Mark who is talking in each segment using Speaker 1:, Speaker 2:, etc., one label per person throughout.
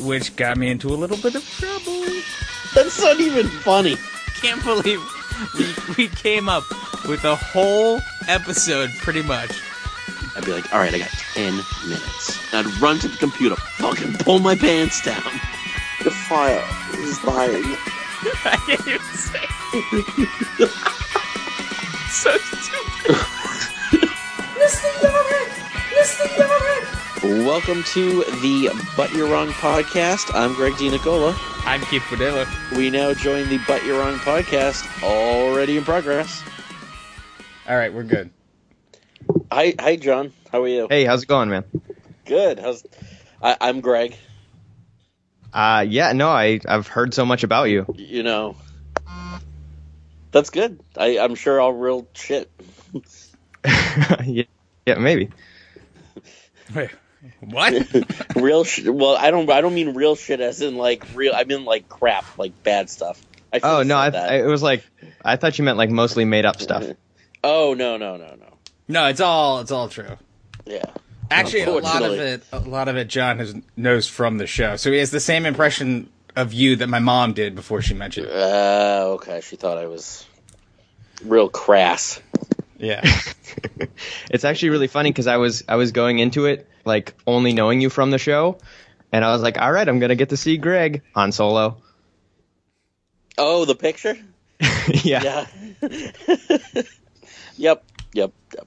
Speaker 1: which got me into a little bit of trouble.
Speaker 2: That's not even funny.
Speaker 3: Can't believe we, we came up with a whole episode pretty much.
Speaker 2: I'd be like, all right, I got 10 minutes. And I'd run to the computer, fucking pull my pants down.
Speaker 4: The fire is dying.
Speaker 3: I can't even say. it. so stupid.
Speaker 2: Welcome to the But You're Wrong podcast. I'm Greg DiNicola.
Speaker 1: I'm Keith Padilla.
Speaker 2: We now join the But You're Wrong podcast, already in progress.
Speaker 1: All right, we're good.
Speaker 2: Hi, hi, John. How are you?
Speaker 5: Hey, how's it going, man?
Speaker 2: Good. How's? I, I'm Greg.
Speaker 5: Uh, yeah, no, I I've heard so much about you.
Speaker 2: You know, that's good. I, I'm sure all real shit.
Speaker 5: yeah, yeah, maybe.
Speaker 1: Wait, what?
Speaker 2: real sh- well i don't i don't mean real shit as in like real i mean like crap like bad stuff I
Speaker 5: Oh
Speaker 2: should've
Speaker 5: no, I,
Speaker 2: said
Speaker 5: I it was like I thought you meant like mostly made up stuff.
Speaker 2: oh no no no no
Speaker 1: No, it's all it's all true.
Speaker 2: yeah
Speaker 1: Actually, a lot of
Speaker 2: Unfortunately.
Speaker 1: it, a lot of it, John has, knows from the show, so he has the same impression of you that my mom did before she met you.
Speaker 2: uh, okay she thought i was real crass
Speaker 1: Yeah,
Speaker 5: It's actually really funny because I was I was going into it like only knowing you from the show, and I was like, all right, I'm gonna get to see Greg on solo.
Speaker 2: oh the picture
Speaker 5: yeah.
Speaker 2: yeah yep yep yep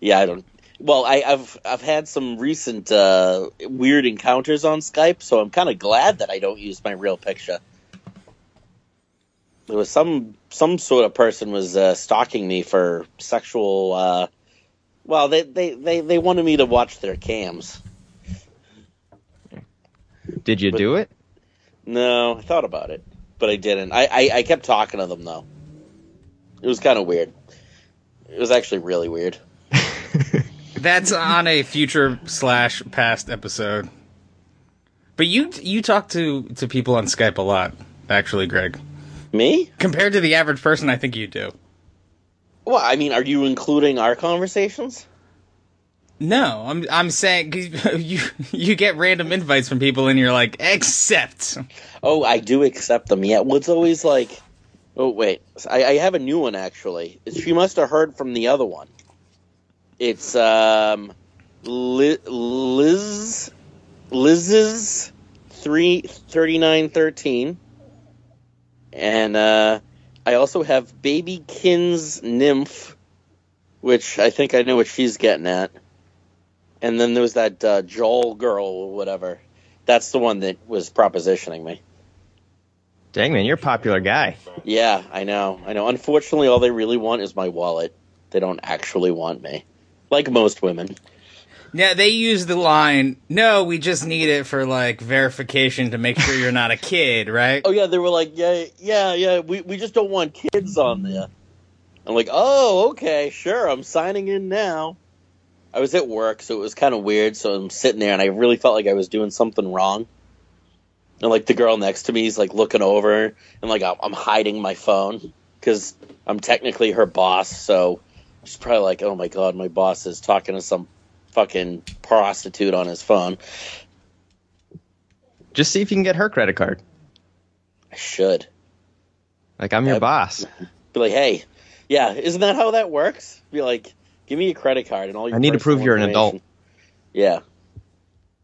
Speaker 2: yeah i don't well I, i've i've had some recent uh weird encounters on skype so i'm kind of glad that i don't use my real picture there was some some sort of person was uh, stalking me for sexual uh well they, they they they wanted me to watch their cams
Speaker 5: Did you
Speaker 2: But-
Speaker 5: do it?
Speaker 2: no i thought about it but i didn't i i, I kept talking to them though it was kind of weird it was actually really weird
Speaker 1: that's on a future slash past episode. But you you talk to to people on Skype a lot, actually, Greg.
Speaker 2: Me?
Speaker 1: Compared to the average person, I think you do.
Speaker 2: Well, I mean, are you including our conversations?
Speaker 1: No, I'm I'm saying 'cause you you get random invites from people and you're like, accept.
Speaker 2: Oh, I do accept them. Yeah. Well, it's always like, oh wait, I, I have a new one actually. She must have heard from the other one. It's um, Li- Liz, Liz's three thirty nine thirteen, and uh, I also have Baby Kin's nymph, which I think I know what she's getting at. And then there was that uh, Joel girl or whatever. That's the one that was propositioning me.
Speaker 5: Dang man, you're a popular guy.
Speaker 2: Yeah, I know. I know. Unfortunately, all they really want is my wallet. They don't actually want me. Like most women.
Speaker 1: Now they use the line, "No, we just need it for like verification to make sure you're not a kid, right?"
Speaker 2: Oh, yeah, they were like, yeah, yeah, yeah, we, we just don't want kids on there. I'm like, oh, okay, sure, I'm signing in now. I was at work, so it was kind of weird, so I'm sitting there and I really felt like I was doing something wrong. And, like, the girl next to me is, like, looking over, and, like, I'm, I'm hiding my phone because I'm technically her boss, so she's probably like, oh my god, my boss is talking to some fucking prostitute on his phone.
Speaker 5: Just see if you can get her credit card.
Speaker 2: I should.
Speaker 5: Like I'm your
Speaker 2: Yep.
Speaker 5: boss.
Speaker 2: be like, hey, yeah, isn't that how that works? Be like, give me your credit card and all your.
Speaker 5: I need to
Speaker 2: personal
Speaker 5: prove you're an
Speaker 2: information." Yeah,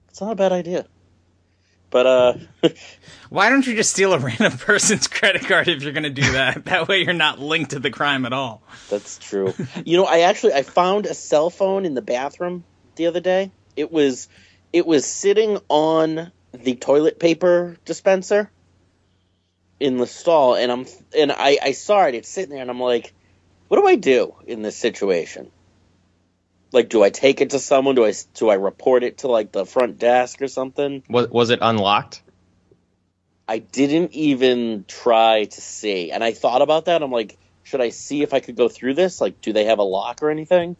Speaker 2: it's not a bad idea. But uh,
Speaker 1: Why don't you just steal a random person's credit card if you're going to do that? that way you're not linked to the crime at all.
Speaker 2: that's true. you know, I actually I found a cell phone in the bathroom the other day. It was it was sitting on the toilet paper dispenser in the stall, and I'm and I I saw it. It's sitting there, and I'm like, what do I do in this situation? Like, do I take it to someone? Do I do I report it to like the front desk or something?
Speaker 5: Was was it unlocked?
Speaker 2: I didn't even try to see. And I thought about that. I'm like, should I see if I could go through this? Like, do they have a lock or anything?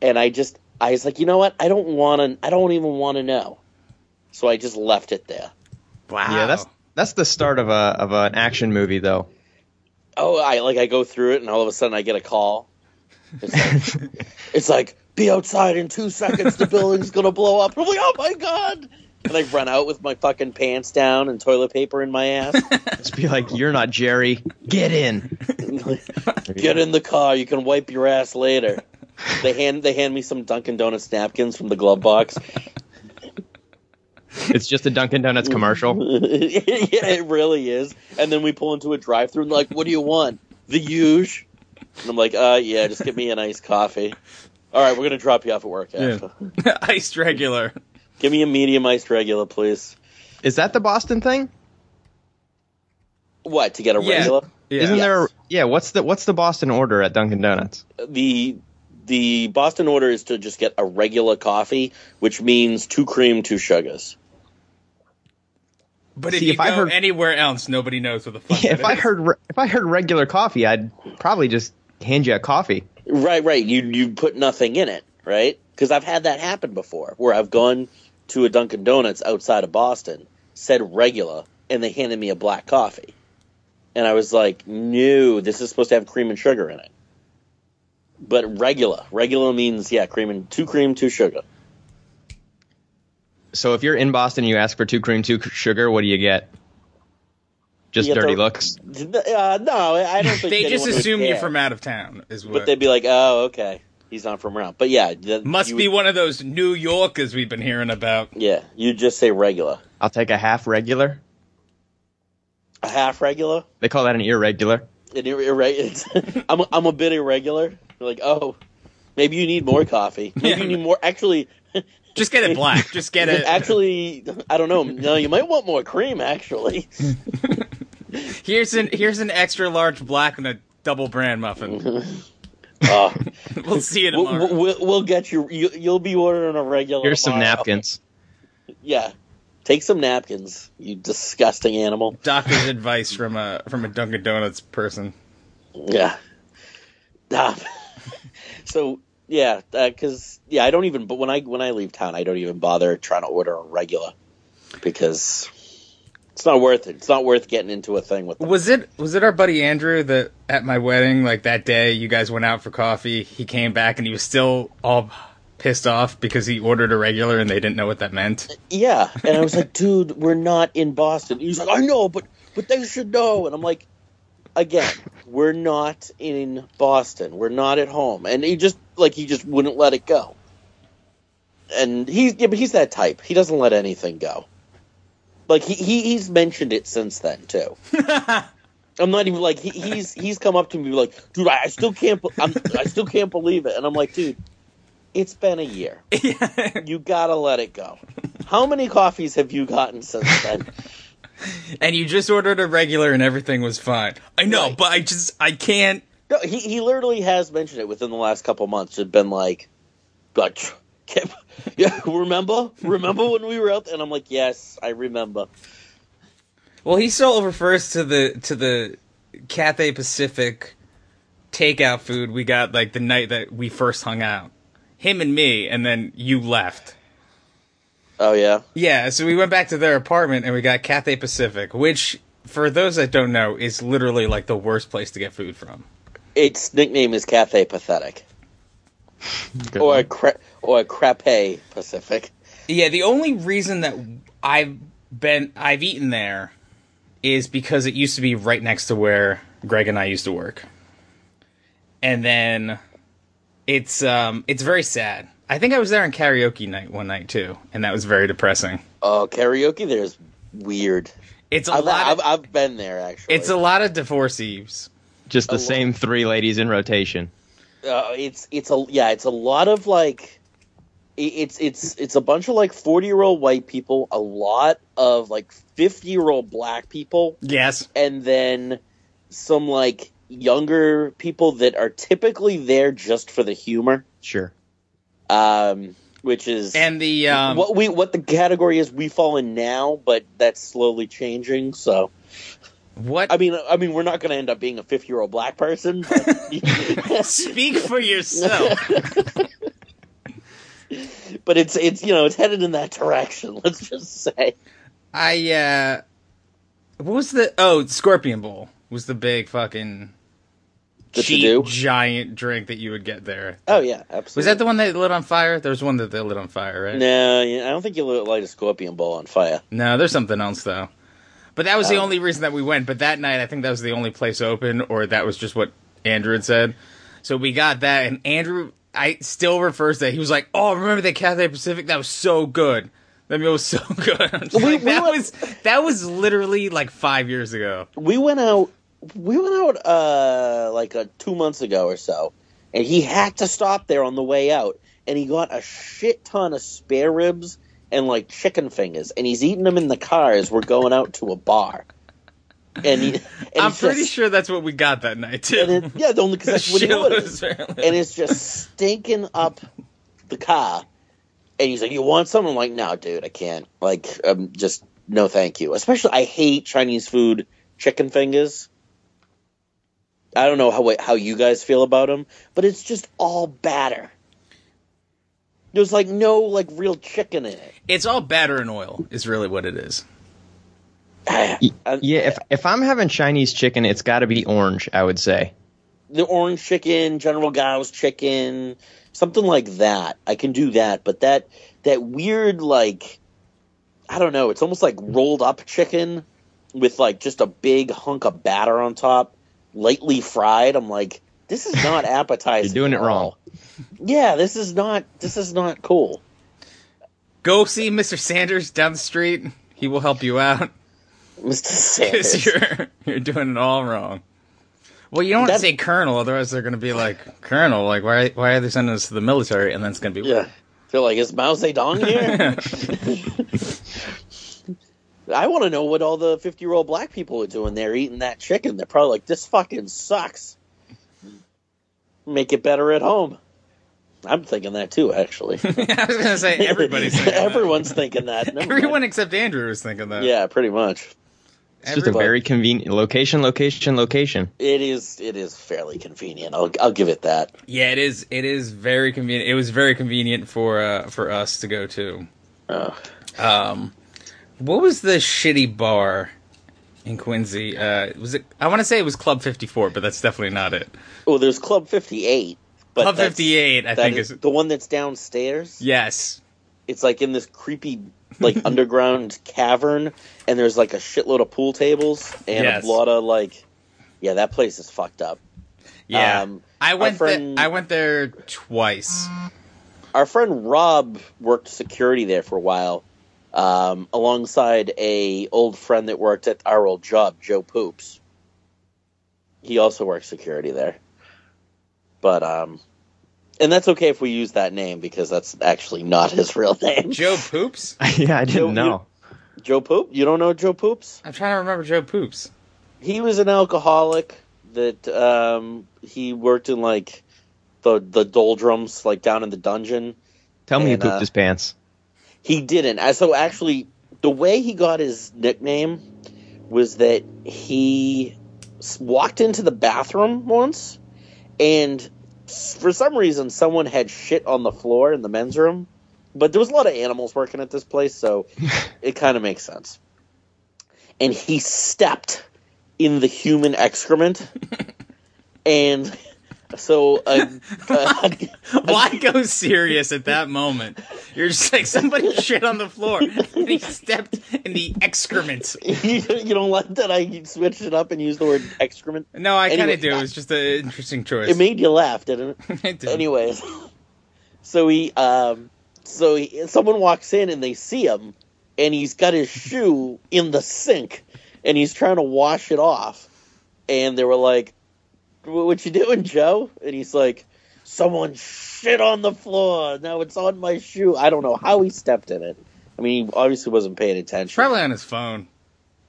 Speaker 2: And I just, I was like, you know what? I don't want to, I don't even want to know. So I just left it there.
Speaker 1: Wow.
Speaker 5: Yeah, that's that's the start of a of an action movie though.
Speaker 2: Oh, I like, I go through it and all of a sudden I get a call. It's like, it's like be outside in two seconds. The building's going to blow up. I'm like, oh my God. and I run out with my fucking pants down and toilet paper in my ass.
Speaker 5: Just be like, "You're not Jerry. Get in."
Speaker 2: Get in the car. You can wipe your ass later. They hand they hand me some Dunkin' Donuts napkins from the glove box.
Speaker 5: It's just a Dunkin' Donuts commercial.
Speaker 2: yeah, it really is. And then we pull into a drive through and like, what do you want? The huge. And I'm like, uh, yeah, just get me an iced coffee. All right, we're gonna drop you off at work.
Speaker 3: Yeah.
Speaker 2: After.
Speaker 3: Iced regular.
Speaker 2: Give me a medium iced regular, please.
Speaker 5: Is that the Boston thing?
Speaker 2: What to get a
Speaker 3: Yeah.
Speaker 2: regular?
Speaker 3: Yeah.
Speaker 5: Isn't
Speaker 2: Yes.
Speaker 5: there? Yeah. What's the What's the Boston order at Dunkin' Donuts?
Speaker 2: the the Boston order is to just get a regular coffee, which means two cream, two sugars.
Speaker 3: But if
Speaker 5: See,
Speaker 3: you
Speaker 5: if
Speaker 3: go
Speaker 5: I heard-
Speaker 3: anywhere else, nobody knows what the fuck.
Speaker 5: if
Speaker 3: that
Speaker 5: I
Speaker 3: is.
Speaker 5: heard re- if I heard regular coffee, I'd probably just hand you a coffee.
Speaker 2: Right, right. You you put nothing in it, right? Because I've had that happen before, where I've gone to a Dunkin' Donuts outside of Boston, said regular, and they handed me a black coffee, and I was like, "No, this is supposed to have cream and sugar in it." But regular, regular means yeah, cream and two cream, two sugar.
Speaker 5: So if you're in Boston and you ask for two cream, two c- sugar, what do you get? Just
Speaker 2: You get
Speaker 5: dirty
Speaker 2: the-
Speaker 5: looks.
Speaker 2: Uh, no, I don't think
Speaker 3: they just
Speaker 2: anyone would
Speaker 3: assume you're
Speaker 2: care.
Speaker 3: from out of town. Is what?
Speaker 2: but they'd be like, "Oh, okay, he's not from around." But yeah, the,
Speaker 3: Must
Speaker 2: you
Speaker 3: be
Speaker 2: would-
Speaker 3: one of those New Yorkers we've been hearing about.
Speaker 2: Yeah, you just say regular,
Speaker 5: I'll take a half regular.
Speaker 2: a half regular,
Speaker 5: They call that an irregular.
Speaker 2: an ir- irre- it's- I'm a, I'm a bit irregular. You're like, oh, maybe you need more coffee. Maybe you
Speaker 3: Yeah. uh,
Speaker 2: need more. Actually,
Speaker 3: Just get it black. Just get it.
Speaker 2: actually, I don't know. No, you might want more cream. Actually,
Speaker 3: here's an here's an extra large black and a double brand muffin.
Speaker 2: uh,
Speaker 3: We'll see you tomorrow.
Speaker 2: we'll, we'll, we'll get you, you. You'll be ordering a regular.
Speaker 5: Here's some
Speaker 2: tomorrow.
Speaker 5: napkins.
Speaker 2: Yeah, take some napkins. You disgusting animal.
Speaker 3: Doctor's advice from a from a Dunkin' Donuts person.
Speaker 2: Yeah. Ah. so yeah, because yeah, I don't even. But when I when I leave town, I don't even bother trying to order a regular because it's not worth it. It's not worth getting into a thing with. Them.
Speaker 3: Was it was it our buddy Andrew that at my wedding, like that day you guys went out for coffee, he came back and he was still all pissed off because he ordered a regular and they didn't know what that meant.
Speaker 2: Yeah, and I was like, dude, we're not in Boston. He's like, I know, but but they should know. And I'm like, again, we're not in Boston. We're not at home. And he just like he just wouldn't let it go. And he's yeah, but he's that type. He doesn't let anything go. Like he, he he's mentioned it since then too. I'm not even like he, he's he's come up to me like, dude, I, I still can't be- I'm, I still can't believe it. And I'm like, dude, it's been a year. You gotta let it go. How many coffees have you gotten since then?
Speaker 3: And you just ordered a regular and everything was fine. I know,
Speaker 2: Right.
Speaker 3: but I just I can't
Speaker 2: No, he, he literally has mentioned it within the last couple months. It's been like, like, tch, can't- yeah, remember? Remember when we were out? there? And I'm like, yes, I remember.
Speaker 3: Well, he still refers to the to the Cathay Pacific takeout food we got like the night that we first hung out. Him and me, and then you left.
Speaker 2: Oh yeah,
Speaker 3: Yeah, so we went back to their apartment and we got Cathay Pacific, which for those that don't know is literally like the worst place to get food from.
Speaker 2: its nickname is Cathay Pathetic
Speaker 5: Good
Speaker 2: or
Speaker 5: one.
Speaker 2: a cra- or a Crape Pacific.
Speaker 3: Yeah, the only reason that I've been I've eaten there is because it used to be right next to where Greg and I used to work. And then it's um it's very sad. I think I was there on karaoke night one night too, and that was very depressing.
Speaker 2: Oh, karaoke there's weird.
Speaker 3: It's a
Speaker 2: I've,
Speaker 3: lot
Speaker 2: I've,
Speaker 3: of,
Speaker 2: I've been there actually.
Speaker 3: it's a lot of divorcees.
Speaker 5: Just the
Speaker 2: lot.
Speaker 5: same three ladies in rotation.
Speaker 2: uh, it's it's a yeah, it's a lot of like it- it's it's it's a bunch of like 40-year-old white people, a lot of like 50-year-old black people
Speaker 3: Yes.
Speaker 2: and then some like younger people that are typically there just for the humor,
Speaker 5: Sure.
Speaker 2: um, which is
Speaker 3: And the um
Speaker 2: what we what the category is we fall in now, but that's slowly changing. So
Speaker 3: what
Speaker 2: I mean, I mean, we're not going to end up being a fifty year old black person. But,
Speaker 3: speak for yourself.
Speaker 2: but it's it's you know it's headed in that direction. Let's just say
Speaker 3: I uh what was the oh Scorpion Bowl was the big fucking
Speaker 2: The
Speaker 3: cheap
Speaker 2: to-do?
Speaker 3: giant drink that you would get there.
Speaker 2: Oh yeah, absolutely.
Speaker 3: Was that the one they lit on fire? There was one that they lit on fire, right?
Speaker 2: No, yeah, I don't think you light a scorpion ball on fire.
Speaker 3: No, there's something else though. But that was the
Speaker 2: Oh.
Speaker 3: only reason that we went. But that night, I think that was the only place open, or that was just what Andrew had said. So we got that, and Andrew, I still refers to that. He was like, "Oh, remember that Cathay Pacific? That was so good. That meal was so good." I'm just
Speaker 2: We-
Speaker 3: like,
Speaker 2: we
Speaker 3: that
Speaker 2: went-
Speaker 3: was that was literally like five years ago.
Speaker 2: We went out. We went out uh, like uh, two months ago or so, and he had to stop there on the way out, and he got a shit ton of spare ribs and like chicken fingers, and he's eating them in the car as we're going out to a bar. And, he, and
Speaker 3: I'm
Speaker 2: he's
Speaker 3: pretty
Speaker 2: just-
Speaker 3: sure that's what we got that night
Speaker 2: And
Speaker 3: too.
Speaker 2: it, yeah, the only because that's what he orders.
Speaker 3: Shitloads, apparently.
Speaker 2: and it's just stinking up the car. And he's like, "You want some?" I'm like, "No, dude, I can't. Like, um, just no, thank you. Especially, I hate Chinese food chicken fingers. I don't know how how you guys feel about them, but it's just all batter. There's like no like real chicken in it.
Speaker 3: It's all batter and oil, is really what it is.
Speaker 2: I-
Speaker 5: Yeah, if if I'm having Chinese chicken, it's got to be orange. I would say.
Speaker 2: the orange chicken, General Gao's chicken, something like that. I can do that, but that that weird like I don't know, it's almost like rolled up chicken with like just a big hunk of batter on top, lightly fried. I'm like, this is not appetizing.
Speaker 5: You're doing
Speaker 2: at
Speaker 5: it
Speaker 2: all.
Speaker 5: wrong.
Speaker 2: Yeah, this is not this is not cool.
Speaker 3: Go see Mr. Sanders down the street. He will help you out.
Speaker 2: Mr.
Speaker 3: because
Speaker 2: Sanders.
Speaker 3: you're you're doing it all wrong. Well, you don't want to
Speaker 2: That's-
Speaker 3: say colonel, otherwise they're going to be like colonel. Like why why are they sending us to the military? And then it's going to be
Speaker 2: Yeah. They're like, is Mao Zedong here? I want to know what all the 50 year old black people are doing there eating that chicken. They're probably like, this fucking sucks. Make it better at home. I'm thinking that too, actually.
Speaker 3: I was going to say everybody's thinking that.
Speaker 2: Everyone's thinking that. Never mind.
Speaker 3: everyone except Andrew was thinking that.
Speaker 2: Yeah, pretty much.
Speaker 5: It's just a
Speaker 3: Everybody-
Speaker 5: very convenient location, location, location.
Speaker 2: It is. It is fairly convenient. I'll. I'll give it that.
Speaker 3: yeah, it is. It is very convenient. It was very convenient for uh, for us to go to.
Speaker 2: Oh.
Speaker 3: Um, what was the shitty bar in Quincy? Uh, was it? I want to say it was Club Fifty Four, but that's definitely not it.
Speaker 2: Well, Oh, there's Club 58. But
Speaker 3: Club
Speaker 2: that's-
Speaker 3: Fifty Eight, I
Speaker 2: that
Speaker 3: think,
Speaker 2: is
Speaker 3: is
Speaker 2: the one that's downstairs.
Speaker 3: yes.
Speaker 2: it's like in this creepy like underground cavern and there's like a shitload of pool tables and
Speaker 3: Yes.
Speaker 2: a lot of like yeah that place is fucked up
Speaker 3: Yeah,
Speaker 2: Um,
Speaker 3: I
Speaker 2: our
Speaker 3: went. the-
Speaker 2: friend-
Speaker 3: I went there twice.
Speaker 2: our friend rob worked security there for a while um, alongside a old friend that worked at our old job joe poops he also worked security there but um and that's okay if we use that name because that's actually not his real name
Speaker 3: Joe poops.
Speaker 5: yeah, I didn't
Speaker 2: you-
Speaker 5: know.
Speaker 2: joe poop you don't know joe poops
Speaker 3: I'm trying to remember Joe poops.
Speaker 2: he was an alcoholic that um, he worked in like the the doldrums like down in the dungeon
Speaker 5: Tell me he
Speaker 2: and,
Speaker 5: pooped
Speaker 2: uh,
Speaker 5: his pants.
Speaker 2: he didn't Uh, so actually the way he got his nickname was that he s- walked into the bathroom once and s- for some reason someone had shit on the floor in the men's room but there was a lot of animals working at this place so it kind of makes sense and he stepped in the human excrement and so uh, uh,
Speaker 3: Why go serious at that moment? You're just like somebody shit on the floor and he stepped in the excrement.
Speaker 2: you, you don't like that I switched it up and used the word excrement?
Speaker 3: No, I kind
Speaker 2: Anyway,
Speaker 3: of do. It was just an interesting choice.
Speaker 2: It made you laugh, didn't it?
Speaker 3: It did.
Speaker 2: Anyways, so he, um, so he, someone walks in and they see him, and he's got his shoe in the sink, and he's trying to wash it off, and they were like, "Wh- "What you doing, Joe?" And he's like, "Someone shit on the floor. Now it's on my shoe. I don't know how he stepped in it. I mean, he obviously wasn't paying attention.
Speaker 3: Probably on his phone.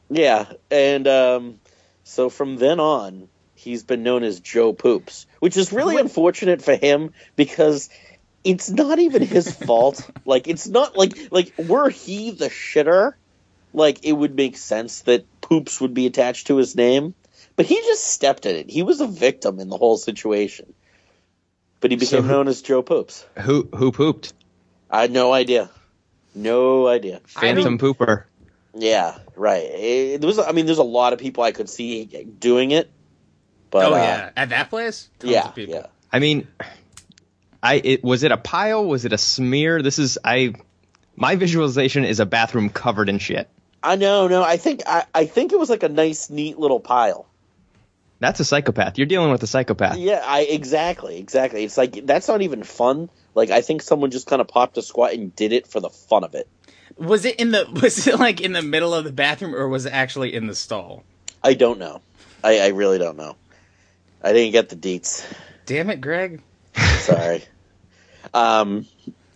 Speaker 2: Yeah, and um, so from then on, he's been known as Joe Poops, which is really unfortunate for him because it's not even his fault. Like, it's not like like were he the shitter, like it would make sense that Poops would be attached to his name, but he just stepped in it. He was a victim in the whole situation, but he became
Speaker 5: who-
Speaker 2: known as Joe Poops.
Speaker 5: Who who pooped?
Speaker 2: I had no idea, no idea.
Speaker 3: I don't-
Speaker 5: Phantom pooper.
Speaker 2: Yeah, right. It, there was, I mean, there's a lot of people I could see doing it, But
Speaker 3: oh
Speaker 2: uh,
Speaker 3: yeah, at that place, tons
Speaker 2: yeah,
Speaker 3: of people.
Speaker 2: yeah.
Speaker 5: I mean, I it was it a pile? Was it a smear? This is I. My visualization is a bathroom covered in shit.
Speaker 2: I know, no, I think I, I think it was like a nice, neat little pile.
Speaker 5: That's a psychopath. You're dealing with a psychopath.
Speaker 2: Yeah, I exactly, exactly. It's like that's not even fun. Like I think someone just kind of popped a squat and did it for the fun of it.
Speaker 3: Was it in the? Was it like in the middle of the bathroom, or was it actually in the stall?
Speaker 2: I don't know. I, I really don't know. I didn't get the deets.
Speaker 3: Damn it, Greg.
Speaker 2: Sorry. um,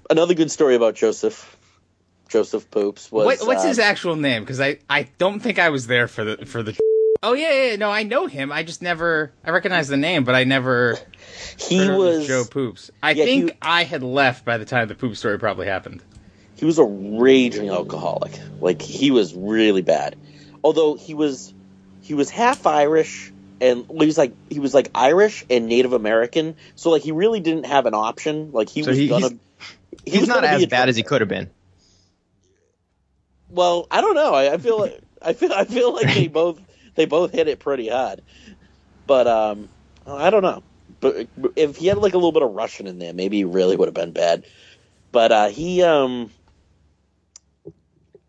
Speaker 2: another good story about Joseph. Joseph Poops was.
Speaker 3: What, what's
Speaker 2: uh,
Speaker 3: his actual name? Because I, I don't think I was there for the for the. Oh yeah, yeah, yeah, no, I know him. I just never I recognize the name, but I never
Speaker 2: He
Speaker 3: heard it was
Speaker 2: was.
Speaker 3: Joe Poops. I
Speaker 2: Yeah,
Speaker 3: think
Speaker 2: he-
Speaker 3: I had left by the time the poop story probably happened.
Speaker 2: he was a raging alcoholic. Like he was really bad. Although he was he was half Irish and well, he was like he was like Irish and Native American. So like he really didn't have an option. Like he
Speaker 5: So
Speaker 2: was
Speaker 5: he-
Speaker 2: gonna
Speaker 5: he's-
Speaker 2: he
Speaker 5: He's
Speaker 2: was
Speaker 5: not
Speaker 2: gonna be
Speaker 5: as
Speaker 2: a
Speaker 5: bad
Speaker 2: drunk-
Speaker 5: as he could have been.
Speaker 2: Well, I don't know. I, I feel like I feel I feel like they both they both hit it pretty hard. But um I don't know. But if he had like a little bit of Russian in there, maybe he really would have been bad. But uh he um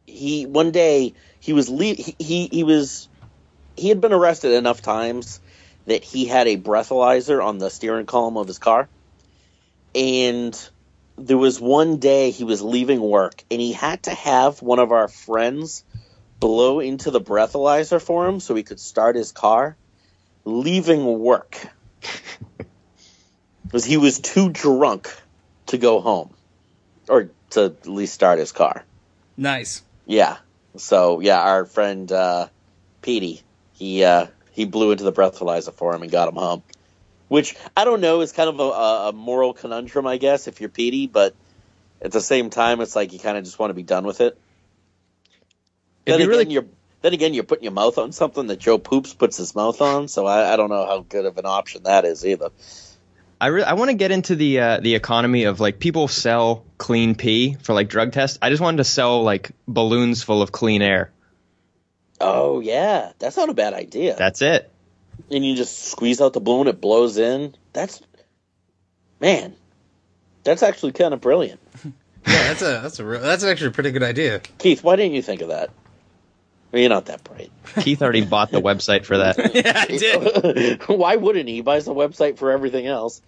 Speaker 2: he one day he was le- he, he he was he had been arrested enough times that he had a breathalyzer on the steering column of his car and there was one day he was leaving work and he had to have one of our friends blow into the breathalyzer for him so he could start his car leaving work because he was too drunk to go home or to at least start his car
Speaker 3: Nice.
Speaker 2: yeah so yeah our friend uh Petey, he uh he blew into the breathalyzer for him and got him home which I don't know is kind of a- a, a moral conundrum, I guess, if you're Petey, but at the same time, it's like you kind of just want to be done with it. Then
Speaker 5: It'd be
Speaker 2: again,
Speaker 5: really
Speaker 2: you're then again you're putting your mouth on something that Joe Poops puts his mouth on, so I, I don't know how good of an option that is either.
Speaker 5: I re- I want to get into the uh, the economy of like people sell clean pee for like drug tests. I just wanted to sell like balloons full of clean air.
Speaker 2: Oh yeah, that's not a bad idea.
Speaker 5: That's it.
Speaker 2: and you just squeeze out the balloon, it blows in. That's man, that's actually kind of brilliant.
Speaker 3: Yeah, that's a that's a real, that's actually a pretty good idea.
Speaker 2: Keith, why didn't you think of that? Well, you're not that bright.
Speaker 5: Keith already bought the website for that.
Speaker 3: yeah, I did.
Speaker 2: Why wouldn't he? He buys a website for everything else.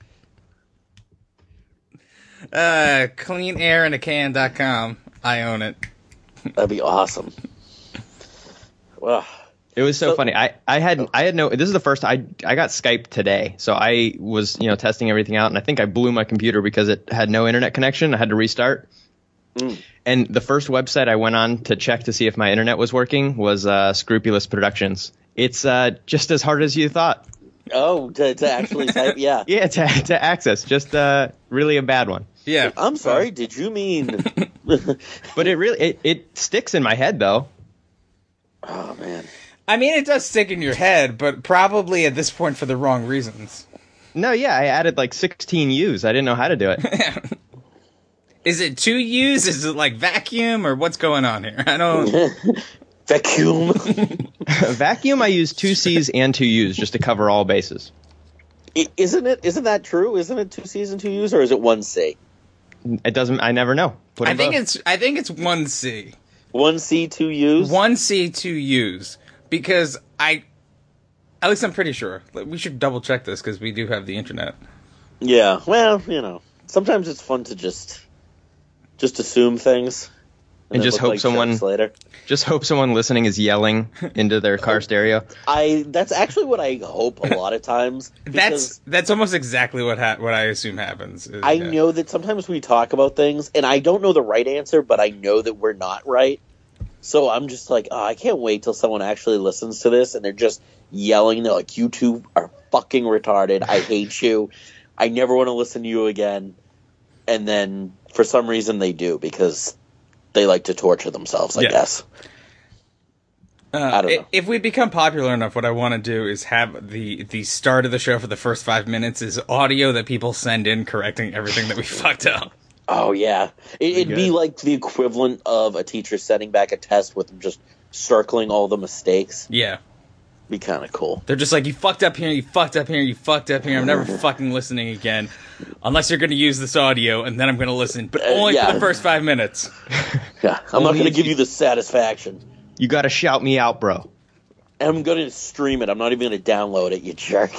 Speaker 3: Uh, cleanairinacan.com. I own it.
Speaker 2: That'd be awesome. Well,
Speaker 5: It was so,
Speaker 2: So-
Speaker 5: funny. I, I had I had no. This is the first I I got Skype today, so I was you know testing everything out, and I think I blew my computer because it had no internet connection. I had to restart. And the first website I went on to check to see if my internet was working was uh, Scrupulous Productions. It's uh, just as hard as you thought.
Speaker 2: oh, to, to actually type, yeah.
Speaker 5: Yeah, to, to access, just uh, really a bad one.
Speaker 3: Yeah.
Speaker 2: I'm sorry. Did you mean?
Speaker 5: But it really it, it sticks in my head though.
Speaker 2: oh man.
Speaker 3: I mean, it does stick in your head, but probably at this point for the wrong reasons.
Speaker 5: No, yeah, I added like 16 U's. I didn't know how to do it.
Speaker 3: Is it two U's? Is it like vacuum or what's going on here? I don't.
Speaker 2: Vacuum.
Speaker 5: Vacuum, I used two C's and two U's just to cover all bases.
Speaker 2: I- isn't it? Isn't that true? Isn't it two C's and two U's, or is it one C?
Speaker 5: It doesn't. I never know. Put
Speaker 3: I
Speaker 5: them
Speaker 3: think
Speaker 5: both.
Speaker 3: it's I think it's one C.
Speaker 2: One C, two U's.
Speaker 3: one C two U's because I, at least I'm pretty sure. Like, We should double check this because we do have the internet.
Speaker 2: Yeah. Well, you know, sometimes it's fun to just just assume things
Speaker 5: And
Speaker 2: then
Speaker 5: just
Speaker 2: look
Speaker 5: hope
Speaker 2: like
Speaker 5: someone-
Speaker 2: jerks later.
Speaker 5: Just hope someone listening is yelling into their car stereo.
Speaker 2: I. That's actually what I hope a lot of times. because-
Speaker 3: That's that's almost exactly what ha- what I assume happens. is-
Speaker 2: I
Speaker 3: yeah.
Speaker 2: know that sometimes we talk about things, and I don't know the right answer, but I know that we're not right. So I'm just like, oh, I can't wait till someone actually listens to this, and they're just yelling. They're like, "You two are fucking retarded. I hate you. I never want to listen to you again." And then for some reason they do because they like to torture themselves. I
Speaker 3: Yeah.
Speaker 2: guess.
Speaker 3: Uh,
Speaker 2: I don't
Speaker 3: i-
Speaker 2: know.
Speaker 3: If we become popular enough, what I want to do is have the the start of the show for the first five minutes is audio that people send in correcting everything that we fucked up.
Speaker 2: Oh yeah, it, it'd be
Speaker 5: good.
Speaker 2: like the equivalent of a teacher setting back a test with them just circling all the mistakes.
Speaker 3: Yeah.
Speaker 2: Be kind of cool.
Speaker 3: They're just like, you fucked up here, you fucked up here, you fucked up here. I'm never fucking listening again, unless you're going to use this audio, and then I'm going to listen, but
Speaker 2: Uh,
Speaker 3: only for
Speaker 2: yeah.
Speaker 3: the first five minutes.
Speaker 2: Yeah, I'm not
Speaker 5: Only
Speaker 2: going to
Speaker 5: if
Speaker 2: give
Speaker 5: you-
Speaker 2: you the satisfaction.
Speaker 5: You got to shout me out, bro.
Speaker 2: I'm going to stream it. I'm not even going to download it. You jerk.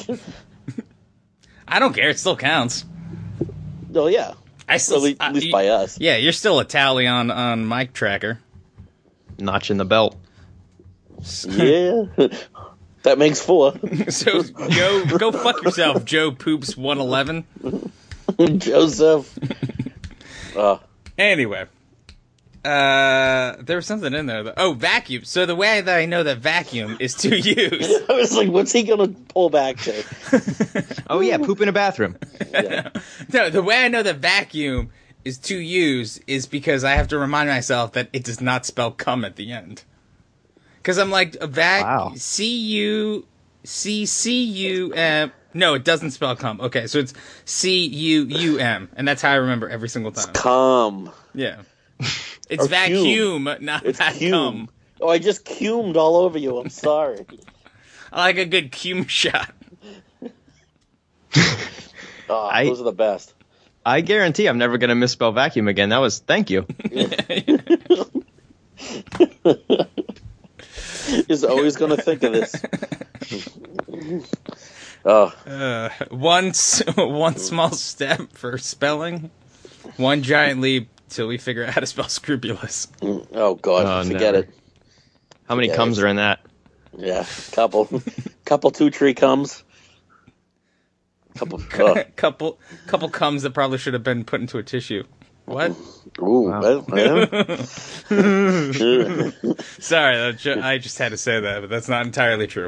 Speaker 3: I don't care; it still counts.
Speaker 2: oh yeah, uh,
Speaker 3: I
Speaker 2: Well,
Speaker 3: still,
Speaker 2: at least,
Speaker 3: I-
Speaker 2: at least
Speaker 3: you-
Speaker 2: by us.
Speaker 3: Yeah, you're still a tally on on mic tracker.
Speaker 5: Notch in the belt.
Speaker 2: Yeah, that makes four.
Speaker 3: So go go fuck yourself, Joe Poops one eleven.
Speaker 2: Joseph. Uh,
Speaker 3: Anyway, uh, there was something in there. Though. Oh, vacuum. So the way that I know that vacuum is to use.
Speaker 2: I was like, what's he going to pull back to?
Speaker 5: Oh yeah, poop in a bathroom.
Speaker 2: Yeah.
Speaker 3: No, the way I know that vacuum is to use is because I have to remind myself that it does not spell cum at the end. Because I'm like a vac
Speaker 5: Wow.
Speaker 3: C U C C U M. No, it doesn't spell cum. Okay, so it's C U U M, and that's how I remember every single time.
Speaker 2: Come.
Speaker 3: Yeah. It's
Speaker 2: Or
Speaker 3: vacuum, not
Speaker 2: It's
Speaker 3: vacuum.
Speaker 2: cum. Oh, I just cumed all over you. I'm sorry.
Speaker 3: I like a good cum shot.
Speaker 2: Oh,
Speaker 5: I-
Speaker 2: those are the best.
Speaker 5: I guarantee I'm never gonna misspell vacuum again. That was thank you.
Speaker 2: Is always going to think of this. oh,
Speaker 3: Uh, one, s- one small step for spelling, one giant leap till we figure out how to spell scrupulous.
Speaker 2: oh God,
Speaker 5: Oh,
Speaker 2: forget
Speaker 5: never.
Speaker 2: it.
Speaker 5: How many
Speaker 2: Yeah,
Speaker 5: comes
Speaker 2: it's-
Speaker 5: are in that?
Speaker 2: Yeah, couple, couple two tree comes. Couple. oh,
Speaker 3: couple couple cums that probably should have been put into a tissue. What?
Speaker 2: ooh, well, yeah.
Speaker 3: Sorry, that ju- I just had to say that, but that's not entirely true.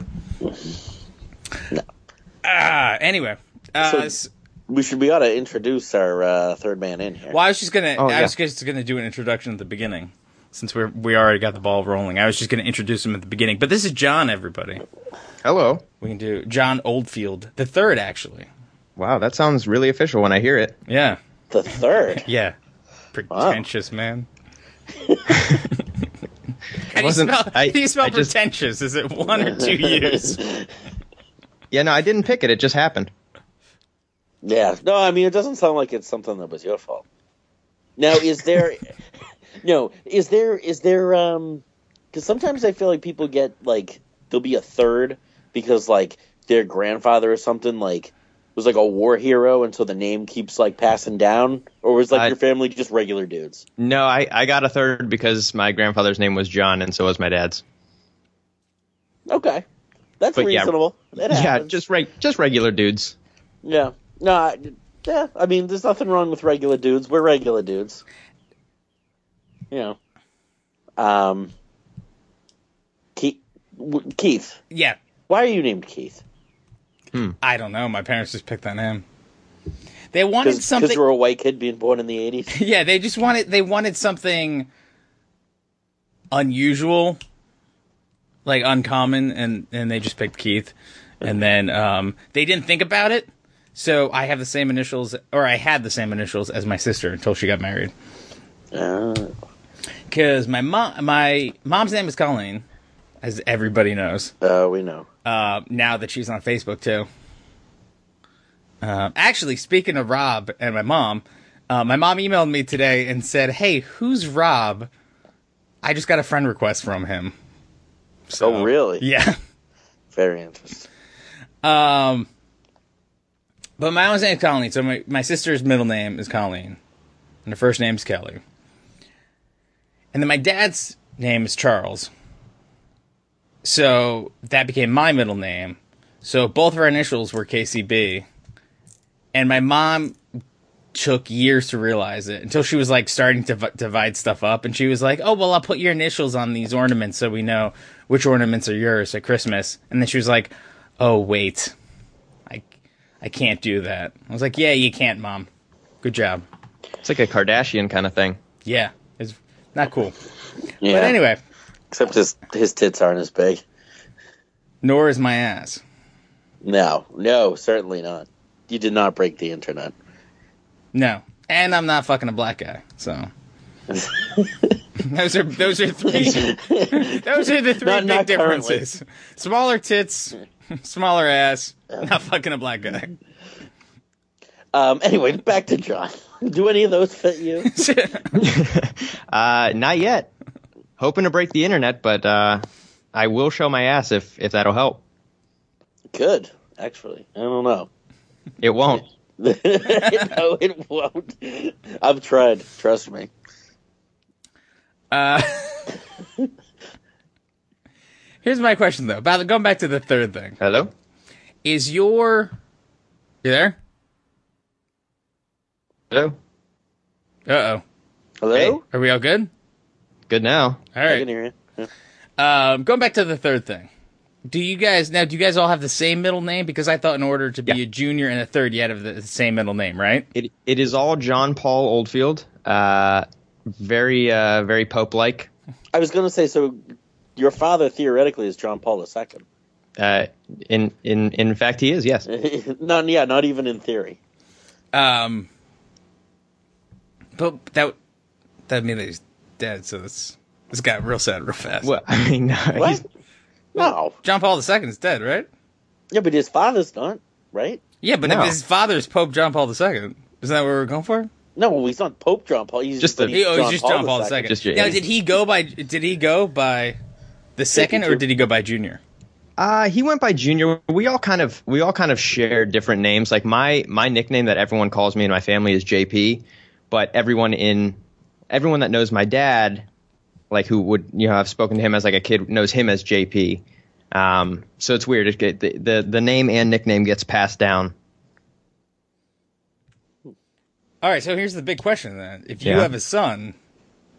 Speaker 3: Ah, anyway. Uh,
Speaker 2: So-
Speaker 3: s-
Speaker 2: we should be ought to introduce our uh, third man in here.
Speaker 3: Well, I was just gonna.
Speaker 5: Oh,
Speaker 3: I
Speaker 5: yeah.
Speaker 3: was just gonna do an introduction at the beginning, since we are we already got the ball rolling. I was just gonna introduce him at the beginning, but this is John. Everybody,
Speaker 5: Hello.
Speaker 3: we can do John Oldfield, the third, actually.
Speaker 5: Wow, that sounds really official when I hear it.
Speaker 3: Yeah,
Speaker 2: The third.
Speaker 3: yeah. Pretentious man. How do you
Speaker 5: wasn't-
Speaker 3: spell,
Speaker 5: I-
Speaker 3: how do you spell
Speaker 5: I just-
Speaker 3: pretentious? Is it one or two years?
Speaker 5: Yeah, no, I didn't pick it. It just happened.
Speaker 2: Yeah. No, I mean it doesn't sound like it's something that was your fault. Now, is there No, is there is there um cuz sometimes I feel like people get like there'll be a third because like their grandfather or something like was like a war hero and so the name keeps like passing down or was like
Speaker 5: I-
Speaker 2: your family just regular dudes?
Speaker 5: No, I, I got a third because my grandfather's name was John, and so was my dad's.
Speaker 2: Okay. That's
Speaker 5: But yeah.
Speaker 2: reasonable. It
Speaker 5: Yeah,
Speaker 2: happens.
Speaker 5: just reg- just regular dudes.
Speaker 2: Yeah. No, I, yeah, I mean there's nothing wrong with regular dudes. We're regular dudes. You know. Um Keith, w- Keith,
Speaker 3: yeah,
Speaker 2: why are you named Keith?
Speaker 3: I don't know. My parents just picked on him. They wanted
Speaker 2: Cuz you
Speaker 3: something.
Speaker 2: were a white kid being born in the 80s.
Speaker 3: Yeah, they just wanted they wanted something unusual, like uncommon, and and they just picked Keith, and then um they didn't think about it. So I have the same initials, or I had the same initials as my sister until she got married.
Speaker 2: Uh,
Speaker 3: Because my mom, my mom's name is Colleen, as everybody knows.
Speaker 2: uh, we know.
Speaker 3: Uh, now that she's on Facebook too. Uh, actually, speaking of Rob and my mom, uh, my mom emailed me today and said, "Hey, who's Rob?" I just got a friend request from him. So
Speaker 2: oh, really?
Speaker 3: Yeah.
Speaker 2: Very interesting.
Speaker 3: Um, but my mom's name is Colleen, so my, my sister's middle name is Colleen, and her first name's Kelly. And then my dad's name is Charles. So that became my middle name. So both of our initials were KCB. And my mom took years to realize it until she was like starting to v- divide stuff up. And she was like, oh, well, I'll put your initials on these ornaments so we know which ornaments are yours at Christmas. And then she was like, oh, wait. I, I can't do that. I was like, yeah, you can't, mom. Good job.
Speaker 5: It's like a Kardashian kind of thing.
Speaker 3: Yeah. It's not cool.
Speaker 2: Yeah.
Speaker 3: But anyway,
Speaker 2: except his his tits aren't as big.
Speaker 3: nor is my ass.
Speaker 2: No. No, certainly not. You did not break the internet.
Speaker 3: No. And I'm not fucking a black guy, so. Those are those are three. those are the three big
Speaker 2: Not- not currently.
Speaker 3: differences: smaller tits, smaller ass, not fucking a black guy.
Speaker 2: Um, anyway, back to John. Do any of those fit you?
Speaker 5: Uh, not yet. Hoping to break the internet, but uh, I will show my ass if if that'll help.
Speaker 2: Good, actually. I don't know.
Speaker 5: It won't.
Speaker 2: no, it won't. I've tried. Trust me.
Speaker 3: Uh, here's my question though. About going back to the third thing,
Speaker 5: Hello.
Speaker 3: is your you there?
Speaker 5: Hello.
Speaker 3: Uh oh,
Speaker 2: Hello.
Speaker 5: Hey.
Speaker 3: are we all good?
Speaker 5: Good now.
Speaker 3: All
Speaker 2: I can
Speaker 3: right.
Speaker 2: hear you.
Speaker 3: Um, going back to the third thing. Do you guys now? Do you guys all have the same middle name? Because I thought in order to be
Speaker 5: Yeah.
Speaker 3: a junior and a third, you had to have the same middle name, right?
Speaker 5: It it is all John Paul Oldfield. Uh, very uh very Pope like.
Speaker 2: I was going to say so. Your father theoretically is John Paul II.
Speaker 5: Uh, in in in fact, he is. Yes.
Speaker 2: not yeah, not even in theory.
Speaker 3: Um, but that that means he's dead. So this this got real sad real fast.
Speaker 5: Well, I mean, no,
Speaker 2: What?
Speaker 5: he's-
Speaker 2: No.
Speaker 3: John Paul II is dead, right?
Speaker 2: Yeah, but his father's not right.
Speaker 3: Yeah, but
Speaker 5: No.
Speaker 3: if his father is Pope John Paul II. Isn't that what we were going for?
Speaker 2: No, he's not Pope John Paul. He's
Speaker 5: Just the-
Speaker 2: but
Speaker 3: He,
Speaker 2: he's
Speaker 3: oh, he's just John Paul II.
Speaker 5: Just your
Speaker 3: now,
Speaker 5: age.
Speaker 3: did he go by? Did he go by the second, or
Speaker 2: 52.
Speaker 3: did he go by junior?
Speaker 5: Uh, he went by Junior. We all kind of we all kind of share different names. Like my my nickname that everyone calls me in my family is JP, but everyone in everyone that knows my dad, like who would you know I've spoken to him as like a kid knows him as JP. Um, so it's weird. It, get- the, the the name and nickname gets passed down.
Speaker 3: All right. So here's the big question then: If you
Speaker 5: Yeah.
Speaker 3: have a son,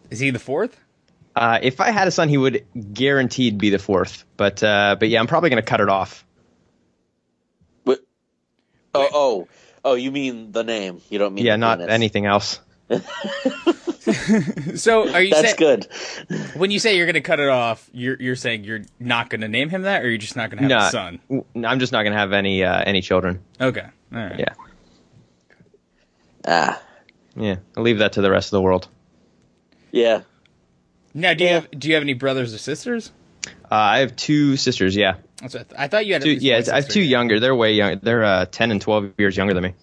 Speaker 3: is he the fourth?
Speaker 5: Uh, if I had a son, he would guaranteed be the fourth. But uh, but yeah, I'm probably gonna cut it off.
Speaker 2: But, oh, oh, oh, you mean the name? You don't mean
Speaker 5: Yeah,
Speaker 2: the
Speaker 5: not
Speaker 2: penis.
Speaker 5: anything else.
Speaker 3: So are you saying
Speaker 2: That's good.
Speaker 3: when you say you're going to cut it off, you're you're saying you're not going to name him that, or you're just not going to have
Speaker 5: No,
Speaker 3: a son?
Speaker 5: w- I'm just not gonna have any uh, any children.
Speaker 3: Okay. All right.
Speaker 5: Yeah.
Speaker 2: Ah,
Speaker 5: Yeah, I'll leave that to the rest of the world.
Speaker 2: yeah.
Speaker 3: Now, do you
Speaker 2: Yeah.
Speaker 3: have do you have any brothers or sisters?
Speaker 5: Uh, I have two sisters. Yeah,
Speaker 3: That's what I, th- I thought you had. at
Speaker 5: two,
Speaker 3: least
Speaker 5: yeah.
Speaker 3: one
Speaker 5: I have
Speaker 3: sister.
Speaker 5: two younger. They're way young. They're uh, ten and twelve years younger than me.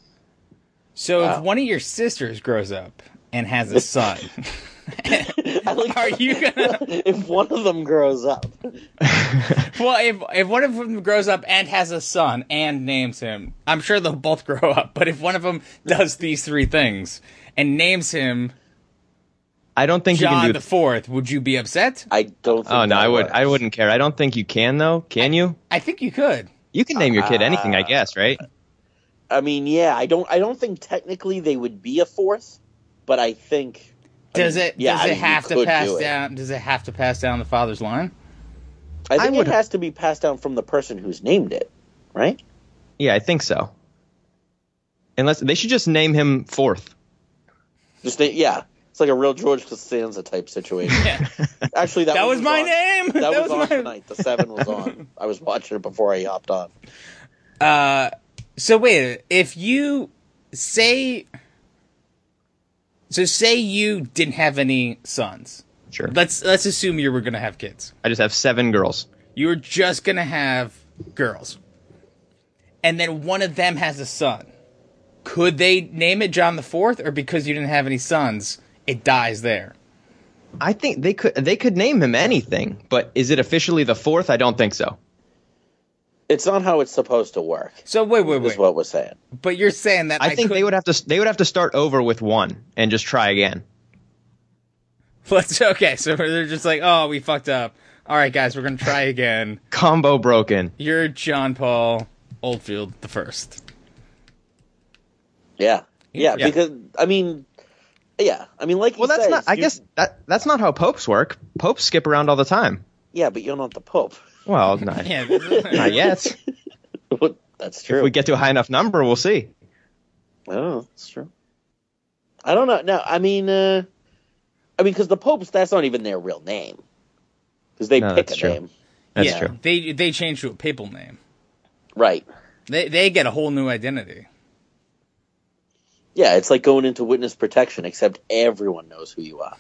Speaker 3: So
Speaker 2: Wow.
Speaker 3: if one of your sisters grows up and has a son,
Speaker 2: I like-
Speaker 3: are you gonna?
Speaker 2: if one of them grows up,
Speaker 3: Well, if if one of them grows up and has a son and names him, I'm sure they'll both grow up. But if one of them does these three things and names him
Speaker 5: I don't think you
Speaker 3: John
Speaker 5: can
Speaker 3: the
Speaker 5: do.
Speaker 3: fourth, would you be upset?
Speaker 2: I don't. Think
Speaker 5: oh no,
Speaker 2: that
Speaker 5: I would.
Speaker 2: works.
Speaker 5: I wouldn't care. I don't think you can though. Can you?
Speaker 3: I think you could.
Speaker 5: You can name your kid anything, I guess, right?
Speaker 2: I mean, yeah, I don't. I don't think technically they would be a fourth, but I think.
Speaker 3: Does
Speaker 2: I mean,
Speaker 3: it
Speaker 2: yeah,
Speaker 3: does
Speaker 2: I
Speaker 3: it
Speaker 2: mean, you
Speaker 3: have to
Speaker 2: could
Speaker 3: pass
Speaker 2: do it.
Speaker 3: down does it have to pass down the father's line?
Speaker 2: I think
Speaker 5: I would-
Speaker 2: it has to be passed down from the person who's named it, right?
Speaker 5: Yeah, I think so. Unless they should just name him fourth.
Speaker 2: Just na- yeah, it's like a real George Costanza type situation.
Speaker 3: Yeah.
Speaker 2: Actually, that,
Speaker 3: That
Speaker 2: one
Speaker 3: was my
Speaker 2: on-
Speaker 3: name.
Speaker 2: That, was, on
Speaker 3: my
Speaker 2: tonight. The seven was on. I was watching it before I hopped on.
Speaker 3: So wait, if you say so say you didn't have any sons.
Speaker 5: Sure.
Speaker 3: Let's let's assume you were going to have kids.
Speaker 5: I just have seven girls.
Speaker 3: You were just going to have girls. And then one of them has a son. Could they name it John the 4th or because you didn't have any sons, it dies there?
Speaker 5: I think they could. They could name him anything, but is it officially the fourth? I don't think so.
Speaker 2: It's not how it's supposed to work.
Speaker 3: So wait, wait,
Speaker 2: Is
Speaker 3: wait.
Speaker 2: what we're saying.
Speaker 3: But you're saying that
Speaker 5: I, think
Speaker 3: could,
Speaker 5: they would have to. They would have to start over with one and just try again.
Speaker 3: Let's, okay, so they're just like, "Oh, we fucked up. All right, guys, we're going to try again.
Speaker 5: Combo broken.
Speaker 3: You're John Paul Oldfield the 1st."
Speaker 2: Yeah. yeah,
Speaker 3: Yeah.
Speaker 2: Because I mean, yeah, I mean, like you
Speaker 5: Well, that's
Speaker 2: said,
Speaker 5: not. I
Speaker 2: you-
Speaker 5: guess that that's not how popes work. Popes skip around all the time.
Speaker 2: Yeah, but you're not the Pope.
Speaker 5: Well, not,
Speaker 3: Yeah. this is-
Speaker 5: not yet.
Speaker 2: that's true.
Speaker 5: if we get to a high enough number, we'll see.
Speaker 2: Oh, that's true. I don't know. No, I mean, uh, I mean, because the popes, that's not even their real name, because they
Speaker 5: No,
Speaker 2: pick a
Speaker 5: that's true.
Speaker 2: name,
Speaker 5: That's
Speaker 3: yeah,
Speaker 5: true.
Speaker 3: They they changed to a papal name.
Speaker 2: right?
Speaker 3: They they get a whole new identity.
Speaker 2: Yeah, it's like going into witness protection, except everyone knows who you are.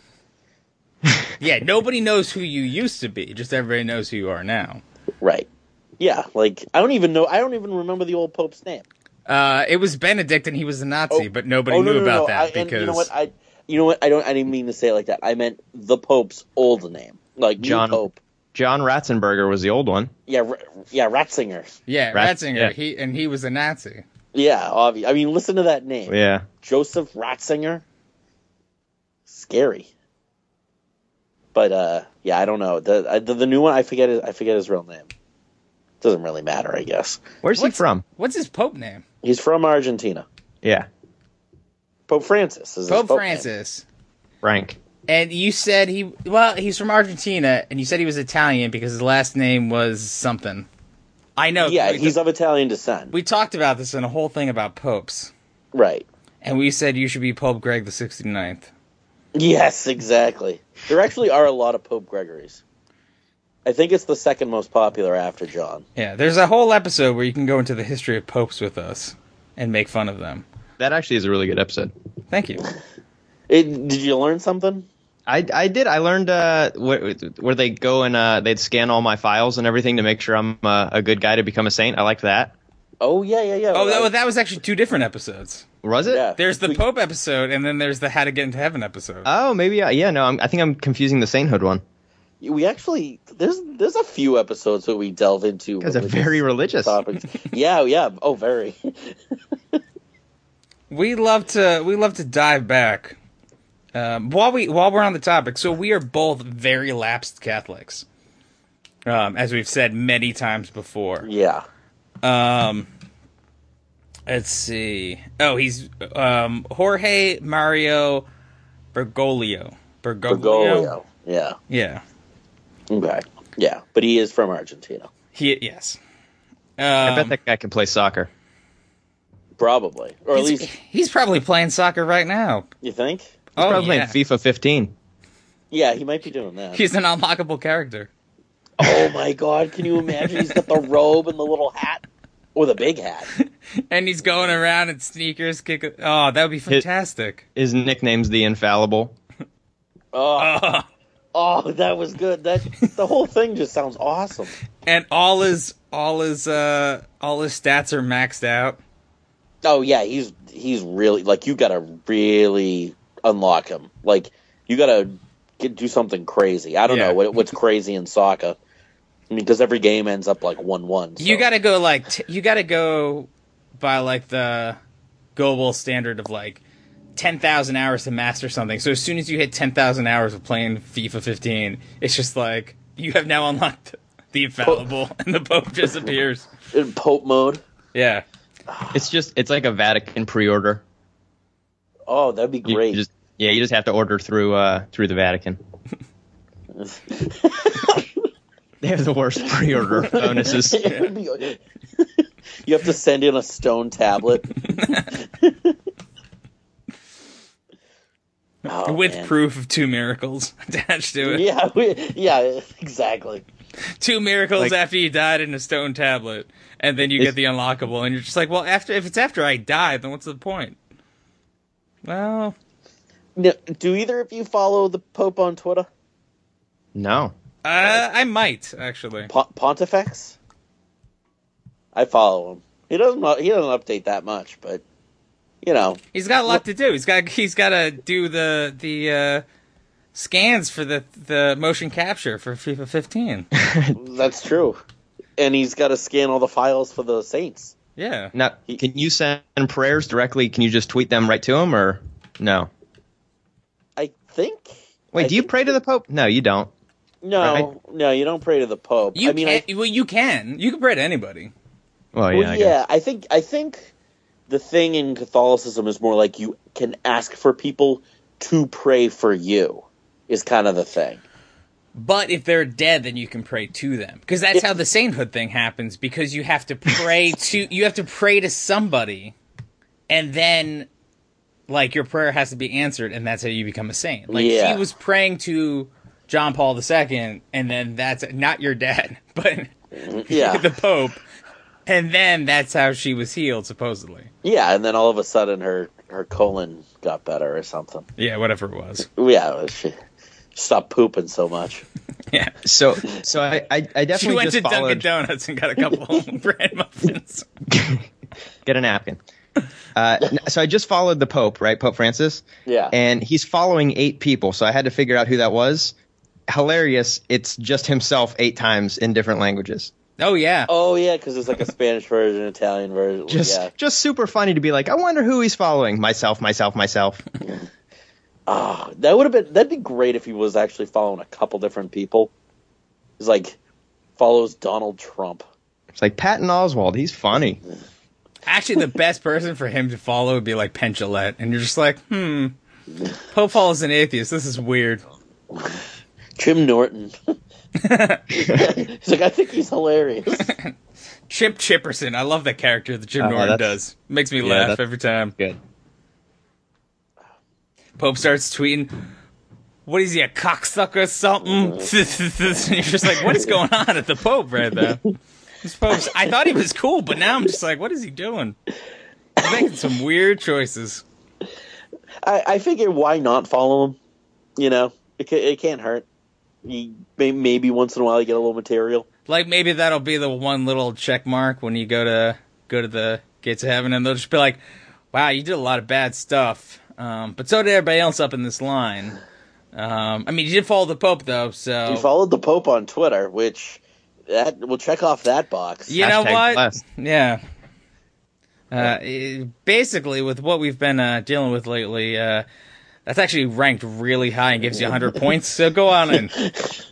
Speaker 3: Yeah, nobody knows who you used to be. Just everybody knows who you are now.
Speaker 2: Right. Yeah, like I don't even know. I don't even remember the old pope's name.
Speaker 3: Uh, it was Benedict, and he was a Nazi,
Speaker 2: Oh.
Speaker 3: but nobody knew about that
Speaker 2: I,
Speaker 3: because
Speaker 2: and you know what? I you know what? I don't. I didn't mean to say it like that. I meant the pope's old name, like new
Speaker 5: John-
Speaker 2: pope.
Speaker 5: John Ratzenberger was the old one.
Speaker 2: Yeah, Ra- yeah, Ratzinger.
Speaker 3: yeah,
Speaker 5: Rat-
Speaker 3: Ratzinger,
Speaker 5: yeah.
Speaker 3: he and he was a Nazi.
Speaker 2: Yeah, obvious. I mean, listen to that name,
Speaker 5: Yeah.
Speaker 2: Joseph Ratzinger. Scary. But uh, yeah, I don't know the, I- the the new one. I forget. His, I forget his real name. Doesn't really matter, I guess.
Speaker 5: Where's he
Speaker 3: What's-
Speaker 5: from?
Speaker 3: What's his pope name?
Speaker 2: He's from Argentina.
Speaker 5: Yeah.
Speaker 2: Pope Francis. Is his
Speaker 3: Pope,
Speaker 2: name.
Speaker 3: Francis.
Speaker 5: Frank.
Speaker 3: And you said he well, he's from Argentina, and you said he was Italian because his last name was something. I know.
Speaker 2: Yeah,
Speaker 3: we,
Speaker 2: he's of Italian descent.
Speaker 3: we talked about this in a whole thing about popes,
Speaker 2: right.
Speaker 3: and we said you should be Pope Greg the 69th.
Speaker 2: Yes, exactly. There actually are a lot of Pope Gregories. I think it's the second most popular after John.
Speaker 3: Yeah, there's a whole episode where you can go into the history of popes with us and make fun of them.
Speaker 5: That actually is a really good episode.
Speaker 3: Thank you.
Speaker 2: It, did you learn something?
Speaker 5: I, I did. I learned uh, where, where they go and uh, they'd scan all my files and everything to make sure I'm uh, a good guy to become a saint. I liked that.
Speaker 2: Oh yeah, yeah, yeah.
Speaker 3: Oh, that,
Speaker 2: Right.
Speaker 3: that was actually two different episodes.
Speaker 5: Was it?
Speaker 2: Yeah.
Speaker 3: There's the
Speaker 2: We-
Speaker 3: Pope episode, and then there's the How to Get into Heaven episode.
Speaker 5: Oh, maybe. I, yeah, no, I'm, I think I'm confusing the sainthood one.
Speaker 2: we actually there's there's a few episodes that we delve into.
Speaker 5: Because they're
Speaker 2: religious
Speaker 5: very religious.
Speaker 2: topics. yeah, yeah. Oh, very.
Speaker 3: we love to we love to dive back. Um, while we while we're on the topic, so we are both very lapsed Catholics, um, as we've said many times before.
Speaker 2: Yeah.
Speaker 3: Let's see. Oh, he's um, Jorge Mario Bergoglio. Bergoglio.
Speaker 2: Bergoglio. Yeah.
Speaker 3: Yeah.
Speaker 2: Okay. Yeah, but he is from Argentina,
Speaker 3: He yes. Um,
Speaker 5: I bet that guy can play soccer.
Speaker 2: probably, or at
Speaker 3: he's,
Speaker 2: least
Speaker 3: he's probably playing soccer right now.
Speaker 2: you think.
Speaker 5: He's
Speaker 3: oh,
Speaker 5: probably
Speaker 3: yeah.
Speaker 5: playing FIFA 15.
Speaker 2: Yeah, he might be doing that.
Speaker 3: He's an unlockable character.
Speaker 2: oh my God! Can you imagine? He's got the robe and the little hat, or the big hat.
Speaker 3: And he's going around in sneakers, kick oh, that would be fantastic.
Speaker 5: His nickname's the Infallible.
Speaker 2: Oh, oh, that was good. That the whole thing just sounds awesome.
Speaker 3: And all his all his uh all his stats are maxed out.
Speaker 2: Oh yeah, he's he's really like you got to really unlock him. Like you got to get do something crazy. I don't
Speaker 3: Yeah.
Speaker 2: know what, what's crazy in soccer. I mean, because every game ends up like one one.
Speaker 3: You got to go like t- you got to go by like the global standard of like 10,000 hours to master something. So as soon as you hit 10,000 hours of playing FIFA 15, it's just like you have now unlocked the infallible and the pope disappears.
Speaker 2: in Pope mode.
Speaker 3: Yeah.
Speaker 5: It's just, it's like a Vatican pre-order.
Speaker 2: Oh, that'd be
Speaker 5: You
Speaker 2: great.
Speaker 5: just- yeah, you just have to order through uh, through the Vatican. they have the worst pre-order bonuses.
Speaker 2: It would be- you have to send in a stone tablet. Oh,
Speaker 3: With
Speaker 2: man.
Speaker 3: proof of two miracles attached to it.
Speaker 2: Yeah, we, yeah, exactly.
Speaker 3: two miracles
Speaker 5: Like-
Speaker 3: after you died in a stone tablet, and then you get
Speaker 5: It's-
Speaker 3: the unlockable, and you're just like, well, after if it's after I die, then what's the point? Well,
Speaker 2: Now, do either of you follow the Pope on Twitter?
Speaker 5: No.
Speaker 3: uh, I might actually.
Speaker 2: Po- Pontifex? I follow him. He doesn't. He doesn't update that much, but you know,
Speaker 3: He's got a lot to do. He's got he's got to do the the uh, scans for the the motion capture for FIFA 15.
Speaker 2: that's true. And he's got to scan all the files for the Saints.
Speaker 3: Yeah,
Speaker 5: Now, can you send prayers directly? Can you just tweet them right to him, or no?
Speaker 2: I think.
Speaker 5: Wait,
Speaker 2: I
Speaker 5: do you
Speaker 2: think-
Speaker 5: pray to the Pope? No, you don't.
Speaker 2: No,
Speaker 5: right?
Speaker 2: no, you don't pray to the Pope.
Speaker 3: you
Speaker 2: I mean,
Speaker 3: can.
Speaker 2: I,
Speaker 3: well, you can. You can pray to anybody.
Speaker 5: Well,
Speaker 2: well,
Speaker 5: yeah, I guess.
Speaker 2: I think. I think the thing in Catholicism is more like you can ask for people to pray for you. Is kind of the thing.
Speaker 3: But if they're dead, then you can pray to them because that's how the sainthood thing happens. Because you have to pray to you have to pray to somebody, and then like your prayer has to be answered, and that's how you become a saint. Like
Speaker 2: Yeah.
Speaker 3: he was praying to John Paul II, and then that's not your dad, but
Speaker 2: Yeah.
Speaker 3: the Pope, and then that's how she was healed, supposedly.
Speaker 2: Yeah, and then all of a sudden her her colon got better or something.
Speaker 3: Yeah, whatever it was.
Speaker 2: Yeah, it was- she Stop pooping so much.
Speaker 3: Yeah.
Speaker 5: So so I I, I definitely
Speaker 3: She went
Speaker 5: just
Speaker 3: to Dunkin'
Speaker 5: followed-
Speaker 3: Donuts and got a couple bread muffins.
Speaker 5: get a napkin. Uh, n- so I just followed the Pope, right? Pope Francis.
Speaker 2: Yeah.
Speaker 5: And he's following eight people. So I had to figure out who that was. Hilarious. It's just himself eight times in different languages.
Speaker 3: Oh yeah.
Speaker 2: Oh yeah, because there's like a Spanish version, Italian version.
Speaker 5: Just
Speaker 2: yeah.
Speaker 5: just super funny to be like, I wonder who he's following. Myself, myself, myself.
Speaker 2: Oh, that would have been that'd be great if he was actually following a couple different people. He's like follows Donald Trump.
Speaker 5: It's like Patton Oswald. He's funny.
Speaker 3: Actually, the best person for him to follow would be like Penn Jillette, and you're just like, hmm. Pope Paul is an atheist. This is weird.
Speaker 2: Jim Norton. he's like, I think he's hilarious.
Speaker 3: Chip Chipperson. I love that character that Jim
Speaker 5: Uh,
Speaker 3: Norton
Speaker 5: that's-
Speaker 3: does. Makes me
Speaker 5: yeah,
Speaker 3: laugh
Speaker 5: that's-
Speaker 3: every time.
Speaker 5: Good.
Speaker 3: Pope starts tweeting, "What is he a cocksucker or something?" and you're just like, "What is going on at the Pope right there?" This Pope's, I thought he was cool, but now I'm just like, "What is he doing?" He's making some weird choices.
Speaker 2: I, I figure why not follow him? You know, it, ca- it can't hurt. You, may- maybe once in a while you get a little material.
Speaker 3: Like maybe that'll be the one little check mark when you go to go to the gates of heaven, and they'll just be like, "Wow, you did a lot of bad stuff." Um, but so did everybody else up in this line. Um, I mean, you did follow the Pope though, so
Speaker 5: Oh.
Speaker 2: You followed the Pope on Twitter, which that will check off that box.
Speaker 3: You know
Speaker 5: Hashtag
Speaker 3: what?
Speaker 5: blessed.
Speaker 3: Yeah. Uh, i- basically, with what we've been uh, dealing with lately, uh, that's actually ranked really high and gives you 100 points. So go on and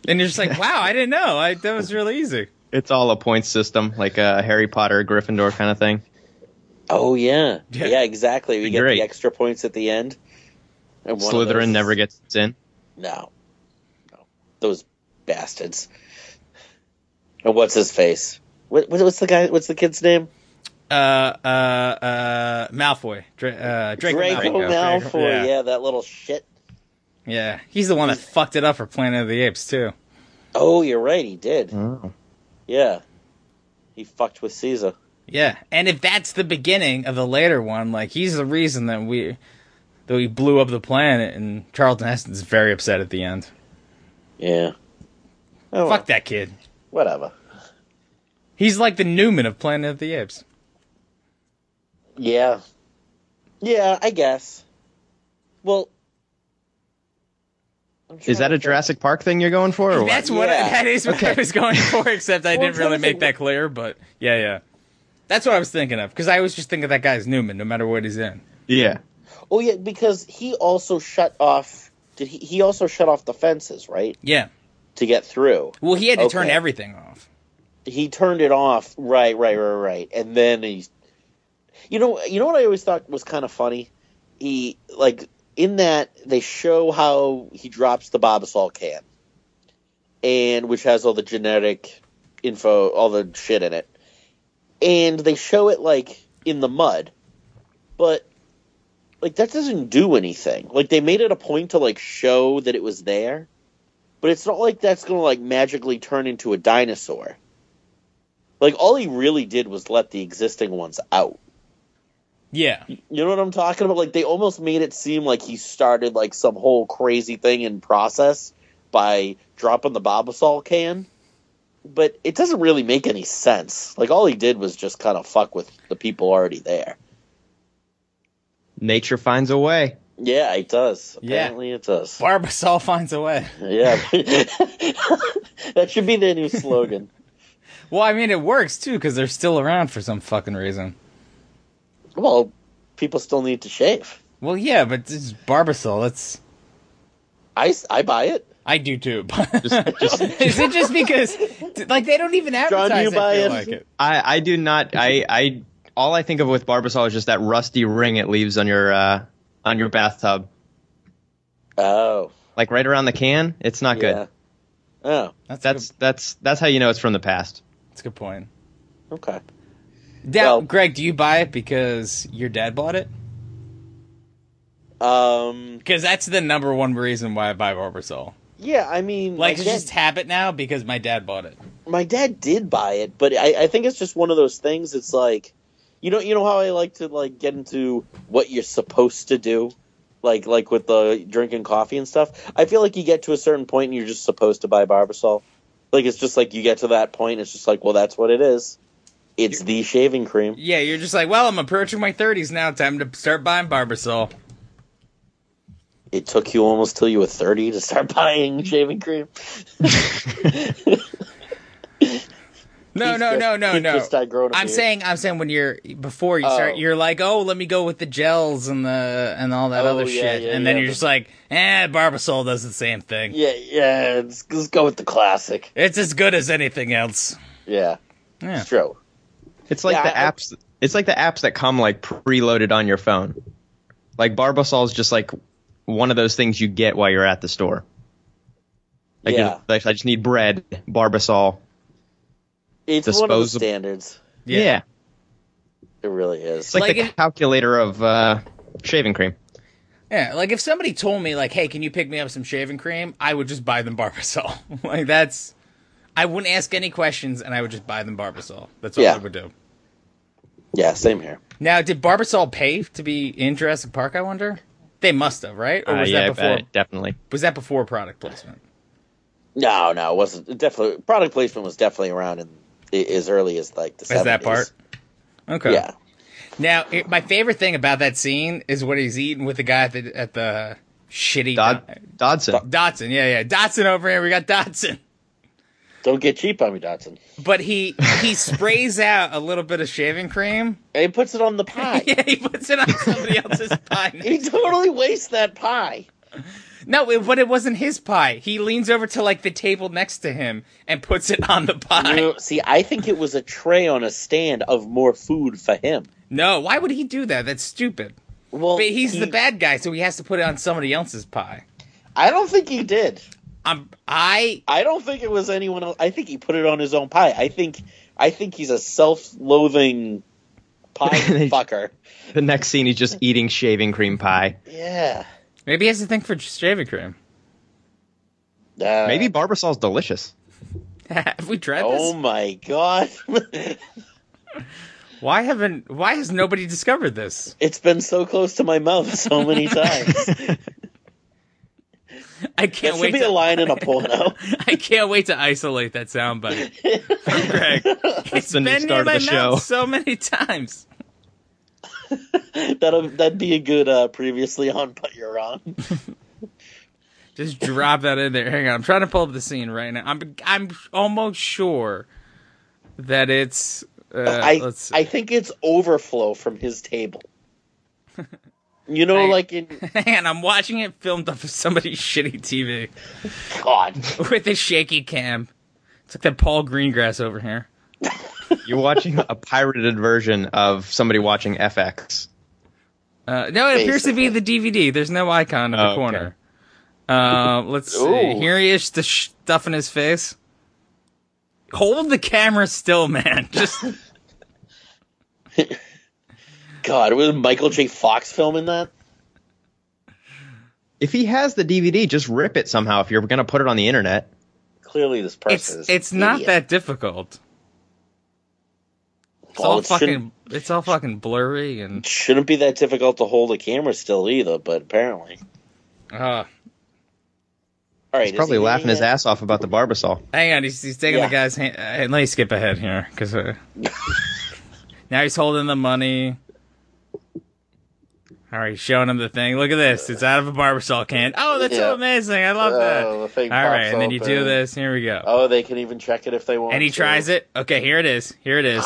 Speaker 3: and you're just like, wow, I didn't know. I, that was really easy.
Speaker 5: It's all a points system, like a Harry Potter, Gryffindor kind of thing.
Speaker 2: Oh yeah,
Speaker 3: Yeah.
Speaker 2: yeah, exactly. We get
Speaker 5: Great.
Speaker 2: the extra points at the end. And one of those-
Speaker 5: Slytherin never gets in.
Speaker 2: no, no, those bastards. And what's his face? What, what, what's the guy? What's the kid's name?
Speaker 3: Uh, uh, uh, Malfoy. Dra- uh, Draco,
Speaker 2: Draco
Speaker 3: Malfoy.
Speaker 2: Malfoy.
Speaker 3: Yeah.
Speaker 2: yeah. that little shit.
Speaker 3: Yeah. He's the one that fucked it up for Planet of the Apes, too.
Speaker 2: Oh, you're right. He did.
Speaker 5: Oh.
Speaker 2: Yeah, he fucked with Caesar.
Speaker 3: Yeah. And if that's the beginning of the later one, like, he's the reason that we. That we blew up the planet, and Charlton Heston's very upset at the end.
Speaker 2: Yeah. Oh,
Speaker 3: Fuck that kid.
Speaker 2: Whatever.
Speaker 3: He's like the Newman of Planet of the Apes.
Speaker 2: Yeah. Yeah, I guess. Well, I'm
Speaker 5: Is that
Speaker 2: trying
Speaker 5: a
Speaker 2: to think.
Speaker 5: Jurassic Park thing you're going for? Or what?
Speaker 3: That's what I,
Speaker 2: Yeah.
Speaker 3: that is what I was going for, except I
Speaker 2: Well,
Speaker 3: didn't really
Speaker 2: it's
Speaker 3: make that clear. But yeah, yeah, that's what I was thinking of because I always just think of that guy as Newman, no matter what he's in.
Speaker 5: yeah.
Speaker 2: Oh yeah, because he also shut off. Did he? He also shut off the fences, right,
Speaker 3: Yeah.
Speaker 2: to get through.
Speaker 3: Well, he had to turn
Speaker 2: Okay.
Speaker 3: everything off.
Speaker 2: He turned it off. Right, right, right, right. And then he, you know, you know what I always thought was kind of funny. He like in that they show how he drops the Bobasol can, and which has all the genetic info, all the shit in it, and they show it like in the mud, but like that doesn't do anything. Like they made it a point to like show that it was there, but it's not like that's going to like magically turn into a dinosaur. Like all he really did was let the existing ones out.
Speaker 3: Yeah.
Speaker 2: You know what I'm talking about? Like they almost made it seem like he started like some whole crazy thing in process by dropping the Bobasol can. But it doesn't really make any sense. Like all he did was just kind of fuck with the people already there.
Speaker 5: Nature finds a way.
Speaker 2: Yeah, it does.
Speaker 3: Yeah.
Speaker 2: Apparently it does.
Speaker 3: Barbasol finds a way.
Speaker 2: Yeah. that should be their new slogan.
Speaker 3: Well, I mean, it works too because they're still around for some fucking reason.
Speaker 2: Well, people still need to shave.
Speaker 3: Well, yeah, but it's Barbasol. That's
Speaker 2: I, I buy it.
Speaker 3: I do too. but- is it just because like they don't even advertise
Speaker 2: do you
Speaker 3: it,
Speaker 2: buy
Speaker 3: feel
Speaker 2: it?
Speaker 3: like it?
Speaker 5: I, I do not. I, I all I think of with Barbasol is just that rusty ring it leaves on your uh, on your bathtub,
Speaker 2: Oh.
Speaker 5: like right around the can. It's not
Speaker 2: yeah.
Speaker 5: good.
Speaker 2: Oh,
Speaker 3: That's a
Speaker 5: That's that's that's how you know it's from the past.
Speaker 3: good- that's a good point.
Speaker 2: okay.
Speaker 3: Now,
Speaker 2: Well-
Speaker 3: Greg, do you buy it because your dad bought it?
Speaker 2: Um,
Speaker 3: Because that's the number one reason why I buy Barbasol.
Speaker 2: yeah, I mean,
Speaker 3: Like,
Speaker 2: my,
Speaker 3: it's
Speaker 2: dad,
Speaker 3: just habit now because my dad bought it.
Speaker 2: my dad did buy it, but I, I think it's just one of those things. It's like, you know, you know how I like to like get into what you're supposed to do, like like with the drinking coffee and stuff. I feel like you get to a certain point and you're just supposed to buy Barbasol. Like it's just like you get to that point, it's just like, well, that's what it is. It's the shaving cream.
Speaker 3: Yeah, you're just like, well, I'm approaching my 30s now. Time to start buying Barbasol.
Speaker 2: It took you almost till you were thirty to start buying shaving cream.
Speaker 3: No, no, no, no,
Speaker 2: He's
Speaker 3: no.
Speaker 2: just, uh, grown a
Speaker 3: I'm
Speaker 2: beard.
Speaker 3: saying, I'm saying, when you're before you start,
Speaker 2: Oh.
Speaker 3: you're like, oh, let me go with the gels and the and all that
Speaker 2: Oh,
Speaker 3: other
Speaker 2: yeah,
Speaker 3: shit,
Speaker 2: yeah,
Speaker 3: and then
Speaker 2: yeah,
Speaker 3: you're
Speaker 2: the-
Speaker 3: just like, eh, Barbasol does the same thing.
Speaker 2: Yeah, yeah. Let's, let's go with the classic.
Speaker 3: It's as good as anything else.
Speaker 2: Yeah,
Speaker 3: Yeah.
Speaker 2: it's true.
Speaker 5: It's like
Speaker 2: Yeah,
Speaker 5: the
Speaker 2: I-
Speaker 5: apps. It's like the apps that come like preloaded on your phone. Like Barbasol is just like one of those things you get while you're at the store. Like, you're
Speaker 2: Yeah.
Speaker 5: just like, I just need bread, Barbasol.
Speaker 2: It's one of the
Speaker 5: Disposable.
Speaker 2: standards.
Speaker 5: Yeah,
Speaker 2: It really is.
Speaker 5: it's like,
Speaker 3: Like
Speaker 5: the
Speaker 3: it-
Speaker 5: calculator of uh, shaving cream.
Speaker 3: Yeah, like if somebody told me like, "Hey, can you pick me up some shaving cream?" I would just buy them Barbasol. like that's I wouldn't ask any questions and I would just buy them Barbasol. That's all
Speaker 2: Yeah.
Speaker 3: I would do.
Speaker 2: yeah, same here.
Speaker 3: Now, did Barbasol pay to be in Jurassic Park, I wonder? They must have, right? Or
Speaker 5: Uh,
Speaker 3: was
Speaker 5: yeah, I
Speaker 3: that before
Speaker 5: bet, definitely.
Speaker 3: was that before product placement?
Speaker 2: No, no, it wasn't. it Definitely, product placement was definitely around in i- as early as like the
Speaker 3: Is
Speaker 2: seventies.
Speaker 3: that part? Okay.
Speaker 2: Yeah,
Speaker 3: Now, it, my favorite thing about that scene is what he's eating with the guy at the at the shitty
Speaker 5: Dod- Dodson.
Speaker 3: Dotson. Yeah, yeah. Dotson over here. We got Dotson.
Speaker 2: don't get cheap on me, Dotson.
Speaker 3: But he he sprays out a little bit of shaving cream
Speaker 2: And he puts it on the pie.
Speaker 3: Yeah, he puts it on somebody else's pie.
Speaker 2: He totally wastes that pie.
Speaker 3: No, it, but it wasn't his pie. He leans over to like the table next to him and puts it on the
Speaker 2: You
Speaker 3: pie.
Speaker 2: know, see, I think it was a tray on a stand of more food for him.
Speaker 3: No, why would he do that? That's stupid.
Speaker 2: Well,
Speaker 3: But he's
Speaker 2: he-
Speaker 3: the bad guy, so he has to put it on somebody else's pie.
Speaker 2: I don't think he did.
Speaker 3: I'm I
Speaker 2: I don't think it was anyone else. I think he put it on his own pie. I think, I think he's a self-loathing pie fucker.
Speaker 5: The next scene, he's just eating shaving cream pie.
Speaker 2: Yeah.
Speaker 3: maybe he has a thing for shaving cream.
Speaker 2: Uh,
Speaker 5: Maybe Barbasol's delicious.
Speaker 3: have we tried
Speaker 2: Oh
Speaker 3: this?
Speaker 2: my god.
Speaker 3: Why haven't? Why has nobody discovered this?
Speaker 2: it's been so close to my mouth so many times.
Speaker 3: I can't
Speaker 2: That should
Speaker 3: wait.
Speaker 2: be
Speaker 3: To,
Speaker 2: a line in a porno.
Speaker 3: I can't wait to isolate that soundbite from Greg. It's
Speaker 5: the new
Speaker 3: been
Speaker 5: start
Speaker 3: near
Speaker 5: of
Speaker 3: my
Speaker 5: the
Speaker 3: mouth
Speaker 5: show.
Speaker 3: so many times.
Speaker 2: That'll that'd be a good uh, previously on, but you're wrong.
Speaker 3: Just drop that in there. Hang on, I'm trying to pull up the scene right now. I'm I'm almost sure that it's. Uh,
Speaker 2: I
Speaker 3: let's see.
Speaker 2: I think it's overflow from his table. You know,
Speaker 3: I-
Speaker 2: like in
Speaker 3: Man, I'm watching it filmed off of somebody's shitty TV
Speaker 2: God,
Speaker 3: with a shaky cam. It's like that Paul Greengrass over here.
Speaker 5: You're watching a pirated version of somebody watching FX.
Speaker 3: Uh, no, it appears to be the DVD. There's no icon in
Speaker 5: Oh,
Speaker 3: the
Speaker 5: okay.
Speaker 3: corner. Uh, let's see.
Speaker 2: Ooh.
Speaker 3: Here he is, st- stuffing his face. Hold the camera still, man. Just
Speaker 2: God, was Michael J. Fox filming that?
Speaker 5: If he has the DVD, just rip it somehow. If you're going to put it on the internet,
Speaker 2: Clearly, this person
Speaker 3: it's
Speaker 2: is.
Speaker 3: it's not
Speaker 2: idiot.
Speaker 3: that difficult. It's
Speaker 2: Well,
Speaker 3: all
Speaker 2: it
Speaker 3: fucking
Speaker 2: shouldn't,
Speaker 3: it's all fucking blurry and
Speaker 2: shouldn't be that difficult to hold a camera still either, but apparently,
Speaker 3: uh,
Speaker 2: all right,
Speaker 5: he's probably laughing his ass off about the Barbasol.
Speaker 3: hang on, he's, he's taking
Speaker 2: Yeah.
Speaker 3: the guy's hand. Uh, let me skip ahead here because uh, now he's holding the money. All right, showing him the thing. Look at this; it's out of a barbershop can. Oh, that's so
Speaker 2: Yeah.
Speaker 3: amazing! I love that.
Speaker 2: Oh, the thing
Speaker 3: All right,
Speaker 2: pops
Speaker 3: and then you do
Speaker 2: open.
Speaker 3: this. Here we go.
Speaker 2: Oh, they can even check it if they want.
Speaker 3: and he
Speaker 2: to.
Speaker 3: tries it. Okay, here it is. Here it is.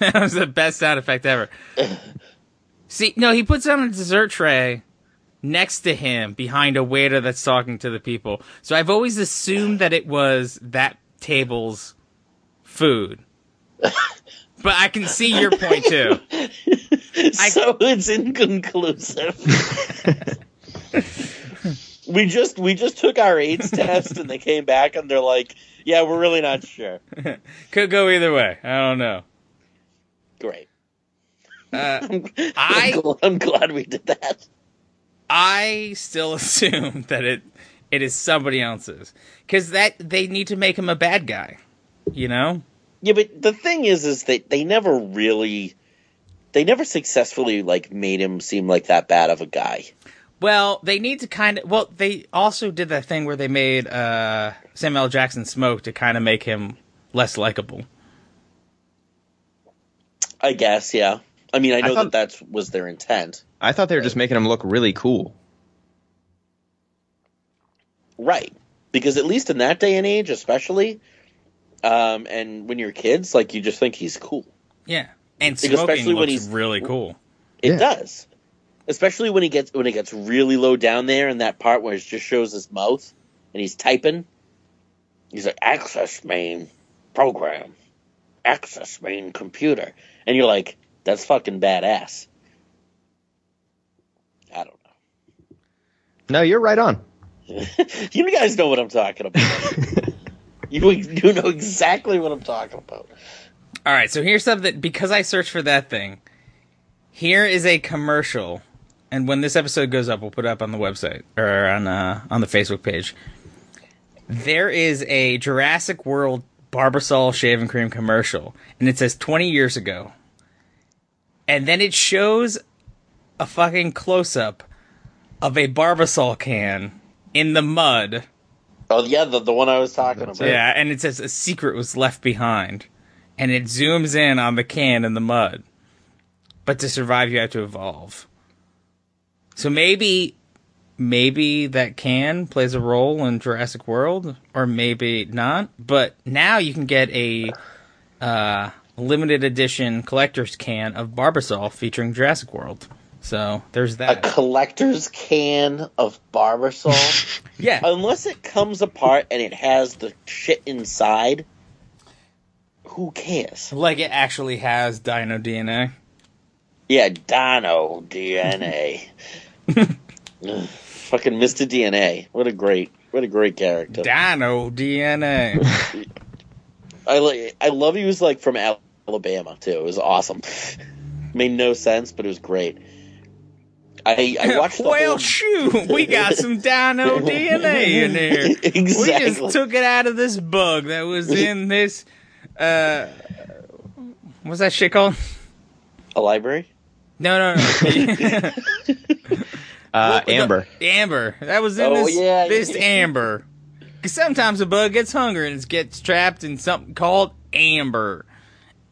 Speaker 3: that was the best sound effect ever. See, no, he puts it on a dessert tray next to him behind a waiter that's talking to the people. So I've always assumed that it was that table's food. but I can see your point too.
Speaker 2: so it's inconclusive. we just we just took our AIDS test and they came back and they're like, yeah, we're really not sure.
Speaker 3: Could go either way. I don't know.
Speaker 2: Great.
Speaker 3: Uh,
Speaker 2: I,
Speaker 3: I
Speaker 2: am glad, I'm glad we did that.
Speaker 3: I still assume that it it is somebody else's because that they need to make him a bad guy, you know.
Speaker 2: Yeah, but the thing is, is that they never really they never successfully like made him seem like that bad of a guy.
Speaker 3: Well, they need to kind of. Well, they also did that thing where they made uh, Samuel L. Jackson smoke to kind of make him less likable.
Speaker 2: I guess, yeah. I mean, I know
Speaker 5: thought-
Speaker 2: that that was their intent,
Speaker 5: I thought they were just making him look really cool.
Speaker 2: right? Because at least in that day and age, especially, um, and when you're kids, like you just think he's cool.
Speaker 3: Yeah, and
Speaker 2: Like, especially
Speaker 3: smoking looks
Speaker 2: when he's-
Speaker 3: really cool.
Speaker 2: It
Speaker 5: Yeah.
Speaker 2: does, especially when he gets when it gets really low down there, and that part where it just shows his mouth and he's typing. He's like access main program, access main computer, and you're like, that's fucking badass. I don't
Speaker 5: No, you're right on.
Speaker 2: know. you guys know what I'm talking about. you you know exactly what I'm talking about.
Speaker 3: All right, so here's something that because I searched for that thing. Here is a commercial, and when this episode goes up, we'll put it up on the website or on uh, on the Facebook page. There is a Jurassic World Barbasol shaving cream commercial, and it says 20 years ago, and then it shows a fucking close up of a Barbasol can in the mud.
Speaker 2: Oh yeah, the the one I was talking about.
Speaker 3: Yeah, and it says a secret was left behind, and it zooms in on the can in the mud. But to survive, you have to evolve. So maybe, maybe that can plays a role in Jurassic World, or maybe not. But now you can get a uh, limited edition collector's can of Barbasol featuring Jurassic World. So there's
Speaker 2: A
Speaker 3: that.
Speaker 2: collector's can of Barbasol.
Speaker 3: Yeah,
Speaker 2: unless it comes apart and it has the shit inside, who cares?
Speaker 3: like it actually has Dino DNA.
Speaker 2: Yeah, Dino DNA. Ugh, fucking Mr. DNA. What a great, what a great character.
Speaker 3: Dino DNA.
Speaker 2: I like, I love he was like from Al- Alabama too. It was awesome. Made no sense, but it was great. I, I watched the
Speaker 3: well,
Speaker 2: whole.
Speaker 3: shoot, we got some dino DNA in there. We
Speaker 2: Exactly.
Speaker 3: just took it out of this bug that was in this. Uh, what's that shit called?
Speaker 2: a library.
Speaker 3: No, no, no.
Speaker 5: Uh, Amber.
Speaker 3: amber. That was in
Speaker 2: Oh,
Speaker 3: this.
Speaker 2: yeah,
Speaker 3: this
Speaker 2: yeah.
Speaker 3: amber. 'Cause sometimes a bug gets hungry and it gets trapped in something called amber.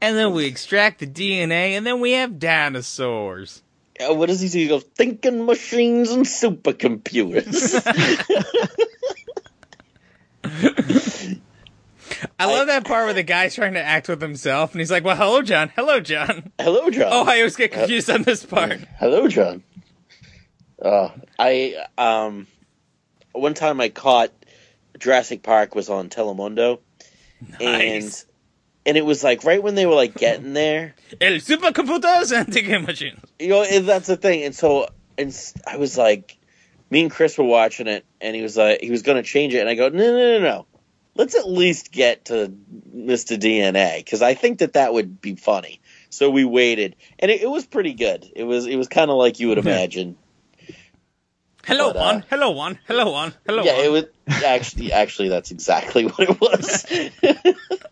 Speaker 3: And then we extract the DNA, and then we have dinosaurs.
Speaker 2: Uh, What does he say? He goes, thinking machines and supercomputers.
Speaker 3: I love that part where the guy's trying to act with himself, and he's like, "Well, hello, John. Hello, John."
Speaker 2: Hello, John.
Speaker 3: Oh, I always get confused on
Speaker 2: Uh,
Speaker 3: this part.
Speaker 2: Hello, John. Uh, I um, one time I caught Jurassic Park was on Telemundo,
Speaker 3: Nice.
Speaker 2: and and it was like right when they were like getting there.
Speaker 3: El supercomputers and thinking machines.
Speaker 2: You know, and that's the thing. And so, and s- I was like, me and Chris were watching it, and he was like, he was going to change it, and I go, no, no, no, no. Let's at least get to Mr. DNA because I think that that would be funny. So we waited, and it, it was pretty good. It was it was kind of like you would imagine.
Speaker 3: Hello
Speaker 2: But, uh,
Speaker 3: one, hello one, hello one, hello
Speaker 2: yeah,
Speaker 3: one.
Speaker 2: it was actually actually that's exactly what it was.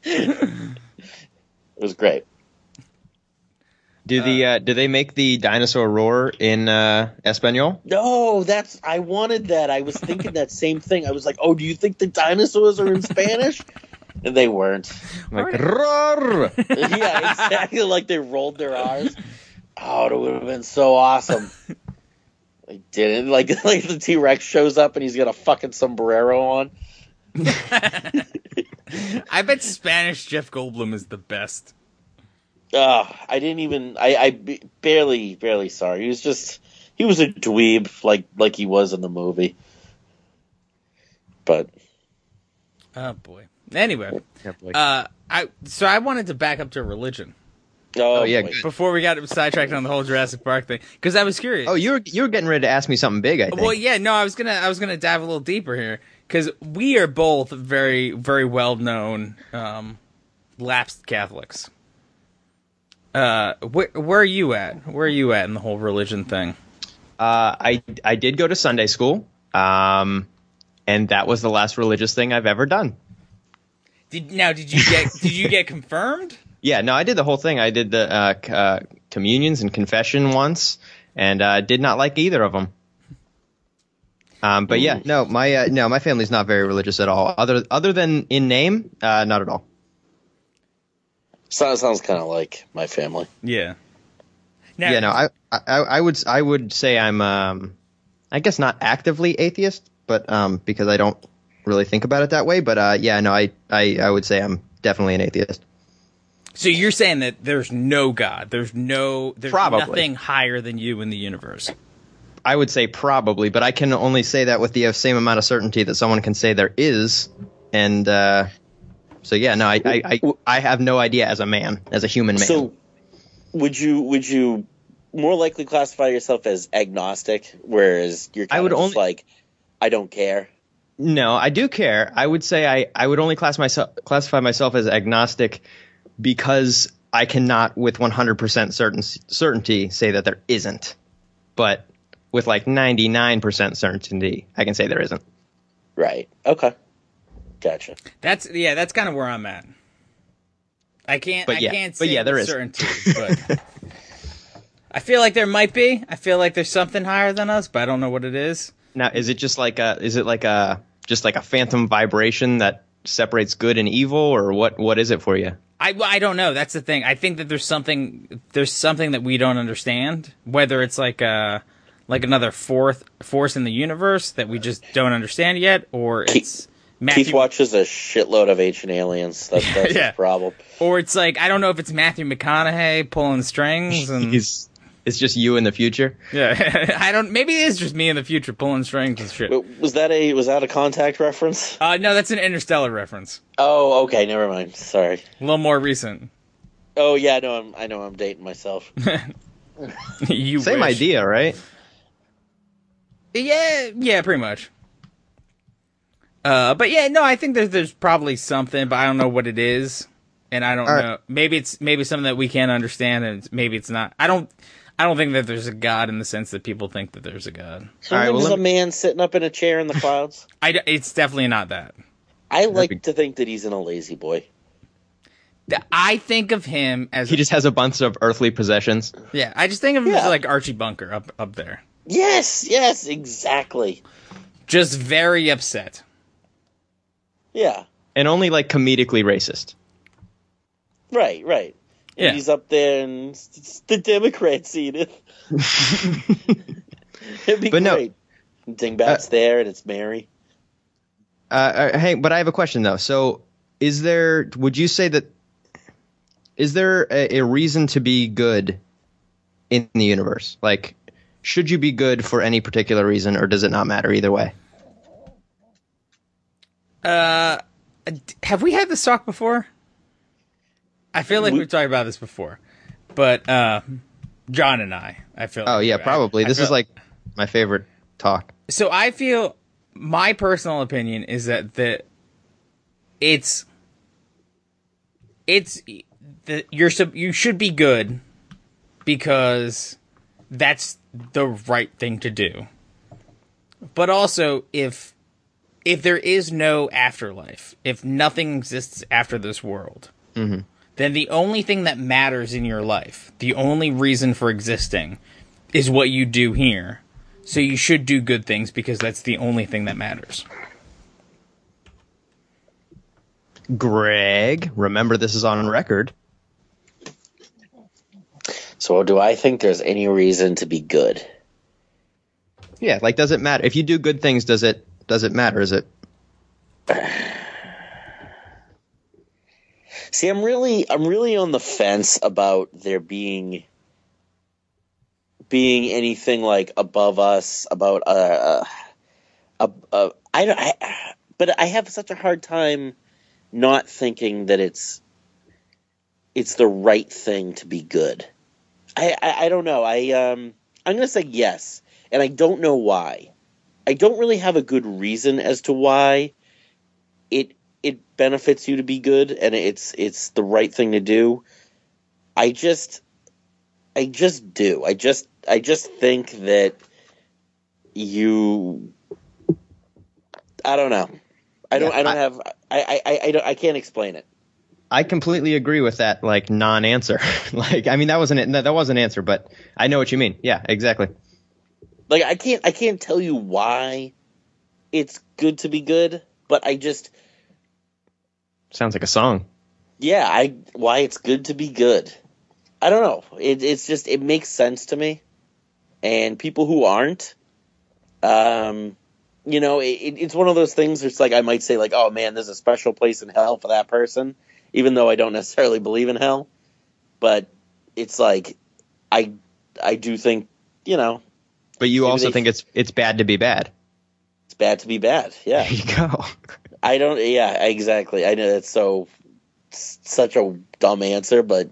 Speaker 2: it was great.
Speaker 5: Do the uh, do they make the dinosaur roar in uh, Espanol?
Speaker 2: No, that's I wanted that. I was thinking that same thing. I was like, "Oh, do you think the dinosaurs are in Spanish?" And they weren't.
Speaker 5: Like roar.
Speaker 2: yeah, exactly like they rolled their R's. Oh, it would have been so awesome. They didn't. Like like the T Rex shows up and he's got a fucking sombrero on.
Speaker 3: I bet Spanish Jeff Goldblum is the best.
Speaker 2: Uh, I didn't even. I, I b- barely, barely saw. her. He was just. He was a dweeb, like like he was in the movie. But
Speaker 3: Oh boy. Anyway, uh, I so I wanted to back up to religion
Speaker 2: oh,
Speaker 5: Oh, yeah,
Speaker 2: boy.
Speaker 5: good.
Speaker 3: before we got sidetracked on the whole Jurassic Park thing because I was curious.
Speaker 5: Oh, you were you were getting ready to ask me something big. I think.
Speaker 3: Well, yeah, no, I was gonna, I was gonna dive a little deeper here because we are both very, very well known um, lapsed Catholics. Uh, where, where are you at? Where are you at in the whole religion thing?
Speaker 5: Uh, I I did go to Sunday school, um, and that was the last religious thing I've ever done.
Speaker 3: Did now? Did you get? did you get confirmed?
Speaker 5: Yeah, no, I did the whole thing. I did the uh, c- uh, communions and confession once, and uh, did not like either of them. Um, but yeah, no, my uh, no, my family's not very religious at all. Other other than in name, uh, not at all.
Speaker 2: So, sounds kind of like my family.
Speaker 3: Yeah. Now,
Speaker 5: Yeah, no, I, I I would I would say I'm um, I guess not actively atheist, but um, because I don't really think about it that way. But uh, yeah, no, I, I I would say I'm definitely an atheist.
Speaker 3: So you're saying that there's no God, there's no, there's
Speaker 5: Probably.
Speaker 3: nothing higher than you in the universe.
Speaker 5: I would say probably, but I can only say that with the same amount of certainty that someone can say there is. And uh, so, yeah, no, I, I, I, I have no idea as a man, as a human man.
Speaker 2: So, would you would you more likely classify yourself as agnostic, whereas you're kind
Speaker 5: I would
Speaker 2: of just
Speaker 5: only-
Speaker 2: like, I don't care.
Speaker 5: no, I do care. I would say I, I would only class myself, classify myself as agnostic because I cannot, with 100% certain, certainty, say that there isn't. But with like 99% certainty, I can say there isn't.
Speaker 2: Right. Okay. Gotcha.
Speaker 3: That's yeah, that's kind of where I'm at. I can't,
Speaker 5: But yeah,
Speaker 3: I can't
Speaker 5: but
Speaker 3: say
Speaker 5: yeah, there
Speaker 3: with
Speaker 5: is.
Speaker 3: certainty, but I feel like there might be. I feel like there's something higher than us, but I don't know what it is.
Speaker 5: Now, is it just like a is it like a just like a phantom vibration that separates good and evil, or what? What is it for you?
Speaker 3: I, well, I don't know. That's the thing. I think that there's something there's something that we don't understand. Whether it's like a like another fourth force in the universe that we just don't understand yet, or it's Matthew,
Speaker 2: Keith watches a shitload of Ancient Aliens. That, that's
Speaker 3: Yeah.
Speaker 2: his problem.
Speaker 3: or it's like I don't know if it's Matthew McConaughey pulling strings and
Speaker 5: Is it's just you in the future?
Speaker 3: yeah. I don't. Maybe it is just me in the future pulling strings and shit.
Speaker 2: But Was that a was that a contact reference?
Speaker 3: Uh, no, that's an Interstellar reference.
Speaker 2: Oh, okay. Never mind. Sorry.
Speaker 3: A little more recent.
Speaker 2: Oh yeah, no, I'm, I know I'm dating myself.
Speaker 3: you
Speaker 5: Same
Speaker 3: wish.
Speaker 5: idea, right?
Speaker 3: Yeah, yeah, pretty much. Uh, but yeah, no, I think there's there's probably something, but I don't know what it is, and I don't
Speaker 5: All right.
Speaker 3: know. Maybe it's maybe something that we can't understand, and it's- maybe it's not. I don't. I don't think that there's a god in the sense that people think that there's a god.
Speaker 2: All right,
Speaker 5: well, let
Speaker 2: a
Speaker 5: me-
Speaker 2: man sitting up in a chair in the clouds.
Speaker 3: I, d- it's definitely not that.
Speaker 2: I like
Speaker 5: be-
Speaker 2: to think that he's in a lazy boy.
Speaker 3: Th- I think of him as
Speaker 5: He just has a bunch of earthly possessions.
Speaker 3: yeah. I just think of him as
Speaker 2: Yeah.
Speaker 3: like Archie Bunker up up there,
Speaker 2: Yes, yes, exactly.
Speaker 3: just very upset.
Speaker 2: Yeah,
Speaker 5: And only like comedically racist.
Speaker 2: right, right. And
Speaker 3: Yeah.
Speaker 2: He's up there, and it's- it's the Democrats eat it. It'd be
Speaker 5: But no.
Speaker 2: great. Dingbat's there, and it's Mary.
Speaker 5: Uh, uh, hey, but I have a question though. So, is there? Would you say that? Is there a, a reason to be good in the universe? Like, should you be good for any particular reason, or does it not matter either way?
Speaker 3: have we had this talk before? I feel like we, have talked about this before, but uh, John and I, I feel.
Speaker 5: Oh yeah,
Speaker 3: I-
Speaker 5: probably.
Speaker 3: I
Speaker 5: this is
Speaker 3: feel-
Speaker 5: like my favorite talk.
Speaker 3: so. I feel my personal opinion is that the it's it's the you're sub- you should be good because that's the right thing to do. But also if if there is no afterlife, if nothing exists after this world, then the only thing that matters in your life, the only reason for existing, is what you do here. So you should do good things because that's the only thing that matters.
Speaker 5: Greg, remember this is on record.
Speaker 2: So, do I think there's any reason to be good?
Speaker 5: Yeah, like does it matter if you do good things? Does it does it matter? Is it
Speaker 2: See, I'm really, I'm really on the fence about there being, being anything like above us about uh, uh, ab- uh I don't, I, but I have such a hard time not thinking that it's, it's the right thing to be good. I, I, I don't know. I, um, I'm gonna say yes, and I don't know why. I don't really have a good reason as to why it it benefits you to be good and it's it's the right thing to do i just i just do i just i just think that you i don't know i don't
Speaker 5: Yeah,
Speaker 2: i don't
Speaker 5: I-
Speaker 2: have I, I i I don't i can't explain it
Speaker 5: I completely agree with that like non-answer. like I mean that wasn't that was an answer, but I know what you mean. Yeah, exactly.
Speaker 2: like I can't I can't tell you why it's good to be good, but I just
Speaker 5: Sounds like a song.
Speaker 2: yeah, I why it's good to be good. I don't know. It, it's just it makes sense to me, and people who aren't, um, you know, it, it- it's one of those things. Where it's like I might say like, oh man, there's a special place in hell for that person, even though I don't necessarily believe in hell, but it's like I I do think you know
Speaker 5: But you
Speaker 2: Maybe
Speaker 5: also
Speaker 2: they-
Speaker 5: think it's it's bad to be bad.
Speaker 2: it's bad to be bad. Yeah.
Speaker 5: There you go.
Speaker 2: I don't. Yeah, exactly. I know that's so s- such a dumb answer, but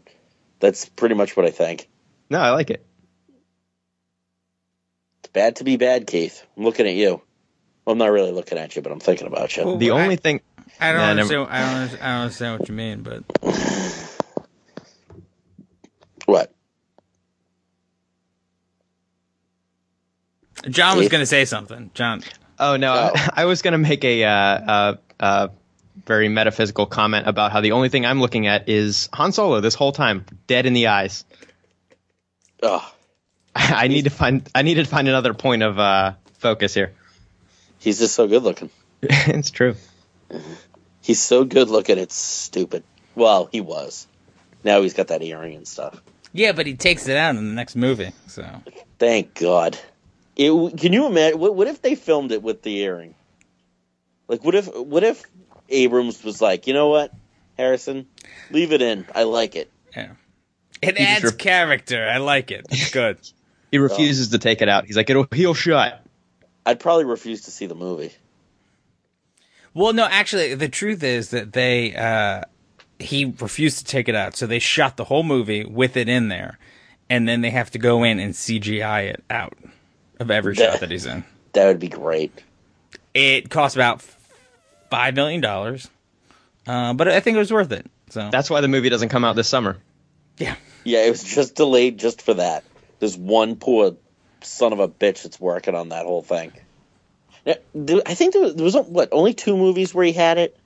Speaker 2: that's pretty much what I think.
Speaker 5: no, I like it.
Speaker 2: It's bad to be bad, Keith. I'm looking at you. Well, I'm not really looking at you, but I'm thinking about you.
Speaker 3: Well-
Speaker 5: The
Speaker 3: I-
Speaker 5: only thing
Speaker 3: I don't
Speaker 5: Nah, never-
Speaker 3: understand. I don't. under- I don't understand what you mean, but
Speaker 2: What?
Speaker 3: John was
Speaker 2: Keith?
Speaker 3: gonna say something. John,
Speaker 5: Oh no,
Speaker 2: Oh.
Speaker 5: I, I was going to make a uh, uh, uh, very metaphysical comment about how the only thing I'm looking at is Han Solo this whole time, dead in the eyes.
Speaker 2: Oh,
Speaker 5: I need to find I need to find another point of uh, focus here.
Speaker 2: he's just so good looking.
Speaker 5: it's true.
Speaker 2: He's so good looking. It's stupid. Well, he was. Now he's got that earring and stuff.
Speaker 3: yeah, but he takes it out in the next movie. So
Speaker 2: Thank God. It, can you imagine? What, what if they filmed it with the earring? Like, what if what if Abrams was like, you know what, Harrison, leave it in. I like it.
Speaker 3: yeah, it
Speaker 5: just
Speaker 3: adds
Speaker 5: rep-
Speaker 3: character. I like it. It's good.
Speaker 5: He refuses to take it out. He's like it'll heal shut.
Speaker 2: I'd probably refuse to see the movie.
Speaker 3: Well, no, actually, the truth is that they uh, he refused to take it out, so they shot the whole movie with it in there, and then they have to go in and CGI it out of every
Speaker 2: Yeah.
Speaker 3: shot that he's in.
Speaker 2: That would be great.
Speaker 3: It cost about five million dollars, uh, but I think it was worth it. So
Speaker 5: That's why the movie doesn't come out this summer.
Speaker 3: yeah,
Speaker 2: Yeah, it was just delayed just for that. There's one poor son of a bitch that's working on that whole thing. Now, do- I think there was, there was what only two movies where he had it.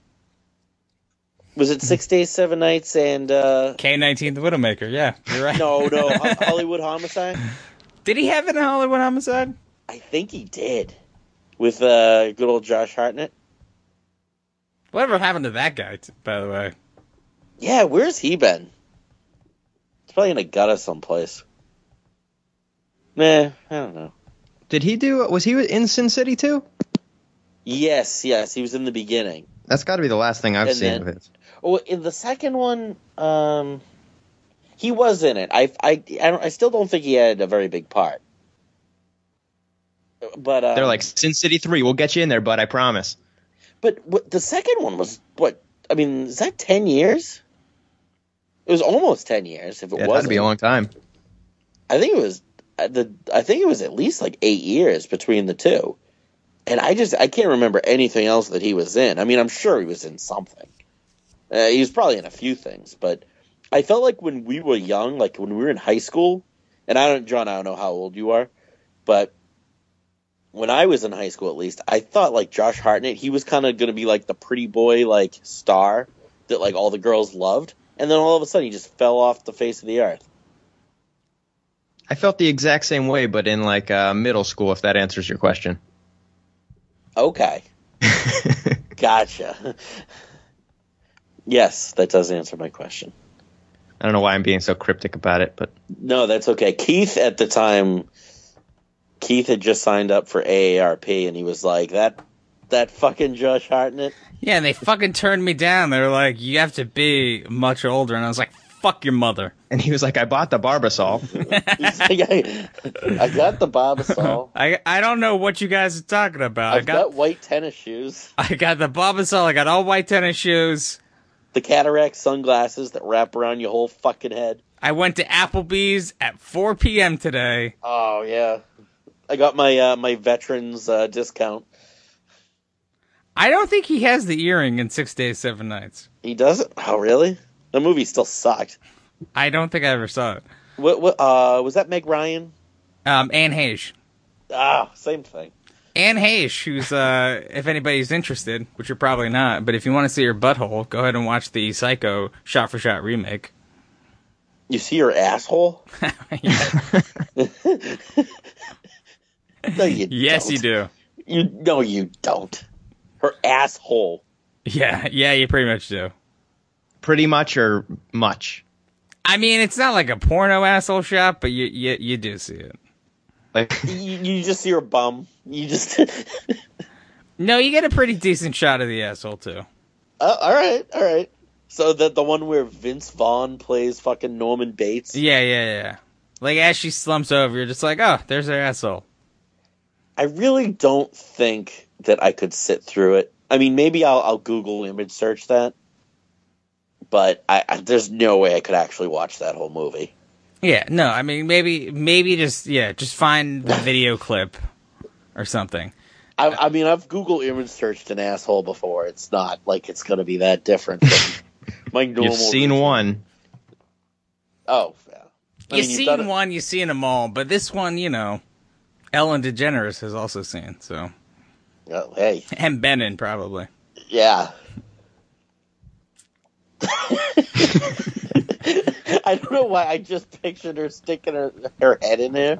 Speaker 2: Was it Six Days, Seven Nights, and uh,
Speaker 3: K nineteen the Widowmaker. Yeah, you're right.
Speaker 2: no, no, Ho- Hollywood Homicide?
Speaker 3: Did he have it in Hollywood Homicide?
Speaker 2: I think he did with uh, good old Josh Hartnett.
Speaker 3: Whatever happened to that guy? t- By the way,
Speaker 2: Yeah, where's he been? He's probably in a gutter someplace. Nah, I don't know.
Speaker 5: Did he do? Was he in Sin City too?
Speaker 2: Yes, yes, he was in the beginning.
Speaker 5: That's got to be the last thing I've
Speaker 2: And
Speaker 5: seen
Speaker 2: then-
Speaker 5: of his.
Speaker 2: Oh, in the second one, um, he was in it. I, I, I, don't, I still don't think he had a very big part. But um,
Speaker 5: They're like Sin City Three. We'll get you in there, bud. I promise.
Speaker 2: but what, the second one was what? I mean, is that ten years? It was almost ten years. If it
Speaker 5: Yeah,
Speaker 2: was,
Speaker 5: that'd be a long time.
Speaker 2: I think it was uh, the I think it was at least like eight years between the two, and I just I can't remember anything else that he was in. I mean, I'm sure he was in something. Uh, he was probably in a few things, but I felt like when we were young, like when we were in high school, and I don't, John, I don't know how old you are, but when I was in high school, at least, I thought like Josh Hartnett, he was kind of going to be like the pretty boy like star that like all the girls loved, and then all of a sudden he just fell off the face of the earth.
Speaker 5: I felt the exact same way, but in like uh, middle school. If that answers your question.
Speaker 2: Okay. Gotcha. Yes, that does answer my question.
Speaker 5: I don't know why I'm being so cryptic about it, but
Speaker 2: No, that's okay. Keith at the time Keith had just signed up for AARP and he was like, That that fucking Josh Hartnett.
Speaker 3: yeah, and they fucking turned me down. They were like, "You have to be much older," and I was like, "Fuck your mother."
Speaker 5: and he was like, I bought the Barbasol.
Speaker 2: He's like, I, I got the Barbasol.
Speaker 3: I I don't know what you guys are talking about. I
Speaker 2: I've got,
Speaker 3: got,
Speaker 2: white tennis shoes.
Speaker 3: I got the barbasol. I got all white tennis shoes.
Speaker 2: The cataract sunglasses that wrap around your whole fucking head.
Speaker 3: I went to Applebee's at 4 p.m. today.
Speaker 2: Oh yeah. I got my uh, my veterans uh, discount.
Speaker 3: I don't think he has the earring in six days, seven nights.
Speaker 2: He doesn't Oh really? The movie still sucked.
Speaker 3: I don't think I ever saw it.
Speaker 2: What what uh was that Meg Ryan?
Speaker 3: Um, Anne Hage.
Speaker 2: Ah, same thing.
Speaker 3: Anne Heche, who's uh, if anybody's interested, which you're probably not, but if you want to see her butthole, go ahead and watch the Psycho shot for shot remake.
Speaker 2: You see her asshole? no, you
Speaker 3: Yes,
Speaker 2: don't.
Speaker 3: you do.
Speaker 2: You no, you don't. Her asshole.
Speaker 3: Yeah, yeah, you pretty much do.
Speaker 5: Pretty much or much.
Speaker 3: I mean, it's not like a porno asshole shot, but you you, you do see it.
Speaker 5: Like
Speaker 2: You, you just see her bum. You just.
Speaker 3: No, you get a pretty decent shot of the asshole too.
Speaker 2: Uh, all right, all right. So the the one where Vince Vaughn plays fucking Norman Bates.
Speaker 3: Yeah, yeah, yeah. Like as she slumps over, you're just like, oh, there's her asshole.
Speaker 2: I really don't think that I could sit through it. I mean, maybe I'll, I'll Google image search that, but I, I, there's no way I could actually watch that whole movie.
Speaker 3: Yeah, no, I mean maybe maybe just yeah, just find the video clip or something.
Speaker 2: I, I mean, I've Google image searched an asshole before. It's not like it's going to be that different. From my normal.
Speaker 5: you've seen one.
Speaker 2: Oh, yeah. I
Speaker 3: you've
Speaker 2: mean,
Speaker 3: seen
Speaker 2: done it-
Speaker 3: one, you've seen them all, but this one, you know, Ellen DeGeneres has also seen, so
Speaker 2: Oh, hey,
Speaker 3: and Benin probably.
Speaker 2: yeah. I don't know why I just pictured her sticking her, her head in there.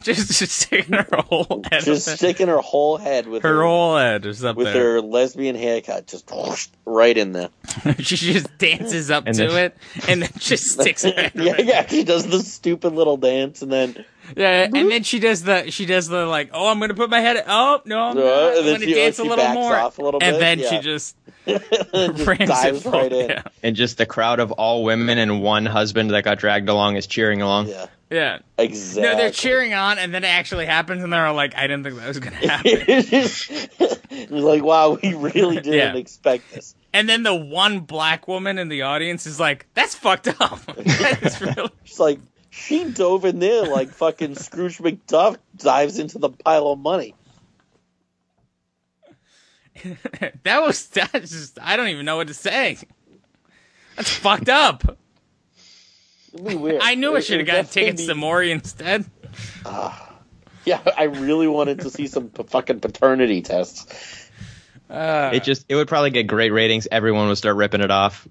Speaker 3: just, just sticking her whole head,
Speaker 2: Just sticking her whole head with
Speaker 3: her whole head is up
Speaker 2: with
Speaker 3: there.
Speaker 2: her lesbian haircut just whoosh, right in there.
Speaker 3: she just dances up
Speaker 5: And
Speaker 3: to
Speaker 5: then-
Speaker 3: it and then just sticks her head.
Speaker 2: yeah,
Speaker 3: right-
Speaker 2: yeah, she does the stupid little dance and then
Speaker 3: Yeah, and then she does the she does the like, oh, I'm gonna put my head. Oh no, I'm,
Speaker 2: No,
Speaker 3: not. I'm
Speaker 2: and then
Speaker 3: gonna
Speaker 2: she-
Speaker 3: dance
Speaker 2: she
Speaker 3: a little
Speaker 2: backs
Speaker 3: more,
Speaker 2: off a little
Speaker 3: and
Speaker 2: bit,
Speaker 3: then she
Speaker 2: yeah.
Speaker 3: just
Speaker 2: just
Speaker 3: rams
Speaker 2: dives
Speaker 3: it
Speaker 2: right
Speaker 3: forward,
Speaker 2: in.
Speaker 3: Yeah,
Speaker 5: And just the crowd of all women and one husband that got dragged along is cheering along.
Speaker 2: Yeah,
Speaker 3: yeah.
Speaker 2: exactly.
Speaker 3: No, they're cheering on, and then it actually happens, and they're like, I didn't think that was gonna happen.
Speaker 2: It's like, wow, we really didn't
Speaker 3: Yeah.
Speaker 2: expect this.
Speaker 3: and then the one black woman in the audience is like, that's fucked up. that is really.
Speaker 2: It's like she dove in there like fucking Scrooge McDuck dives into the pile of money.
Speaker 3: That was that's just. I don't even know what to say. That's fucked up.
Speaker 2: It'd be weird.
Speaker 3: I knew I
Speaker 2: It-
Speaker 3: should have
Speaker 2: it'd
Speaker 3: gotten
Speaker 2: definitely
Speaker 3: tickets
Speaker 2: be-
Speaker 3: to Maury instead.
Speaker 2: Yeah, I really wanted to see some p- fucking paternity tests.
Speaker 5: It just it would probably get great ratings. Everyone would start ripping it off.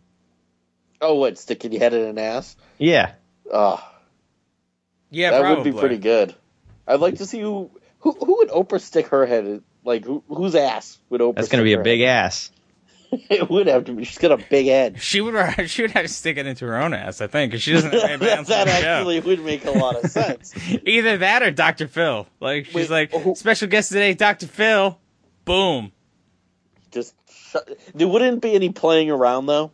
Speaker 2: Oh, what sticking your head in an ass?
Speaker 5: Yeah.
Speaker 2: Oh,
Speaker 3: Yeah,
Speaker 2: that
Speaker 3: probably.
Speaker 2: would be pretty good. I'd like to see who who who would Oprah stick her head in? Like who, whose ass would Oprah?
Speaker 5: That's gonna be a big ass.
Speaker 2: it would have to be. She's got a big head.
Speaker 3: She would she would have to stick it into her own ass, I think, because she doesn't have any
Speaker 2: that
Speaker 3: balance on
Speaker 2: that
Speaker 3: the show.
Speaker 2: actually would make a lot of sense.
Speaker 3: Either that or Dr. Phil. Like she's like
Speaker 2: Wait, who-
Speaker 3: special guest today, Dr. Phil. Boom.
Speaker 2: Just shut, there wouldn't be any playing around though.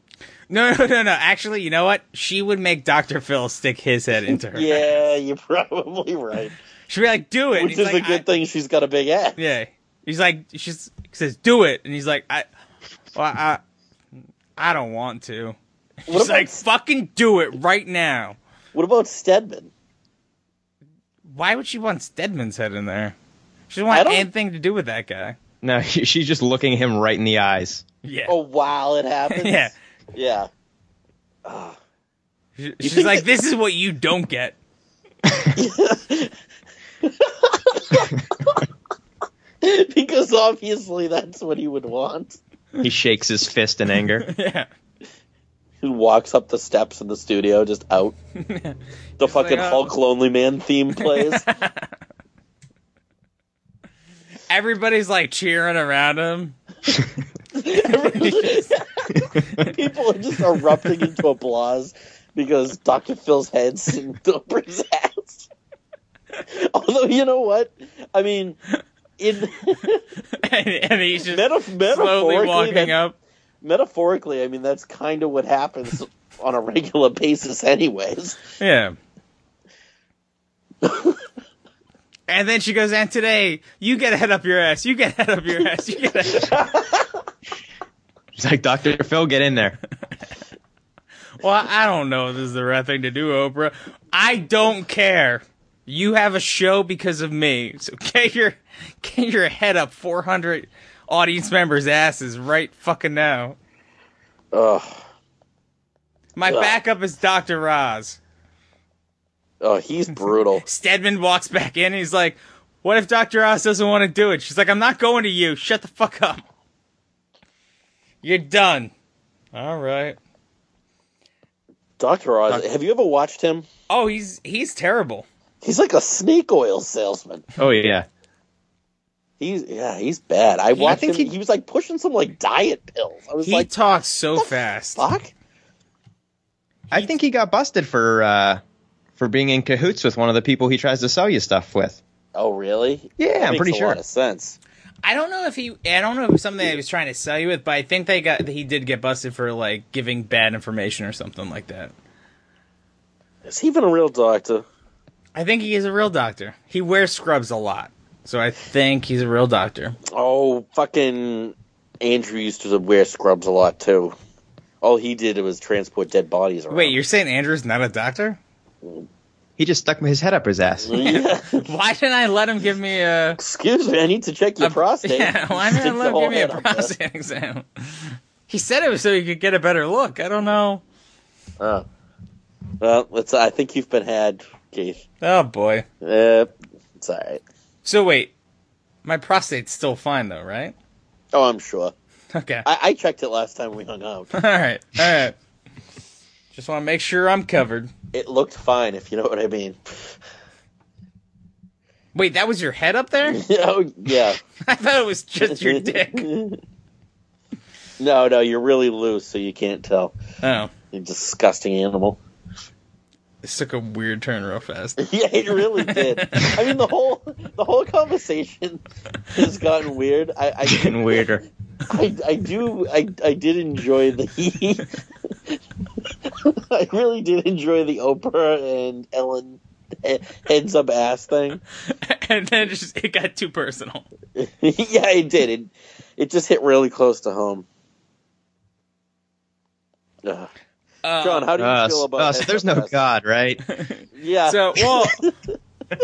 Speaker 3: No, no, no, no. Actually, you know what? She would make Dr. Phil stick his head into her.
Speaker 2: Yeah, you're probably right.
Speaker 3: She'd be like, "Do it." and
Speaker 2: Which
Speaker 3: he's
Speaker 2: is
Speaker 3: like,
Speaker 2: a good
Speaker 3: I-
Speaker 2: thing she's got a big ass.
Speaker 3: Yeah. He's like, she's he says, "Do it," and he's like, "I, well, I, I don't want to."
Speaker 2: What
Speaker 3: She's
Speaker 2: about
Speaker 3: like, "Fucking do it right now."
Speaker 2: what about Stedman?
Speaker 3: Why would she want Stedman's head in there? She doesn't
Speaker 2: I
Speaker 3: want
Speaker 2: don't-
Speaker 3: anything to do with that guy.
Speaker 5: No, she's just looking him right in the eyes.
Speaker 3: Yeah.
Speaker 2: Oh wow, it happens.
Speaker 3: Yeah.
Speaker 2: yeah.
Speaker 3: She- She's
Speaker 2: think
Speaker 3: like,
Speaker 2: that-
Speaker 3: "This is what you don't get."
Speaker 2: because obviously that's what he would want.
Speaker 5: He shakes his fist in anger.
Speaker 3: Yeah.
Speaker 2: Who walks up the steps in the studio just out. The fucking
Speaker 3: like, oh.
Speaker 2: Hulk Lonely Man theme plays.
Speaker 3: Everybody's like cheering around him.
Speaker 2: People are just erupting into applause because Dr. Phil's head sinked up his ass. Although you know what? I mean in
Speaker 3: and, and he's just
Speaker 2: metaf-
Speaker 3: slowly
Speaker 2: metaphorically,
Speaker 3: walking
Speaker 2: that-
Speaker 3: up.
Speaker 2: metaphorically, I mean that's kind of what happens on a regular basis, anyways.
Speaker 3: Yeah. and then she goes, and today, you get a head up your ass. You get a head up your ass. You get a head up.
Speaker 5: She's like, Doctor Phil, get in there.
Speaker 3: Well, I don't know if this is the right thing to do, Oprah. I don't care. You have a show because of me. So get your get your head up 400 audience members' asses right fucking now.
Speaker 2: Ugh.
Speaker 3: My backup is Dr. Roz.
Speaker 2: Oh, he's brutal.
Speaker 3: Stedman walks back in. He's like, "What if Doctor Oz doesn't want to do it?" She's like, "I'm not going to you. Shut the fuck up. You're done." All right.
Speaker 2: Doctor Oz. Have you ever watched him?
Speaker 3: Oh, he's he's terrible.
Speaker 2: He's like a snake oil salesman.
Speaker 5: Oh yeah.
Speaker 2: He's yeah, he's bad. I watched
Speaker 5: think
Speaker 2: him. He,
Speaker 5: he-
Speaker 2: was like pushing some like diet pills. I was
Speaker 3: He
Speaker 2: like,
Speaker 3: talks so fast.
Speaker 2: fuck.
Speaker 5: I think he got busted for uh, for being in cahoots with one of the people he tries to sell you stuff with.
Speaker 2: Oh really?
Speaker 5: Yeah,
Speaker 2: That
Speaker 5: I'm
Speaker 2: makes
Speaker 5: pretty
Speaker 2: a
Speaker 5: sure.
Speaker 2: Lot of sense.
Speaker 3: I don't know if he. I don't know if it was something that he was trying to sell you with, but I think they got. He did get busted for like giving bad information or something like that.
Speaker 2: Is he even a real doctor?
Speaker 3: I think he is a real doctor. He wears scrubs a lot, so I think he's a real doctor.
Speaker 2: Oh, fucking Andrew used to wear scrubs a lot too. All he did was transport dead bodies around.
Speaker 3: Wait, you're saying Andrew's not a doctor?
Speaker 5: He just stuck his head up his ass.
Speaker 2: Yeah.
Speaker 3: Why didn't I let him give me a?
Speaker 2: Excuse me, I need to check your prostate.
Speaker 3: Yeah, why didn't I
Speaker 2: Stick the
Speaker 3: let him
Speaker 2: whole
Speaker 3: give me a
Speaker 2: head up there.
Speaker 3: prostate exam? He said it was so he could get a better look. I don't know.
Speaker 2: Oh. Well, it's, I think you've been had, Keith.
Speaker 3: Oh boy.
Speaker 2: Uh, it's all right.
Speaker 3: So wait, my prostate's still fine though, right?
Speaker 2: Oh, I'm sure.
Speaker 3: Okay.
Speaker 2: I, I checked it last time we hung out.
Speaker 3: All right. All right. Just want to make sure I'm covered.
Speaker 2: It looked fine, if you know what I mean.
Speaker 3: Wait, that was your head up there?
Speaker 2: oh, yeah.
Speaker 3: I thought it was just your dick.
Speaker 2: No, no, you're really loose, so you can't tell.
Speaker 3: Oh,
Speaker 2: You disgusting animal.
Speaker 3: this took a weird turn real fast.
Speaker 2: Yeah, it really did. I mean, the whole the whole conversation has gotten weird. I I,
Speaker 5: Getting weirder.
Speaker 2: I, I do I, I did enjoy the I really did enjoy the Oprah and Ellen he- heads up ass thing.
Speaker 3: and then it just it got too personal.
Speaker 2: yeah, it did. It it just hit really close to home. Ugh.
Speaker 3: Uh,
Speaker 2: John, how do you
Speaker 5: Uh,
Speaker 2: feel about?
Speaker 5: uh, so
Speaker 2: heads
Speaker 5: there's
Speaker 2: up
Speaker 5: no
Speaker 2: ass?
Speaker 5: God, right?
Speaker 2: Yeah.
Speaker 3: So well,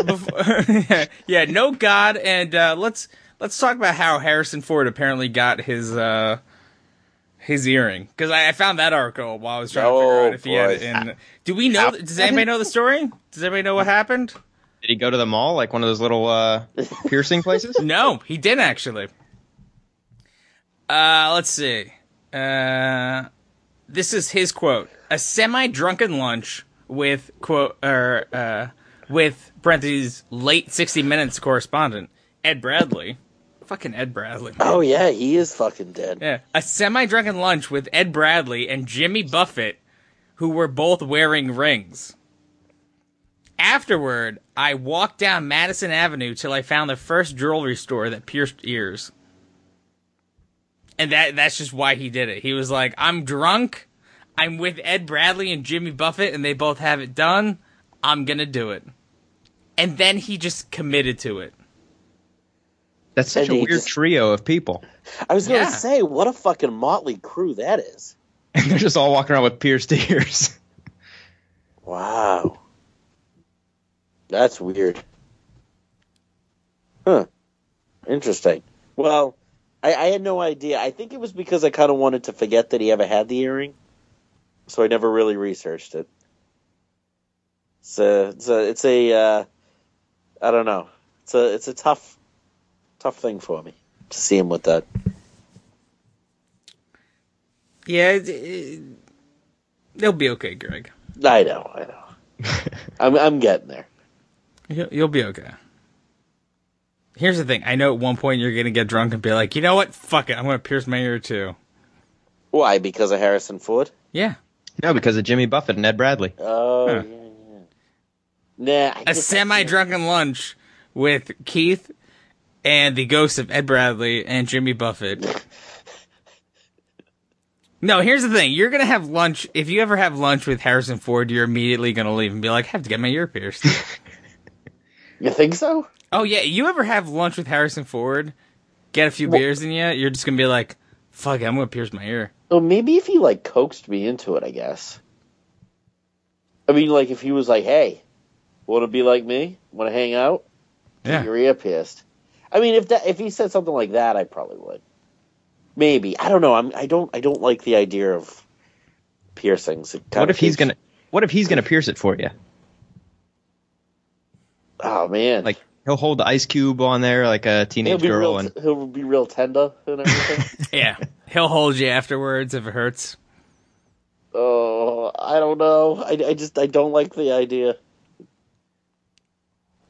Speaker 3: before, yeah, no God, and uh, let's let's talk about how Harrison Ford apparently got his uh, his earring because I, I found that article while I was trying to figure
Speaker 2: Oh,
Speaker 3: out if he had it
Speaker 2: boy.
Speaker 3: in. Do we know? Does anybody know the story? Does anybody know what happened?
Speaker 5: Did he go to the mall, like one of those little uh, piercing places?
Speaker 3: No, he didn't actually. Uh, let's see. Uh, this is his quote: "A semi-drunken lunch with quote or uh, with parentheses late sixty minutes correspondent Ed Bradley, fucking Ed Bradley.
Speaker 2: oh yeah, he is fucking dead.
Speaker 3: Yeah, a semi-drunken lunch with Ed Bradley and Jimmy Buffett, who were both wearing rings. Afterward, I walked down Madison Avenue till I found the first jewelry store that pierced ears. And that that's just why he did it. He was like, "I'm drunk. I'm with Ed Bradley and Jimmy Buffett and they both have it done. I'm going to do it." And then he just committed to it.
Speaker 5: That's such
Speaker 2: And
Speaker 5: a
Speaker 2: he
Speaker 5: weird
Speaker 2: just-
Speaker 5: trio of people.
Speaker 2: I was gonna
Speaker 3: Yeah.
Speaker 2: say, what a fucking motley crew that is.
Speaker 5: And they're just all walking around with pierced ears.
Speaker 2: Wow. That's weird. Huh. Interesting. Well, I, I had no idea. I think it was because I kind of wanted to forget that he ever had the earring, so I never really researched it. It's a, it's a, it's a uh, I don't know. It's a, it's a tough, tough thing for me to see him with that.
Speaker 3: Yeah, it, it, it'll be okay, Greg.
Speaker 2: I know, I know. I'm, I'm getting there.
Speaker 3: You'll, you'll be okay. Here's the thing. I know at one point you're gonna get drunk and be like, you know what? Fuck it. I'm gonna pierce my ear too.
Speaker 2: Why? Because of Harrison Ford?
Speaker 3: Yeah.
Speaker 5: no, because of Jimmy Buffett and Ed Bradley.
Speaker 2: Oh,
Speaker 3: Huh.
Speaker 2: yeah, yeah. Nah, I
Speaker 3: A
Speaker 2: guess-
Speaker 3: semi-drunken lunch with Keith and the ghosts of Ed Bradley and Jimmy Buffett. No, here's the thing. You're gonna have lunch. If you ever have lunch with Harrison Ford, you're immediately gonna leave and be like, "I have to get my ear pierced."
Speaker 2: You think so?
Speaker 3: oh yeah, you ever have lunch with Harrison Ford, get a few beers in you, you're just gonna be like, "Fuck it, I'm gonna pierce my ear."
Speaker 2: Well, maybe if he like coaxed me into it, I guess. I mean, like if he was like, "Hey, want to be like me? Want to hang out? Get
Speaker 3: Yeah.
Speaker 2: your ear pierced." I mean, if that if he said something like that, I probably would. Maybe I don't know. I'm I don't I don't like the idea of piercings. It kind
Speaker 5: What
Speaker 2: of
Speaker 5: if he's
Speaker 2: keeps-
Speaker 5: gonna? What if he's gonna pierce it for you?
Speaker 2: Oh man,
Speaker 5: Like he'll hold the ice cube on there like a
Speaker 2: he'll
Speaker 5: teenage
Speaker 2: be
Speaker 5: girl,
Speaker 2: real.
Speaker 5: and
Speaker 2: he'll be real tender and everything.
Speaker 3: Yeah. He'll hold you afterwards if it hurts.
Speaker 2: oh, I don't know. I, I just I don't like the idea.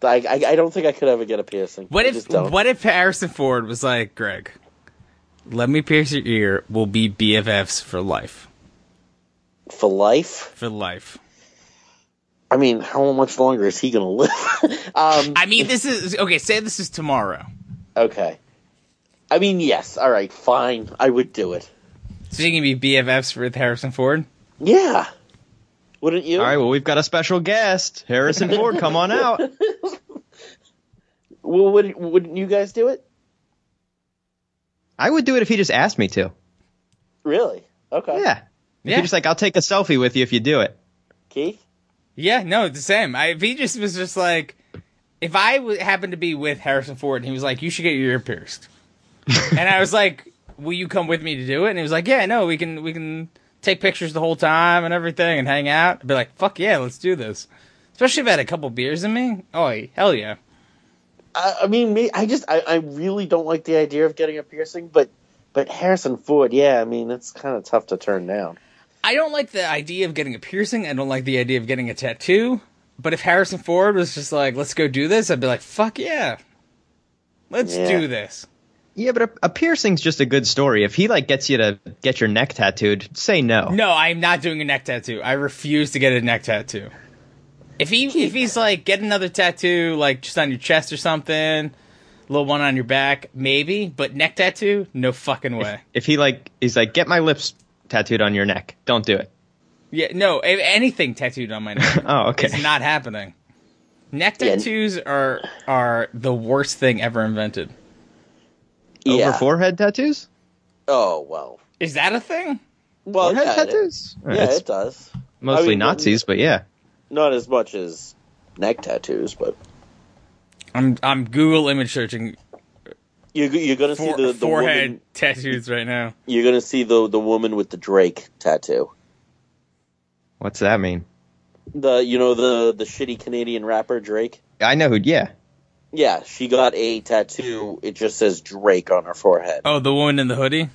Speaker 2: I, I I don't think I could ever get a piercing.
Speaker 3: What
Speaker 2: I
Speaker 3: if
Speaker 2: just don't.
Speaker 3: what if Harrison Ford was like, Greg, let me pierce your ear, we'll be BFFs for life.
Speaker 2: for life?
Speaker 3: For life.
Speaker 2: I mean, how much longer is he gonna live? um,
Speaker 3: I mean, this is okay. Say this is tomorrow.
Speaker 2: okay. I mean, yes. All right, fine. I would do it.
Speaker 3: So you can be BFFs with Harrison Ford.
Speaker 2: Yeah. Wouldn't you?
Speaker 5: all right, well we've got a special guest, Harrison Ford. Come on out.
Speaker 2: Well, would wouldn't you guys do it?
Speaker 5: I would do it if he just asked me to.
Speaker 2: Really? Okay.
Speaker 5: Yeah. If
Speaker 3: Yeah.
Speaker 5: You're just like, I'll take a selfie with you if you do it.
Speaker 2: Keith.
Speaker 3: Yeah, no, it's the same. I, if he just was just like, if I w- happened to be with Harrison Ford and he was like, you should get your ear pierced, and I was like, will you come with me to do it? And he was like, yeah, no, we can we can take pictures the whole time and everything and hang out. I'd be like, fuck yeah, let's do this. Especially if I had a couple beers in me. Oh hell yeah.
Speaker 2: I, I mean, me. I just I, I really don't like the idea of getting a piercing, but but Harrison Ford. Yeah, I mean, it's kind of tough to turn down.
Speaker 3: I don't like the idea of getting a piercing. I don't like the idea of getting a tattoo. But if Harrison Ford was just like, let's go do this, I'd be like, fuck yeah. Let's
Speaker 2: Yeah.
Speaker 3: do this.
Speaker 5: Yeah, but a, a piercing's just a good story. If he like gets you to get your neck tattooed, say no.
Speaker 3: No, I'm not doing a neck tattoo. I refuse to get a neck tattoo. If he if he's like get another tattoo like just on your chest or something, a little one on your back, maybe, but neck tattoo, no fucking way.
Speaker 5: If he like he's like, get my lips tattooed on your neck. Don't do it.
Speaker 3: Yeah, no, a- anything tattooed on my neck.
Speaker 5: Oh, okay.
Speaker 3: It's not happening. Neck
Speaker 2: Yeah.
Speaker 3: tattoos are are the worst thing ever invented.
Speaker 5: Over
Speaker 2: yeah.
Speaker 5: forehead tattoos?
Speaker 2: Oh well.
Speaker 3: Is that a thing?
Speaker 2: Well,
Speaker 5: forehead
Speaker 2: Oh, yeah, it-
Speaker 5: tattoos? Uh,
Speaker 2: yeah,
Speaker 5: it's
Speaker 2: it does.
Speaker 5: mostly
Speaker 2: I mean,
Speaker 5: Nazis, but yeah.
Speaker 2: Not as much as neck tattoos, but
Speaker 3: I'm I'm Google image searching
Speaker 2: you're you're gonna
Speaker 3: for,
Speaker 2: see the, the
Speaker 3: forehead
Speaker 2: woman.
Speaker 3: tattoos right now.
Speaker 2: You're gonna see the the woman with the Drake tattoo.
Speaker 5: What's that mean?
Speaker 2: The you know the the shitty Canadian rapper Drake.
Speaker 5: I know who yeah.
Speaker 2: Yeah, she got a tattoo. It just says Drake on her forehead.
Speaker 3: Oh, the woman in the hoodie.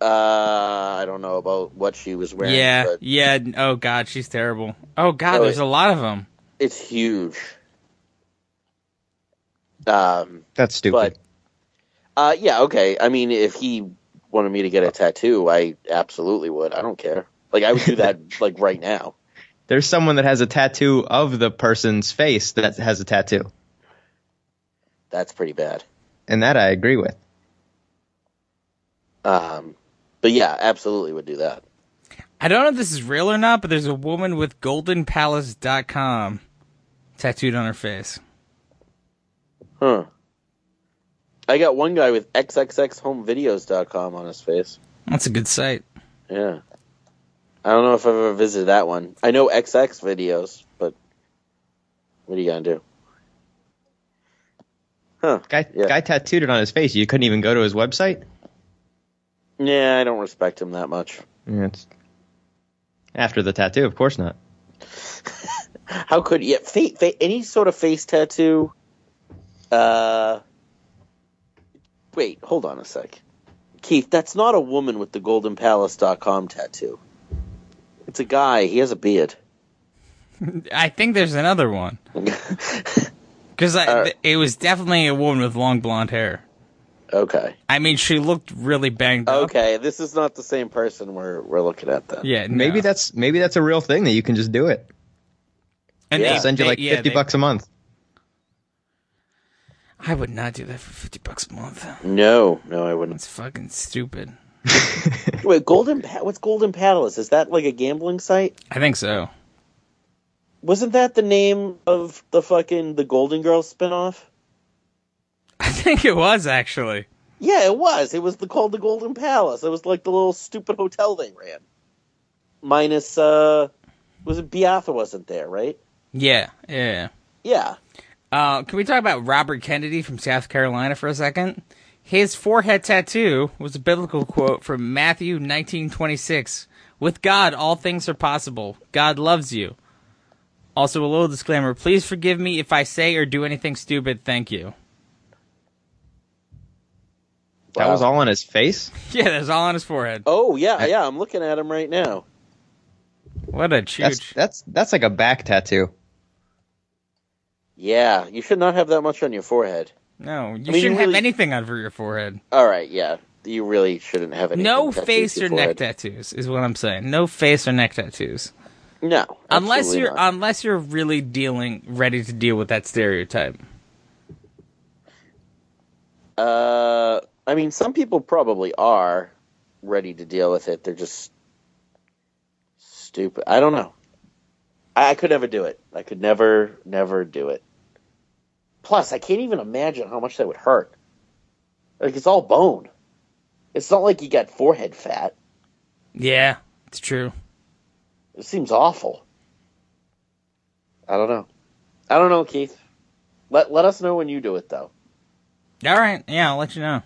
Speaker 2: Uh, I don't know about what she was wearing.
Speaker 3: yeah,
Speaker 2: but
Speaker 3: yeah. n- Oh God, she's terrible. Oh God,
Speaker 2: Oh,
Speaker 3: there's
Speaker 2: yeah.
Speaker 3: a lot of them.
Speaker 2: it's huge. Um,
Speaker 5: That's stupid.
Speaker 2: but uh, yeah, okay. I mean, if he wanted me to get a tattoo, I absolutely would. I don't care. Like, I would do that like right now.
Speaker 5: There's someone that has a tattoo of the person's face that has a tattoo.
Speaker 2: That's pretty bad.
Speaker 5: And that I agree with.
Speaker 2: Um, but yeah, absolutely would do that.
Speaker 3: I don't know if this is real or not, but there's a woman with goldenpalace.com tattooed on her face.
Speaker 2: Huh. I got one guy with xxxhomevideos.com on his face.
Speaker 3: That's a good site.
Speaker 2: Yeah. I don't know if I've ever visited that one. I know XX videos, but what are you gonna do? Huh.
Speaker 5: Guy
Speaker 2: Yeah.
Speaker 5: guy tattooed it on his face. You couldn't even go to his website?
Speaker 2: Yeah, I don't respect him that much.
Speaker 5: Yeah, it's after the tattoo, of course not.
Speaker 2: How could yeah, fa- fa- any sort of face tattoo uh Wait, hold on a sec. Keith, that's not a woman with the goldenpalace.com tattoo. It's a guy. He has a beard.
Speaker 3: I think there's another one because
Speaker 2: Uh,
Speaker 3: th- it was definitely a woman with long blonde hair.
Speaker 2: okay.
Speaker 3: I mean, she looked really banged up.
Speaker 2: Okay, this is not the same person we're we're looking at then.
Speaker 3: Yeah, no.
Speaker 5: Maybe that's maybe that's a real thing that you can just do it.
Speaker 3: And
Speaker 2: Yeah.
Speaker 5: They'll send you like
Speaker 3: yeah,
Speaker 5: fifty
Speaker 3: they-
Speaker 5: bucks a month.
Speaker 3: I would not do that for fifty bucks a month.
Speaker 2: No, no, I wouldn't.
Speaker 3: That's fucking stupid.
Speaker 2: Wait, Golden pa- what's Golden Palace? Is that like a gambling site?
Speaker 3: I think so.
Speaker 2: Wasn't that the name of the fucking the Golden Girls spinoff?
Speaker 3: I think it was actually.
Speaker 2: Yeah, it was. It was the, called the Golden Palace. It was like the little stupid hotel they ran. Minus uh was it Biafra wasn't there, right?
Speaker 3: Yeah, yeah.
Speaker 2: Yeah.
Speaker 3: Uh, can we talk about Robert Kennedy from South Carolina for a second? His forehead tattoo was a biblical quote from Matthew nineteen twenty six. With God, all things are possible. God loves you. Also, a little disclaimer please forgive me if I say or do anything stupid. Thank you.
Speaker 5: That was all on his face.
Speaker 3: Yeah, that's all on his forehead.
Speaker 2: Oh yeah, yeah. I'm looking at him right now.
Speaker 3: What a chooch.
Speaker 5: That's that's that's like a back tattoo.
Speaker 2: Yeah, you should not have that much on your forehead.
Speaker 3: no, you
Speaker 2: mean, you
Speaker 3: shouldn't have
Speaker 2: really-
Speaker 3: anything on for your forehead.
Speaker 2: All right, yeah. You really shouldn't have any.
Speaker 3: No face or neck tattoos is what I'm saying. No face or neck tattoos.
Speaker 2: No,
Speaker 3: Unless
Speaker 2: absolutely
Speaker 3: you're
Speaker 2: not.
Speaker 3: unless you're really dealing ready to deal with that stereotype.
Speaker 2: Uh, I mean, some people probably are ready to deal with it. They're just stupid. I don't know. I, I could never do it. I could never, never do it. Plus, I can't even imagine how much that would hurt. Like it's all bone. It's not like you got forehead fat.
Speaker 3: Yeah, it's true.
Speaker 2: It seems awful. I don't know. I don't know, Keith. Let let us know when you do it though.
Speaker 3: All right, yeah, I'll let you know.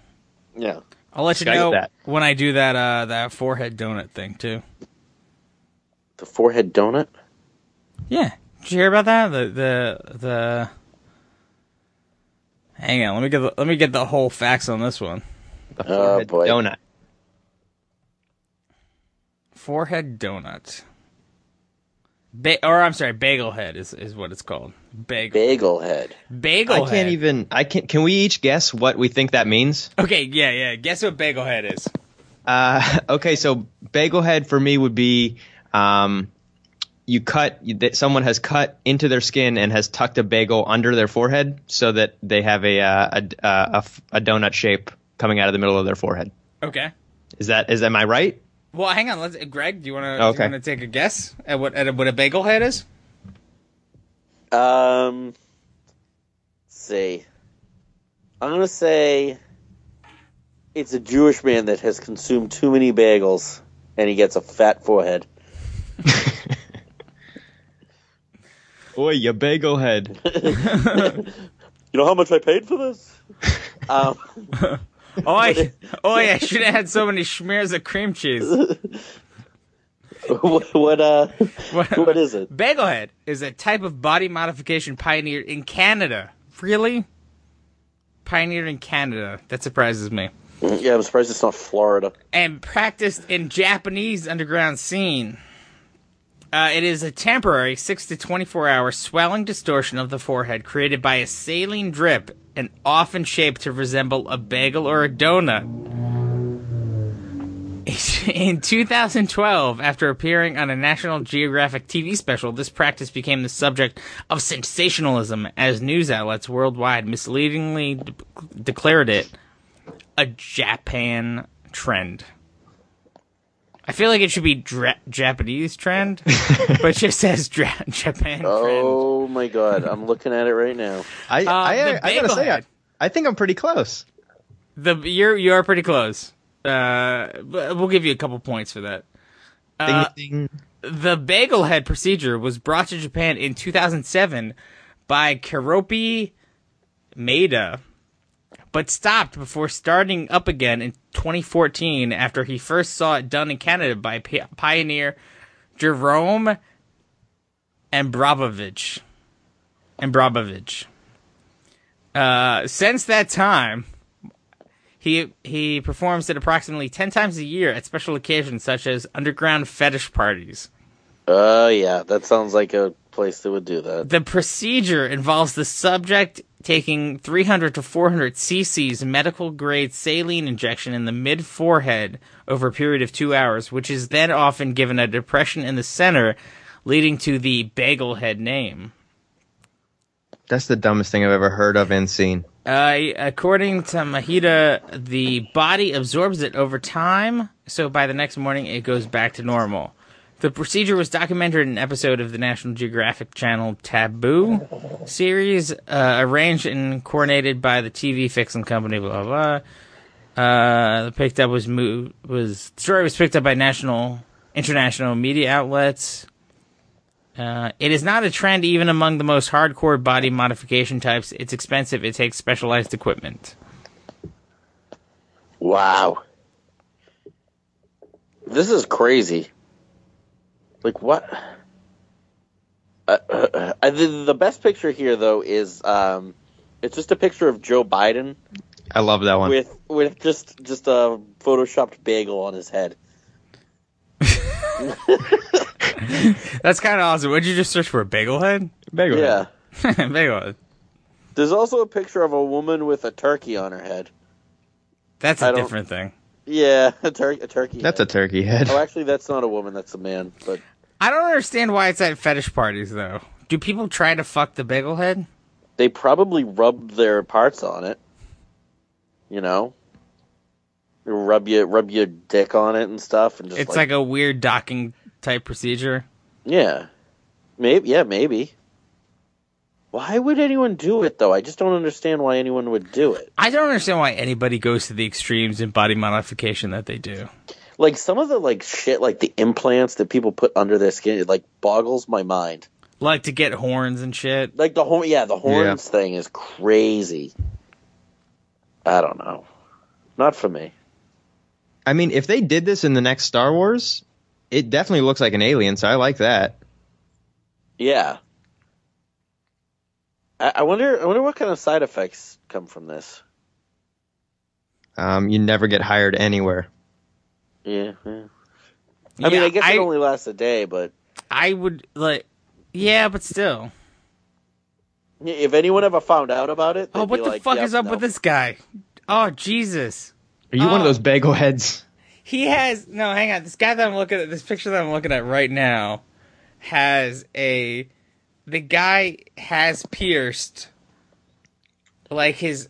Speaker 2: Yeah.
Speaker 3: I'll let you
Speaker 5: Skype
Speaker 3: know
Speaker 5: that.
Speaker 3: when I do that uh that forehead donut thing too.
Speaker 2: The forehead donut?
Speaker 3: Yeah. Did you hear about that? The the the Hang on, let me get the, let me get the whole facts on this one.
Speaker 5: The
Speaker 2: Oh,
Speaker 5: forehead
Speaker 2: boy.
Speaker 5: donut.
Speaker 3: Forehead donut. Ba- or I'm sorry, bagel head is, is what it's called. Bagel
Speaker 2: Bagel head.
Speaker 3: bagel
Speaker 5: I
Speaker 3: head.
Speaker 5: can't even. I can. not Can we each guess what we think that means?
Speaker 3: Okay, yeah, yeah. Guess what bagel head is?
Speaker 5: Uh, okay, so bagel head for me would be um, you cut you- that someone has cut into their skin and has tucked a bagel under their forehead so that they have a uh, a, a, a f- a donut shape coming out of the middle of their forehead.
Speaker 3: Okay.
Speaker 5: Is that is am I right?
Speaker 3: Well, hang on. Let's Greg, do you want to
Speaker 5: Okay.
Speaker 3: want to take a guess at what at what a bagel head is?
Speaker 2: Um, let's see. I'm gonna say it's a Jewish man that has consumed too many bagels, and he gets a fat forehead.
Speaker 5: Boy, you bagel head.
Speaker 2: You know how much I paid for this? um,
Speaker 3: Oh, I, oh, I should have had so many schmears of cream cheese.
Speaker 2: what, what uh, what is it?
Speaker 3: Bagel head is a type of body modification pioneered in Canada. Really? Pioneered in Canada. That surprises me.
Speaker 2: Yeah, I'm surprised it's not Florida.
Speaker 3: and practiced in Japanese underground scene. Uh, it is a temporary 6 to 24 hour swelling distortion of the forehead created by a saline drip and often shaped to resemble a bagel or a donut. In 2012, after appearing on a National Geographic TV special, this practice became the subject of sensationalism as news outlets worldwide misleadingly de- declared it a Japan trend. I feel like it should be dra- Japanese trend, but it just says dra- Japan trend.
Speaker 2: Oh my god, I'm looking at it right now.
Speaker 5: I I,
Speaker 3: Uh, the
Speaker 5: I, gotta
Speaker 3: bagel
Speaker 5: say I,
Speaker 3: head.
Speaker 5: I think I'm pretty close.
Speaker 3: The you're you are pretty close. Uh, but we'll give you a couple points for that.
Speaker 5: Ding,
Speaker 3: Uh,
Speaker 5: ding.
Speaker 3: The bagel head procedure was brought to Japan in 2007 by Karopi Maeda, but stopped before starting up again in 2014 after he first saw it done in Canada by pi- pioneer Jerome Ambrobovich. Ambrobovich. Uh, since that time, he he performs it approximately 10 times a year at special occasions such as underground fetish parties.
Speaker 2: Oh yeah, that sounds like a place that would do that.
Speaker 3: The procedure involves the subject taking 300 to 400 cc's medical grade saline injection in the mid forehead over a period of two hours, which is then often given a depression in the center, leading to the bagel head name.
Speaker 5: That's the dumbest thing I've ever heard of and seen.
Speaker 3: Uh, according to Mahida, the body absorbs it over time, so by the next morning it goes back to normal. The procedure was documented in an episode of the National Geographic Channel Taboo series, uh, arranged and coordinated by the TV Fixing Company. Blah blah. blah. Uh, the picked up was moved was the story was picked up by national international media outlets. Uh, it is not a trend even among the most hardcore body modification types. It's expensive. It takes specialized equipment.
Speaker 2: Wow. This is crazy. Like what? uh, uh, uh, the, the best picture here though is um, it's just a picture of Joe Biden
Speaker 5: I love that one.
Speaker 2: with with just just a photoshopped bagel on his head.
Speaker 3: That's kind of awesome. Would you just search for bagel head?
Speaker 5: Bagel.
Speaker 2: Yeah.
Speaker 3: bagel head.
Speaker 2: There's also a picture of a woman with a turkey on her head.
Speaker 3: That's
Speaker 2: I
Speaker 3: a
Speaker 2: don't-
Speaker 3: different thing.
Speaker 2: Yeah, a, tur- a turkey.
Speaker 5: That's a
Speaker 2: head.
Speaker 5: turkey head.
Speaker 2: Oh, actually, that's not a woman. That's a man. But
Speaker 3: I don't understand why it's at fetish parties though. Do people try to fuck the bagel head?
Speaker 2: they probably rubbed their parts on it. You know, They rub your rub your dick on it and stuff, and just
Speaker 3: It's like a weird docking type procedure.
Speaker 2: yeah, maybe yeah maybe. Why would anyone do it though? I just don't understand why anyone would do it.
Speaker 3: I don't understand why anybody goes to the extremes in body modification that they do.
Speaker 2: Like some of the like shit, like the implants that people put under their skin, it like boggles my mind.
Speaker 3: Like to get horns and shit.
Speaker 2: Like the horn, yeah, the horns thing is crazy. I don't know, not for me.
Speaker 5: I mean, if they did this in the next Star Wars, it definitely looks like an alien. So I like that.
Speaker 2: Yeah. I, I wonder. I wonder what kind of side effects come from this.
Speaker 5: Um, you never get hired anywhere.
Speaker 2: Yeah. yeah. I mean,
Speaker 3: Yeah,
Speaker 2: I guess
Speaker 3: I,
Speaker 2: it only lasts a day, but
Speaker 3: I would like. Yeah, but still.
Speaker 2: if anyone ever found out about it,
Speaker 3: Oh,
Speaker 2: they'd
Speaker 3: what
Speaker 2: be
Speaker 3: the
Speaker 2: like,
Speaker 3: fuck
Speaker 2: "Yep,
Speaker 3: is up
Speaker 2: no."
Speaker 3: with this guy? Oh Jesus.
Speaker 5: Are you one
Speaker 3: Oh.
Speaker 5: of those bagel heads?
Speaker 3: He has no. Hang on. This guy that I'm looking at, this picture that I'm looking at right now, has a. The guy has pierced, like his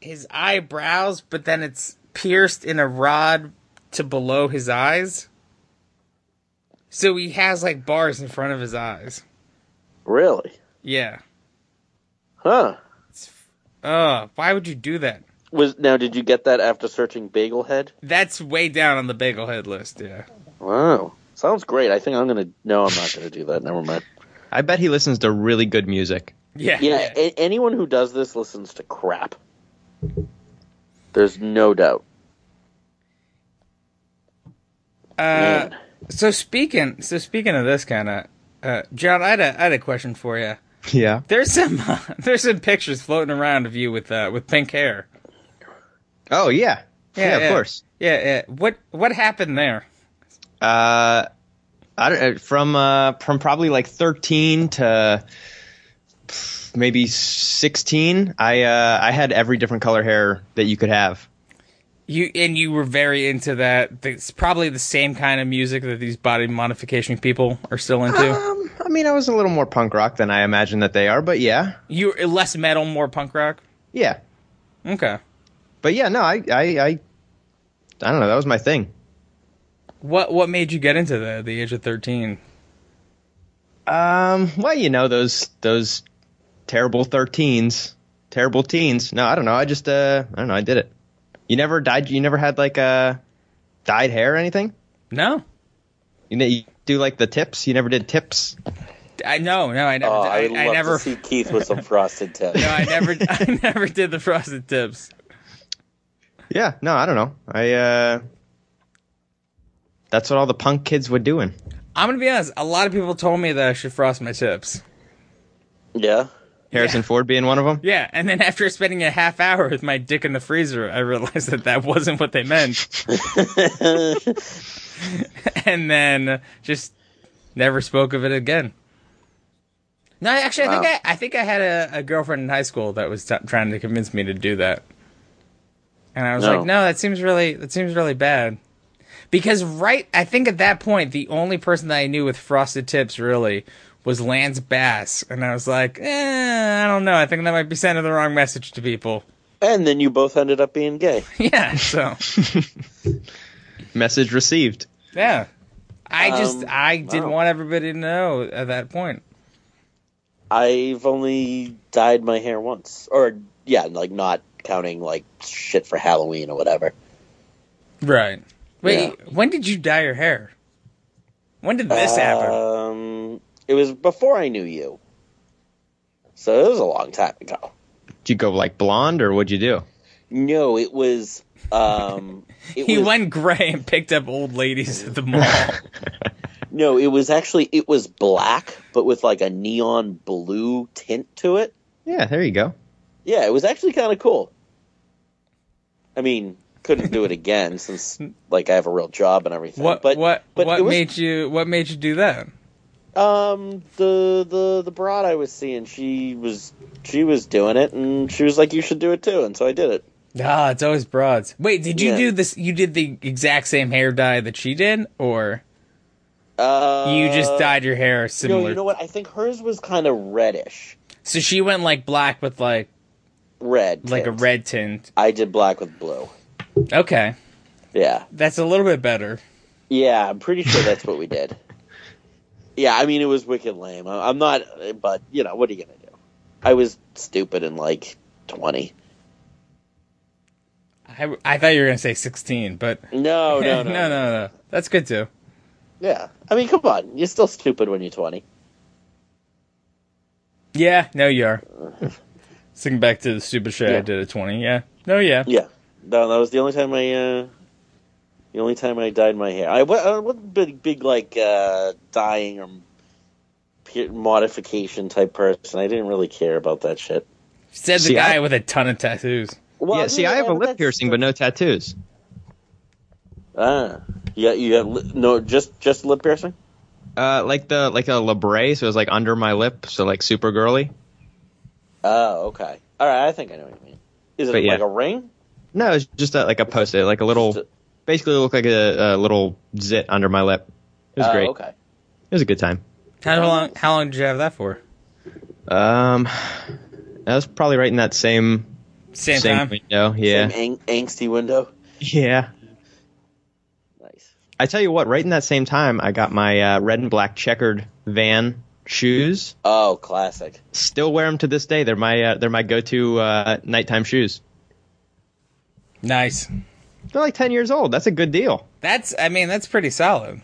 Speaker 3: his eyebrows, but then it's pierced in a rod to below his eyes. So he has like bars in front of his eyes.
Speaker 2: Really?
Speaker 3: Yeah.
Speaker 2: Huh?
Speaker 3: Oh, why would you do that?
Speaker 2: Was now? Did you get that after searching Bagel Head?
Speaker 3: That's way down on the bagel head list. Yeah.
Speaker 2: Wow, sounds great. I think I'm gonna. No, I'm not gonna do that. Never mind.
Speaker 5: I bet he listens to really good music.
Speaker 3: Yeah.
Speaker 2: Yeah, a- anyone who does this listens to crap. There's no doubt.
Speaker 3: Uh,
Speaker 2: Man.
Speaker 3: So speaking, so speaking of this kind of, uh, John, I had a, I had a question for you.
Speaker 5: Yeah.
Speaker 3: There's some, there's some pictures floating around of you with, uh, with pink hair.
Speaker 5: Oh yeah.
Speaker 3: Yeah,
Speaker 5: Yeah,
Speaker 3: yeah.
Speaker 5: of course.
Speaker 3: Yeah, yeah. What, what happened there?
Speaker 5: Uh, I don't uh, from uh from probably like thirteen to pff, maybe sixteen. I uh I had every different color hair that you could have.
Speaker 3: You and you were very into that. It's probably the same kind of music that these body modification people are still into.
Speaker 5: Um, I mean, I was a little more punk rock than I imagine that they are, but yeah,
Speaker 3: You are less metal, more punk rock.
Speaker 5: yeah,
Speaker 3: Okay.
Speaker 5: but yeah, no, I, I, I, I don't know. That was my thing.
Speaker 3: What, what made you get into that at the age of thirteen?
Speaker 5: Um, well, you know those those terrible thirteens, terrible teens. No, I don't know. I just, uh, I don't know. I did it. You never dyed. You never had like uh, dyed hair or anything.
Speaker 3: No,
Speaker 5: You, know, you do like the tips. You never did tips.
Speaker 3: I no, no. I never,
Speaker 2: Oh,
Speaker 3: I, I
Speaker 2: I, love
Speaker 3: never,
Speaker 2: to see Keith with some frosted tips.
Speaker 3: no, I never, I never did the frosted tips.
Speaker 5: Yeah. No, I don't know. I. uh That's what all the punk kids were doing.
Speaker 3: I'm gonna be honest. A lot of people told me that I should frost my tips.
Speaker 2: yeah.
Speaker 5: Harrison Ford being one of them.
Speaker 3: Yeah, and then after spending a half hour with my dick in the freezer, I realized that that wasn't what they meant, and then just never spoke of it again. No, actually, I think I, I think I had a, a girlfriend in high school that was t- trying to convince me to do that, and I was
Speaker 2: No.
Speaker 3: like, no, that seems really that seems really bad, because right, I think at that point the only person that I knew with frosted tips really was Lance Bass, and I was like, eh, I don't know, I think that might be sending the wrong message to people.
Speaker 2: And then you both ended up being gay.
Speaker 3: Yeah, so
Speaker 5: Message received.
Speaker 3: yeah, I just
Speaker 2: Um,
Speaker 3: I didn't
Speaker 2: wow.
Speaker 3: want everybody to know at that point.
Speaker 2: I've only dyed my hair once, or yeah, like not counting like shit for Halloween or whatever.
Speaker 3: Right. Wait, when did you dye your hair? When did
Speaker 2: Uh,
Speaker 3: this happen?
Speaker 2: Um, it was before I knew you, so it was a long time ago.
Speaker 5: Did you go like blonde or what'd you do?
Speaker 2: No, it was. Um, it
Speaker 3: He
Speaker 2: was,
Speaker 3: went gray and picked up old ladies at the mall.
Speaker 2: No, it was actually it was black, but with like a neon blue tint to it.
Speaker 5: Yeah, there you go.
Speaker 2: Yeah, it was actually kind of cool. I mean, couldn't do it again since like I have a real job and everything.
Speaker 3: What
Speaker 2: but
Speaker 3: what
Speaker 2: but
Speaker 3: what
Speaker 2: it was,
Speaker 3: made you what made you do that?
Speaker 2: um the the the broad I was seeing, she was she was doing it, and she was like, "You should do it too," and so I did it.
Speaker 3: Ah, it's always broads. Wait, did you
Speaker 2: Yeah.
Speaker 3: do this? You did the exact same hair dye that she did, or
Speaker 2: Uh,
Speaker 3: you just dyed your hair
Speaker 2: No,
Speaker 3: similar?
Speaker 2: you know what? I think hers was kind of reddish,
Speaker 3: So she went like black with like
Speaker 2: red,
Speaker 3: like a
Speaker 2: tint.
Speaker 3: red tint.
Speaker 2: I did black with blue.
Speaker 3: Okay,
Speaker 2: Yeah.
Speaker 3: that's a little bit better.
Speaker 2: Yeah, I'm pretty sure that's what we did. Yeah, I mean it was wicked lame. I- I'm not, but you know what are you gonna do? I was stupid in like 20.
Speaker 3: I, I thought you were gonna say sixteen, but
Speaker 2: No, no, no,
Speaker 3: no, no, no. That's good too.
Speaker 2: Yeah, I mean come on, you're still stupid when you're 20.
Speaker 3: Yeah, no, you are. Thinking back to the stupid shit I
Speaker 2: Yeah.
Speaker 3: did at twenty. Yeah, no, yeah.
Speaker 2: Yeah, no, that was the only time I, uh, the only time I dyed my hair. I, wa- I wasn't big, big like uh, dyeing or pe- modification type person. I didn't really care about that shit.
Speaker 3: Said the
Speaker 5: See,
Speaker 3: guy
Speaker 5: I-
Speaker 3: with a ton of tattoos.
Speaker 2: Well,
Speaker 5: yeah, see, I have a lip
Speaker 2: that's-
Speaker 5: piercing, but no tattoos.
Speaker 2: Ah, yeah, you got li- no, just just lip piercing.
Speaker 5: Uh, like the like a labrae, so it was like under my lip, so like super girly.
Speaker 2: Oh, okay. All right, I think I know what you mean. Is
Speaker 5: But
Speaker 2: it
Speaker 5: yeah.
Speaker 2: like a ring?
Speaker 5: No, it's just a, like a post-it, like a little,
Speaker 2: Just
Speaker 5: basically looked like a, a little zit under my lip. It was
Speaker 2: Oh,
Speaker 5: great.
Speaker 2: Okay.
Speaker 5: It was a good time.
Speaker 3: How long? How long did you have that for?
Speaker 5: Um, that was probably right in that same
Speaker 3: Same,
Speaker 5: same
Speaker 3: time.
Speaker 5: window. Yeah,
Speaker 2: Same ang- angsty window.
Speaker 5: yeah.
Speaker 2: Nice.
Speaker 5: I tell you what, right in that same time, I got my uh, red and black checkered van shoes.
Speaker 2: Oh, classic.
Speaker 5: Still wear them to this day. They're my uh, they're my go-to uh, nighttime shoes.
Speaker 3: Nice.
Speaker 5: They're like ten years old. That's a good deal.
Speaker 3: That's. I mean, that's pretty solid.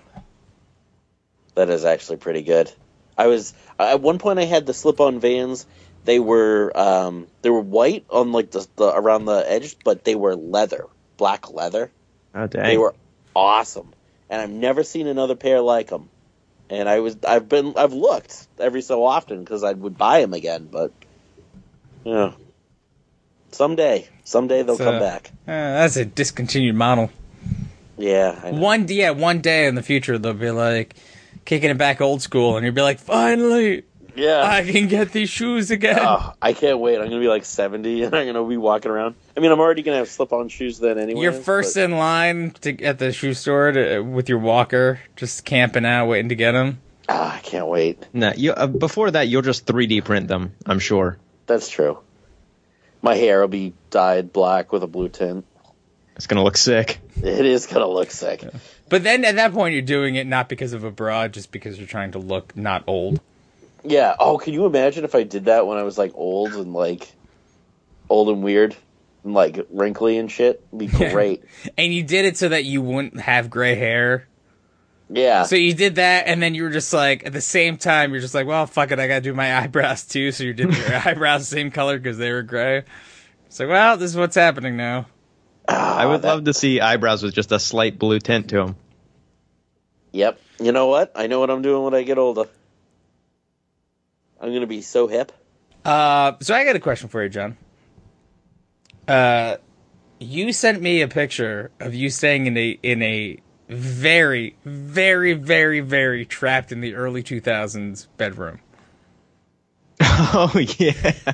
Speaker 2: That is actually pretty good. I was at one point I had the slip-on Vans. They were um, they were white on like the, the around the edge, but they were leather, black leather.
Speaker 5: Oh dang.
Speaker 2: They were awesome, and I've never seen another pair like them. And I was I've been I've looked every so often because I would buy them again, but yeah, someday someday they'll
Speaker 3: It's,
Speaker 2: come
Speaker 3: uh,
Speaker 2: back.
Speaker 3: Uh, that's a discontinued model.
Speaker 2: Yeah, I know.
Speaker 3: One yeah, one day in the future they'll be like kicking it back old school, and you'll be like, finally,
Speaker 2: yeah.
Speaker 3: I can get these shoes again.
Speaker 2: Oh, I can't wait. I'm gonna be like 70, and I'm gonna be walking around. I mean, I'm already gonna have slip-on shoes then anyway.
Speaker 3: You're first
Speaker 2: but-
Speaker 3: in line to, at the shoe store to, with your walker, just camping out, waiting to get them.
Speaker 2: Ah, I can't wait.
Speaker 5: No, you uh, before that you'll just 3D print them. I'm sure.
Speaker 2: That's true. My hair will be dyed black with a blue tint.
Speaker 5: It's gonna look sick.
Speaker 2: It is gonna look sick.
Speaker 3: But then at that point, you're doing it not because of a bra, just because you're trying to look not old.
Speaker 2: Yeah. Oh, can you imagine if I did that when I was like old and like old and weird and like wrinkly and shit? It'd be great.
Speaker 3: And you did it so that you wouldn't have gray hair.
Speaker 2: Yeah.
Speaker 3: So you did that, and then you were just like, at the same time, you're just like, well, fuck it, I gotta do my eyebrows too. So you did your eyebrows the same color because they were gray. It's like, well, this is what's happening now.
Speaker 5: I would love to see eyebrows with just a slight blue tint to them.
Speaker 2: Yep. You know what? I know what I'm doing when I get older. I'm gonna be so hip.
Speaker 3: Uh, so I got a question for you, John. Uh, you sent me a picture of you staying in a in a very, very, very, very trapped in the early two thousands bedroom.
Speaker 5: Oh yeah,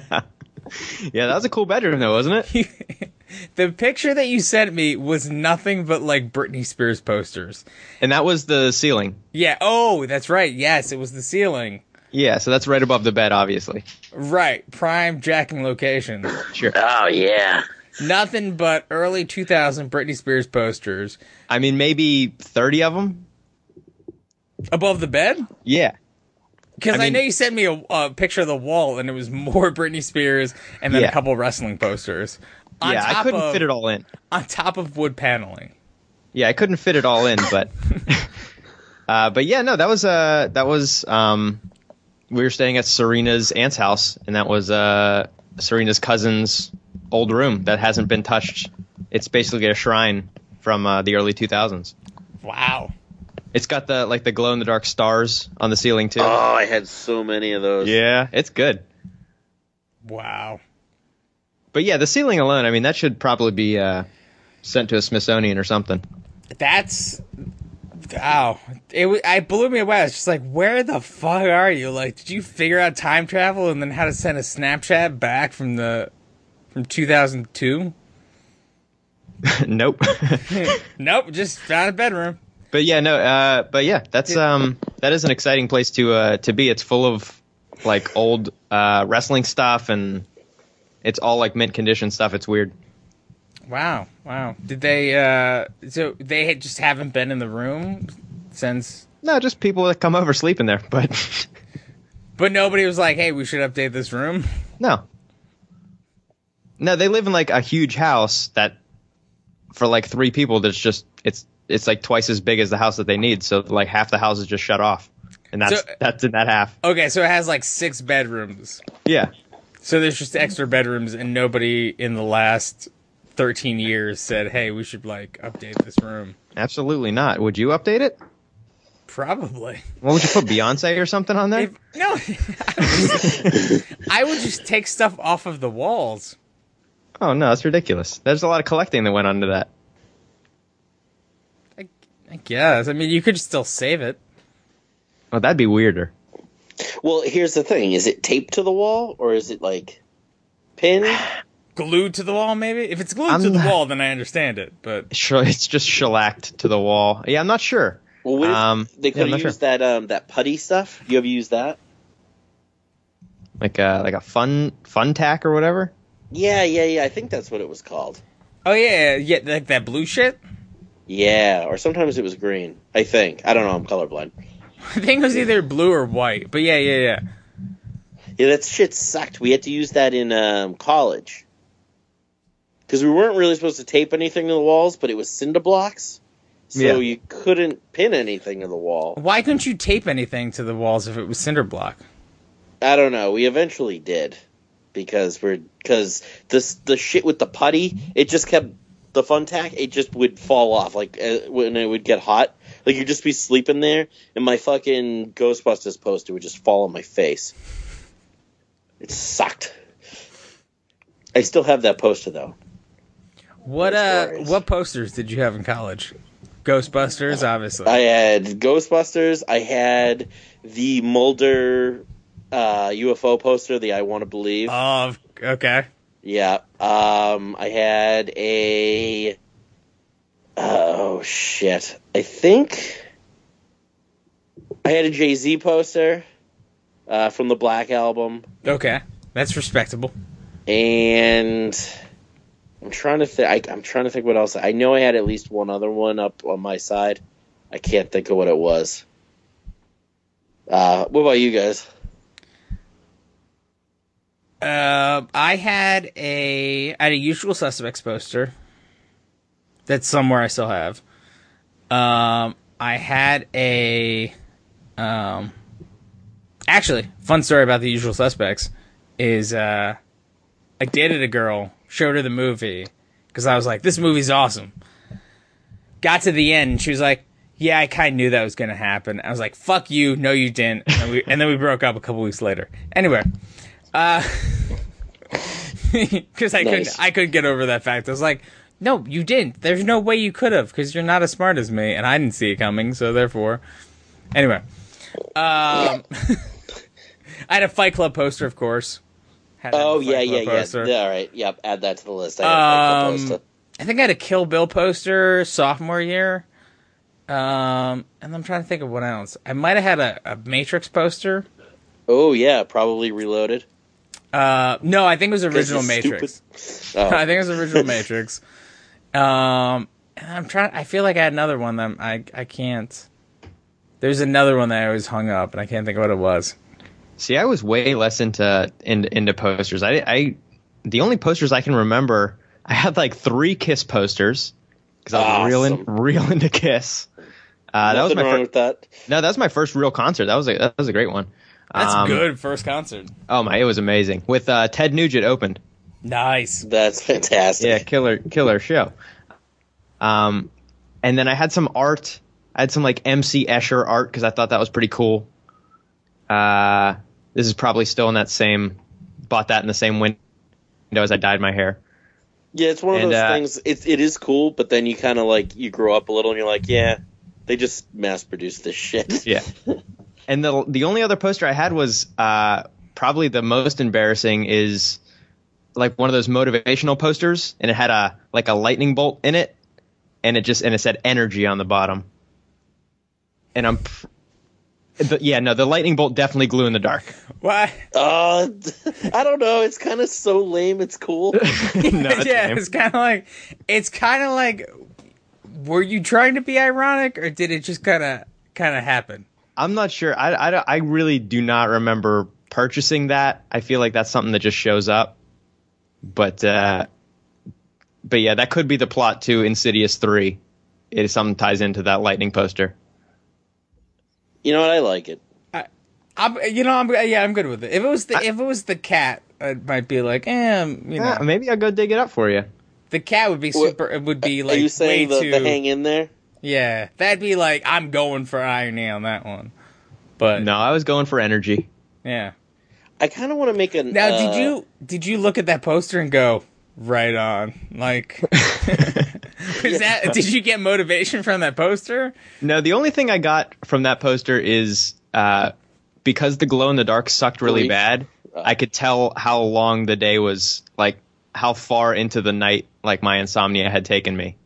Speaker 5: yeah. That was a cool bedroom though, wasn't it?
Speaker 3: The picture that you sent me was nothing but like Britney Spears posters.
Speaker 5: And that was the ceiling.
Speaker 3: Yeah. Oh, that's right. Yes, it was the ceiling.
Speaker 5: Yeah, so that's right above the bed, obviously.
Speaker 3: Right. Prime jacking location.
Speaker 5: Sure.
Speaker 2: Oh yeah.
Speaker 3: nothing but early two thousand Britney Spears posters
Speaker 5: I mean, maybe thirty of them.
Speaker 3: above the bed.
Speaker 5: Yeah.
Speaker 3: Because I,
Speaker 5: I mean-
Speaker 3: know you sent me a, a picture of the wall, and it was more Britney Spears, and then a
Speaker 5: Yeah.
Speaker 3: couple wrestling posters. On
Speaker 5: yeah, I
Speaker 3: top
Speaker 5: couldn't
Speaker 3: of,
Speaker 5: fit it all in.
Speaker 3: on top of wood paneling.
Speaker 5: Yeah, I couldn't fit it all in, but uh, but yeah, no, that was uh that was um we were staying at Serena's aunt's house, and that was uh Serena's cousin's old room that hasn't been touched. It's basically a shrine from uh, the early 2000s.
Speaker 3: Wow,
Speaker 5: It's got the like the glow in the dark stars on the ceiling too.
Speaker 2: Oh, I had so many of those.
Speaker 5: yeah, it's good.
Speaker 3: Wow.
Speaker 5: But yeah, the ceiling alone, I mean, that should probably be uh, sent to a Smithsonian or something.
Speaker 3: That's wow. It wa- I blew me away. I was just like, where the fuck are you? Like, did you figure out time travel and then how to send a Snapchat back from the from 2002?
Speaker 5: nope.
Speaker 3: Nope, just found a bedroom.
Speaker 5: but yeah, no. Uh, but yeah, that's um, that is an exciting place to uh, to be. It's full of like old uh, wrestling stuff, and it's all like mint condition stuff. It's weird.
Speaker 3: Wow, wow. Did they? uh So they had- just haven't been in the room since.
Speaker 5: No, just people that come over sleep in there. But
Speaker 3: But nobody was like, "Hey, we should update this room."
Speaker 5: No. No, they live in like a huge house that for like three people that's just it's it's like twice as big as the house that they need, so like half the house is just shut off. And that's
Speaker 3: So-
Speaker 5: that's in that half.
Speaker 3: Okay, so it has like six bedrooms.
Speaker 5: Yeah.
Speaker 3: So there's just extra bedrooms, and nobody in the last 13 years said, "Hey, we should like update this room."
Speaker 5: Absolutely not. Would you update it?
Speaker 3: Probably.
Speaker 5: What would you put Beyonce or something on there?
Speaker 3: If, no, I would just take stuff off of the walls.
Speaker 5: Oh no, that's ridiculous. There's a lot of collecting that went onto that.
Speaker 3: I, I guess. I mean, you could still save it.
Speaker 5: Well, Oh, that'd be weirder.
Speaker 2: Well, here's the thing: is it taped to the wall or is it like pinned?
Speaker 3: Glued to the wall, maybe. If it's glued
Speaker 5: I'm
Speaker 3: to the
Speaker 5: not-
Speaker 3: wall, then I understand it. But
Speaker 5: Sh- It's just shellacked to the wall. Yeah, I'm not sure.
Speaker 2: Well, what if
Speaker 5: Um,
Speaker 2: they
Speaker 5: yeah,
Speaker 2: could
Speaker 5: I'm not
Speaker 2: have
Speaker 5: sure.
Speaker 2: used that um, that putty stuff. You ever use that?
Speaker 5: Like a like a fun fun tack or whatever.
Speaker 2: Yeah, yeah, yeah. I think that's what it was called.
Speaker 3: oh yeah, yeah, yeah, like that blue shit.
Speaker 2: Yeah, or sometimes it was green. I think I don't know. I'm colorblind.
Speaker 3: I think it was either blue or white. But yeah, yeah, yeah.
Speaker 2: Yeah, that shit sucked. We had to use that in um, college because we weren't really supposed to tape anything to the walls, but it was cinder blocks, so
Speaker 5: Yeah.
Speaker 2: you couldn't pin anything to the wall.
Speaker 3: Why couldn't you tape anything to the walls if it was cinder block?
Speaker 2: I don't know. We eventually did because we're because this the shit with the putty. It just kept the fun tack. It just would fall off like uh, when it would get hot. Like you'd just be sleeping there, and my fucking Ghostbusters poster would just fall on my face. It sucked. I still have that poster though.
Speaker 3: What uh,
Speaker 2: stories.
Speaker 3: what posters did you have in college? Ghostbusters, obviously.
Speaker 2: I had Ghostbusters. I had the Mulder uh, UFO poster, the I Want to Believe.
Speaker 3: oh, okay.
Speaker 2: Yeah. Um, I had a. Oh shit! I think I had a Jay Z poster uh, from the Black album,
Speaker 3: Okay. That's respectable.
Speaker 2: and I'm trying to think. I'm trying to think what else. I know I had at least one other one up on my side. I can't think of what it was. Uh, what about you guys?
Speaker 3: Uh, I had a I had a usual suspects poster. That's somewhere I still have. Um, I had a um. Actually, fun story about the usual suspects is uh, I dated a girl, showed her the movie because I was like, this movie's awesome. Got to the end, and she was like, yeah, I kind of knew that was gonna happen. I was like, fuck you, no, you didn't. And, we, and then we broke up a couple weeks later. Anyway. because I
Speaker 2: Nice.
Speaker 3: couldn't I couldn't get over that fact. I was like, no, you didn't. There's no way you could have because you're not as smart as me, and I didn't see it coming. So therefore, anyway, um, I had a Fight Club poster, of course. Had a
Speaker 2: Oh
Speaker 3: Fight
Speaker 2: yeah,
Speaker 3: Club
Speaker 2: yeah, yeah,
Speaker 3: poster.
Speaker 2: yeah. All right. Yep. Add that to the list. I had a
Speaker 3: Um,
Speaker 2: poster.
Speaker 3: I think I had a Kill Bill poster sophomore year. Um, and I'm trying to think of what else. I might have had a, a Matrix poster.
Speaker 2: Oh yeah, probably reloaded.
Speaker 3: Uh, no, I think it was original
Speaker 2: it's
Speaker 3: Matrix.
Speaker 2: Oh.
Speaker 3: I think it was original Matrix. Um, and I'm trying. I feel like I had another one that I I can't. There's another one that I always hung up, and I can't think of what it was.
Speaker 5: See, I was way less into in, into posters. I, I the only posters I can remember, I had like three Kiss posters because I was real in,
Speaker 2: Awesome.
Speaker 5: real into Kiss. Uh, that was
Speaker 2: Nothing
Speaker 5: my
Speaker 2: wrong
Speaker 5: fir-
Speaker 2: with that.
Speaker 5: no, that was my first real concert. That was a that was a great one.
Speaker 3: That's
Speaker 5: Um,
Speaker 3: good first concert.
Speaker 5: Oh my, it was amazing with uh, Ted Nugent opened.
Speaker 3: Nice.
Speaker 2: That's fantastic.
Speaker 5: Yeah, killer killer show. Um, and then I had some art. I I had some like MC Escher art because I thought that was pretty cool. Uh, this is probably still in that same. Bought that in the same window as I dyed my hair.
Speaker 2: Yeah, it's one of
Speaker 5: And,
Speaker 2: those
Speaker 5: uh,
Speaker 2: things. It it is cool, but then you kind of like you grow up a little, and you're like, yeah, they just mass produced this shit.
Speaker 5: Yeah. and the the only other poster I had was uh, probably the most embarrassing is like one of those motivational posters, and it had a like a lightning bolt in it, and it just and it said energy on the bottom. And I'm, pr- the, yeah, no, the lightning bolt definitely glue in the dark.
Speaker 3: Why?
Speaker 2: Uh, I don't know. It's kind of so lame. It's cool.
Speaker 5: no, it's
Speaker 3: yeah,
Speaker 5: lame.
Speaker 3: it's kind of like it's kind of like were you trying to be ironic or did it just kind of kind of happen?
Speaker 5: I'm not sure. I, I, don't- I really do not remember purchasing that. I feel like that's something that just shows up. But uh, but yeah, that could be the plot to Insidious Three. It is something ties into that lightning poster.
Speaker 2: You know what? I like it.
Speaker 3: I'm, you know, I'm yeah, I'm good with it. If it was the if it was the cat, I might be like, eh, you know,
Speaker 5: Yeah, maybe I'll go dig it up for you.
Speaker 3: the cat would be
Speaker 2: Wha-
Speaker 3: super. It would be
Speaker 2: Are
Speaker 3: like
Speaker 2: you saying
Speaker 3: way
Speaker 2: the,
Speaker 3: too.
Speaker 2: the hang in there?
Speaker 3: yeah, that'd be like I'm going for irony on that one. But
Speaker 5: No, I was going for energy.
Speaker 3: yeah.
Speaker 2: I kind of want to make an.
Speaker 3: Now,
Speaker 2: uh,
Speaker 3: did you did you look at that poster and go right on? Like, is that did you get motivation from that poster?
Speaker 5: No, the only thing I got from that poster is uh, because the glow in the dark sucked really
Speaker 2: Grief.
Speaker 5: bad. I could tell how long the day was, like how far into the night, like my insomnia had taken me.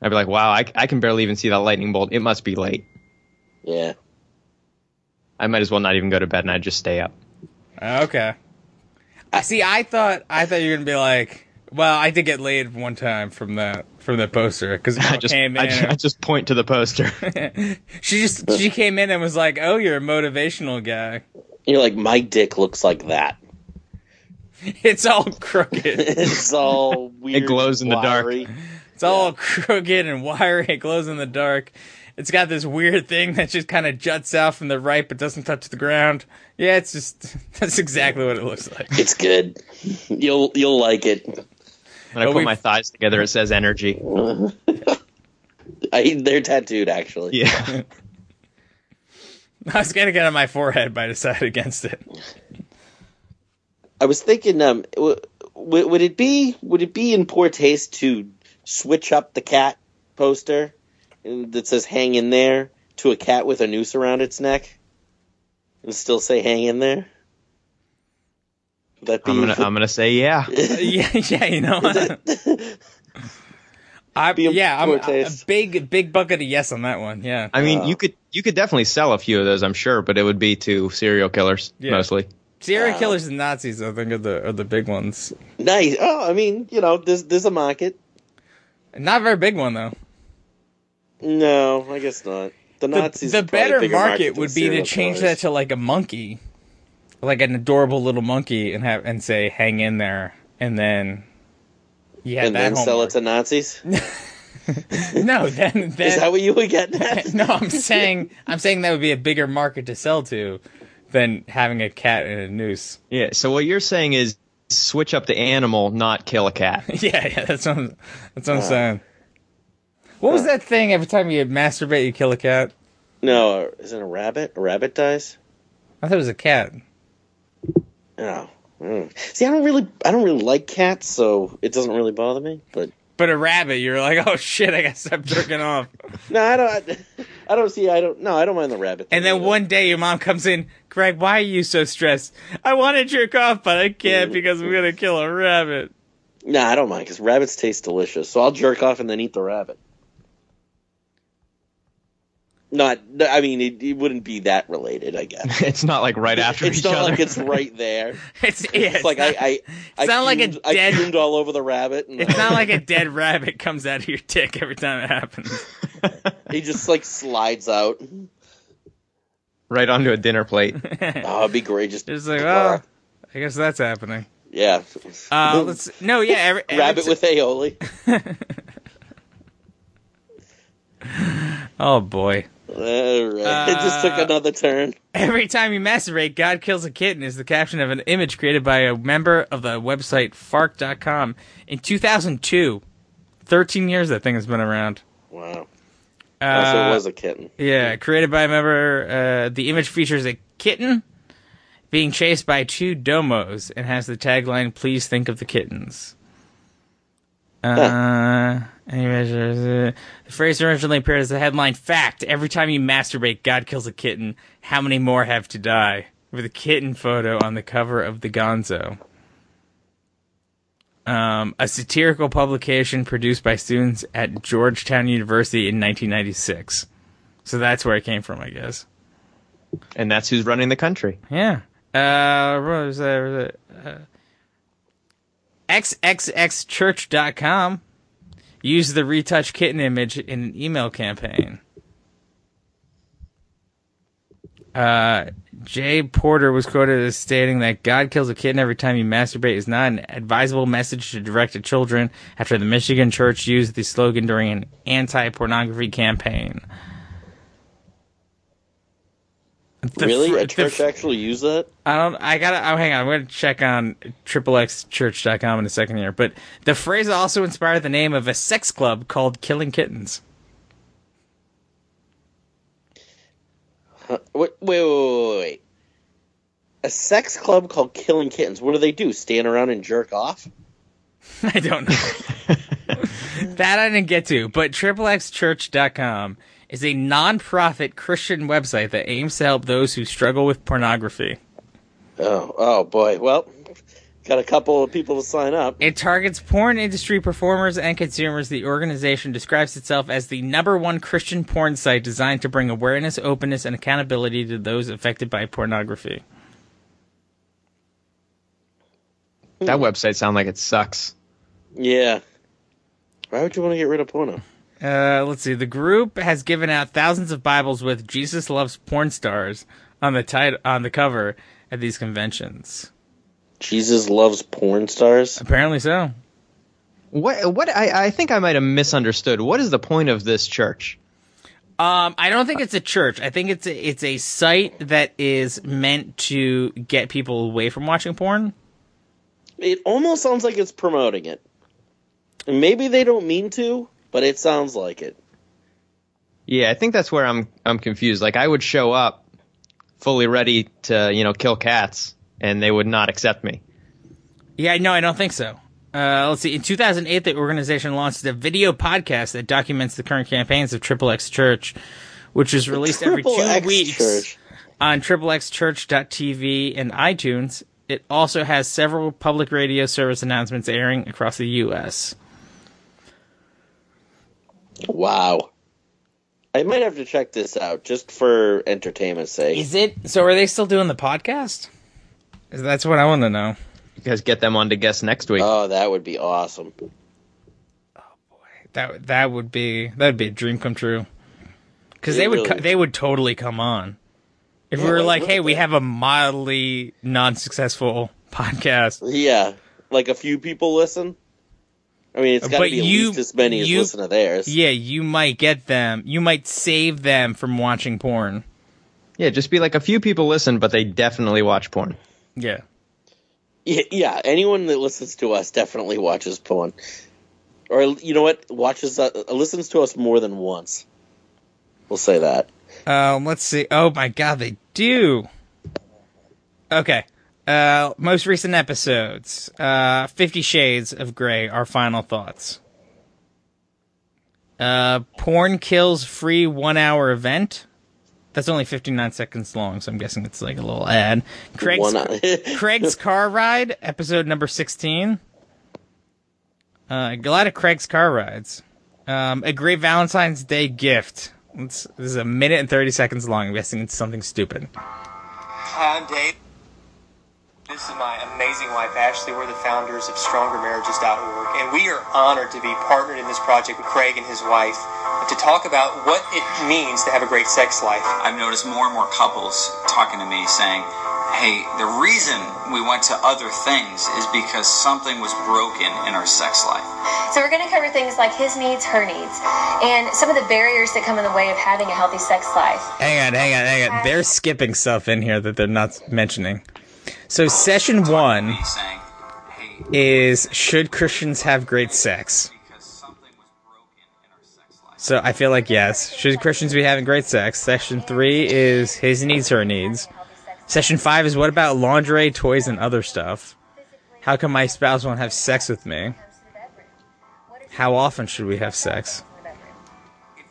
Speaker 5: I'd be like, wow, I, I can barely even see that lightning bolt. It must be late.
Speaker 2: Yeah.
Speaker 5: I might as well not even go to bed and I just stay up.
Speaker 3: Okay. I Uh, see. I thought I thought you were gonna be like, well, I did get laid one time from that from that poster because
Speaker 5: I just,
Speaker 3: came in.
Speaker 5: I just, I just point to the poster.
Speaker 3: she just she came in and was like, oh, you're a motivational guy.
Speaker 2: You're like my dick looks like that.
Speaker 3: It's all crooked.
Speaker 2: It's all weird.
Speaker 5: glows in the dark.
Speaker 2: wiry.
Speaker 3: It's all crooked and wiry. It glows in the dark. It's got this weird thing that just kind of juts out from the right but doesn't touch the ground. Yeah, it's just that's exactly what it looks like.
Speaker 2: It's good. You'll you'll like it.
Speaker 5: When I
Speaker 3: But
Speaker 5: put
Speaker 3: we-
Speaker 5: my thighs together, it says energy.
Speaker 2: I, they're tattooed actually.
Speaker 5: Yeah.
Speaker 3: I was gonna get on my forehead, but I decided against it.
Speaker 2: I was thinking, um, w- w- would it be would it be in poor taste to switch up the cat poster that says "Hang in there" to a cat with a noose around its neck, and still say "Hang in there"? Would that be
Speaker 5: I'm going to I'm gonna um, say, yeah.
Speaker 3: yeah, yeah, you know. I,
Speaker 2: Be a
Speaker 3: yeah, I'm
Speaker 2: poor
Speaker 3: a, a
Speaker 2: taste.
Speaker 3: big, big bucket of yes on that one. Yeah,
Speaker 5: I mean, you could you could definitely sell a few of those, I'm sure, but it would be to serial killers
Speaker 3: Yeah.
Speaker 5: mostly.
Speaker 3: serial killers and Nazis, I think, are the are the big ones.
Speaker 2: nice? Oh, I mean, you know, there's there's a market.
Speaker 3: Not a very big one though.
Speaker 2: No, I guess not.
Speaker 3: The,
Speaker 2: The Nazis.
Speaker 3: the
Speaker 2: are probably a
Speaker 3: better
Speaker 2: bigger
Speaker 3: market
Speaker 2: than
Speaker 3: would be to
Speaker 2: serial
Speaker 3: change
Speaker 2: killers.
Speaker 3: that to like a monkey, like an adorable little monkey, and have and say, "Hang in there," and then. Yeah,
Speaker 2: and
Speaker 3: that
Speaker 2: then sell it
Speaker 3: homework.
Speaker 2: to Nazis.
Speaker 3: no. Then, then
Speaker 2: Is that what you would get? Nat?
Speaker 3: no, I'm saying I'm saying that would be a bigger market to sell to than having a cat in a noose.
Speaker 5: Yeah. So what you're saying is switch up the animal, not kill a cat.
Speaker 3: Yeah, yeah, that's what I'm, that's what I'm saying. What was that thing? Every time you masturbate, you kill a cat.
Speaker 2: no, is it a rabbit? A rabbit dies.
Speaker 3: I thought it was a cat.
Speaker 2: Oh. Mm. See, I don't really, I don't really like cats, so it doesn't really bother me. But
Speaker 3: But a rabbit, you're like, oh shit, I gotta stop jerking off.
Speaker 2: no, I don't, I, I don't see, I don't, no, I don't mind the rabbit.
Speaker 3: And then one day, your mom comes in, Greg, why are you so stressed? I want to jerk off, but I can't because I'm gonna kill a rabbit.
Speaker 2: no, I don't mind because rabbits taste delicious, so I'll jerk off and then eat the rabbit. Not, no, I mean, it, it wouldn't be that related, I guess.
Speaker 5: It's not like right after
Speaker 2: it's
Speaker 5: each
Speaker 2: not
Speaker 5: other.
Speaker 2: like it's right there.
Speaker 3: It's yeah,
Speaker 2: It's like I, I, I
Speaker 3: not like a
Speaker 2: fumed- I
Speaker 3: dead-
Speaker 2: fumed all over the rabbit, and
Speaker 3: It's not like a dead rabbit comes out of your dick every time it happens.
Speaker 2: he just like slides out.
Speaker 5: right onto a dinner plate.
Speaker 2: Oh, it'd be great. Just
Speaker 3: It's like, oh, I guess that's happening.
Speaker 2: yeah,
Speaker 3: Uh, let's no, yeah, every, every
Speaker 2: rabbit
Speaker 3: ti-
Speaker 2: with aioli.
Speaker 3: oh boy.
Speaker 2: All right. it just
Speaker 3: Uh,
Speaker 2: took another turn.
Speaker 3: Every time you masturbate, God kills a kitten is the caption of an image created by a member of the website Fark.com in 2002. 13 years that thing has been around. Uh,
Speaker 2: Wow. Also, it was a kitten.
Speaker 3: Yeah, created by a member. Uh, the image features a kitten being chased by two domos and has the tagline "Please think of the kittens." Uh, any measures? Uh, the phrase originally appeared as the headline "Fact: Every time you masturbate, God kills a kitten. How many more have to die?" With a kitten photo on the cover of the Gonzo. Um, a satirical publication produced by students at Georgetown University in 1996. So that's where it came from, I guess.
Speaker 5: and that's who's running the country.
Speaker 3: Yeah. Uh, what was that? What was that? Uh, XXXchurch.com used the retouch kitten image in an email campaign. Uh, Jay Porter was quoted as stating that God kills a kitten every time you masturbate is not an advisable message to direct to children after the Michigan church used the slogan during an anti pornography campaign. The
Speaker 2: really?
Speaker 3: fr-
Speaker 2: a
Speaker 3: the
Speaker 2: church
Speaker 3: fr-
Speaker 2: actually used that?
Speaker 3: I don't. I gotta. Oh, hang on. I'm gonna check on triplexchurch.com in a second here. But the phrase also inspired the name of a sex club called Killing Kittens.
Speaker 2: Wait, wait, wait, wait, wait. A sex club called Killing Kittens. What do they do? Stand around and jerk off?
Speaker 3: I don't know. that I didn't get to. But triplexchurch.com is a non-profit Christian website that aims to help those who struggle with pornography.
Speaker 2: Oh, oh boy. Well, got a couple of people to sign up.
Speaker 3: It targets porn industry performers and consumers. The organization describes itself as the number one Christian porn site designed to bring awareness, openness, and accountability to those affected by pornography.
Speaker 5: That website sounds like it sucks.
Speaker 2: Yeah. Why would you want to get rid of porno?
Speaker 3: Uh, let's see. The group has given out thousands of Bibles with "Jesus loves porn stars" on the tit- on the cover at these conventions.
Speaker 2: Jesus loves porn stars.
Speaker 3: Apparently so.
Speaker 5: What? What? I, I think I might have misunderstood. What is the point of this church?
Speaker 3: Um, I don't think it's a church. I think it's a, it's a site that is meant to get people away from watching porn.
Speaker 2: It almost sounds like it's promoting it. And maybe they don't mean to, but it sounds like it.
Speaker 5: Yeah, I think that's where I'm. I'm confused. Like I would show up fully ready to, you know, kill cats, and they would not accept me.
Speaker 3: Yeah, no, I don't think so. Uh, let's see. In 2008, the organization launched a video podcast that documents the current campaigns of Triple X Church, which is released every two
Speaker 2: Triple X
Speaker 3: weeks.
Speaker 2: Church.
Speaker 3: on triplexchurch.tv and iTunes. It also has several public radio service announcements airing across the U.S.
Speaker 2: Wow. I might have to check this out just for entertainment's sake.
Speaker 3: Is it? So are they still doing the podcast? That's what I want to know.
Speaker 5: You guys get them on to guest next week.
Speaker 2: Oh, that would be awesome.
Speaker 3: That that would be that would be a dream come true. Because
Speaker 2: It
Speaker 3: they would
Speaker 2: really
Speaker 3: co-
Speaker 2: would.
Speaker 3: they would totally come on if
Speaker 2: Yeah,
Speaker 3: we were
Speaker 2: like,
Speaker 3: like,
Speaker 2: look
Speaker 3: hey,
Speaker 2: at
Speaker 3: we
Speaker 2: that."
Speaker 3: have a mildly non-successful podcast.
Speaker 2: Yeah, like a few people listen. I mean, it's got to
Speaker 3: But
Speaker 2: be at
Speaker 3: you-
Speaker 2: least as many as
Speaker 3: you-
Speaker 2: listen to theirs.
Speaker 3: Yeah, you might get them. You might save them from watching porn.
Speaker 5: Yeah, just be like a few people listen, but they definitely watch porn.
Speaker 3: Yeah.
Speaker 2: Y- yeah, anyone that listens to us definitely watches porn, or you know what, watches uh, listens to us more than once. We'll say that.
Speaker 3: Um, let's see. Oh my god, they do. Okay. Uh, most recent episodes. Uh, Fifty Shades of Grey. Our final thoughts. Uh, porn kills free one hour event. That's only fifty nine seconds long, so I'm guessing it's like a little ad. Craig's
Speaker 2: One eye.
Speaker 3: Craig's Car Ride, episode number 16. Uh, a lot of Craig's Car Rides. Um, a great Valentine's Day gift. It's, this is a minute and 30 seconds long. I'm guessing it's something stupid.
Speaker 6: Hi, I'm Dave. This is my amazing wife, Ashley. We're the founders of StrongerMarriages.org, and we are honored to be partnered in this project with Craig and his wife to talk about what it means to have a great sex life.
Speaker 7: I've noticed more and more couples talking to me saying, hey, the reason we went to other things is because something was broken in our sex life.
Speaker 8: So we're going to cover things like his needs, her needs, and some of the barriers that come in the way of having a healthy sex life.
Speaker 3: Hang on, hang on, hang on. They're skipping stuff in here that they're not mentioning. So, session
Speaker 5: Mm-hmm.
Speaker 3: one
Speaker 7: Me saying, hey,
Speaker 3: is Should Christians Have Great Sex?
Speaker 7: because something was broken in our sex life.
Speaker 3: So I feel like yes. Should Christians be having great sex? Session three is his needs, her needs. Session five is what about lingerie, toys, and other stuff? How come my spouse won't have sex with me? How often should we have sex?
Speaker 7: If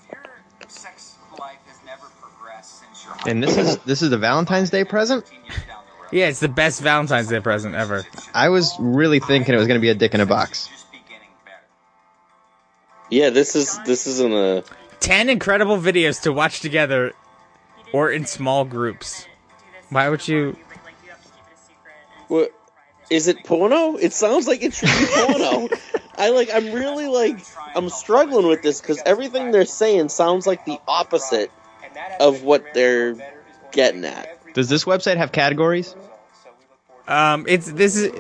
Speaker 7: your sex life has never progressed since your
Speaker 5: And this is this is the Valentine's Day present.
Speaker 7: 15 years down the road,
Speaker 3: Yeah, it's the best Valentine's Day present ever.
Speaker 5: I was really thinking it was going to be a dick in a box.
Speaker 7: just be getting better.
Speaker 2: Yeah, this is this isn't a.
Speaker 3: Ten incredible videos to watch together or in small groups. Why would you?
Speaker 2: What, is it porno? It sounds like it should be porno. I like. I'm really like. I'm struggling with this because everything they're saying sounds like the opposite. of what they're getting at.
Speaker 5: Does this website have categories?
Speaker 3: Um, it's this is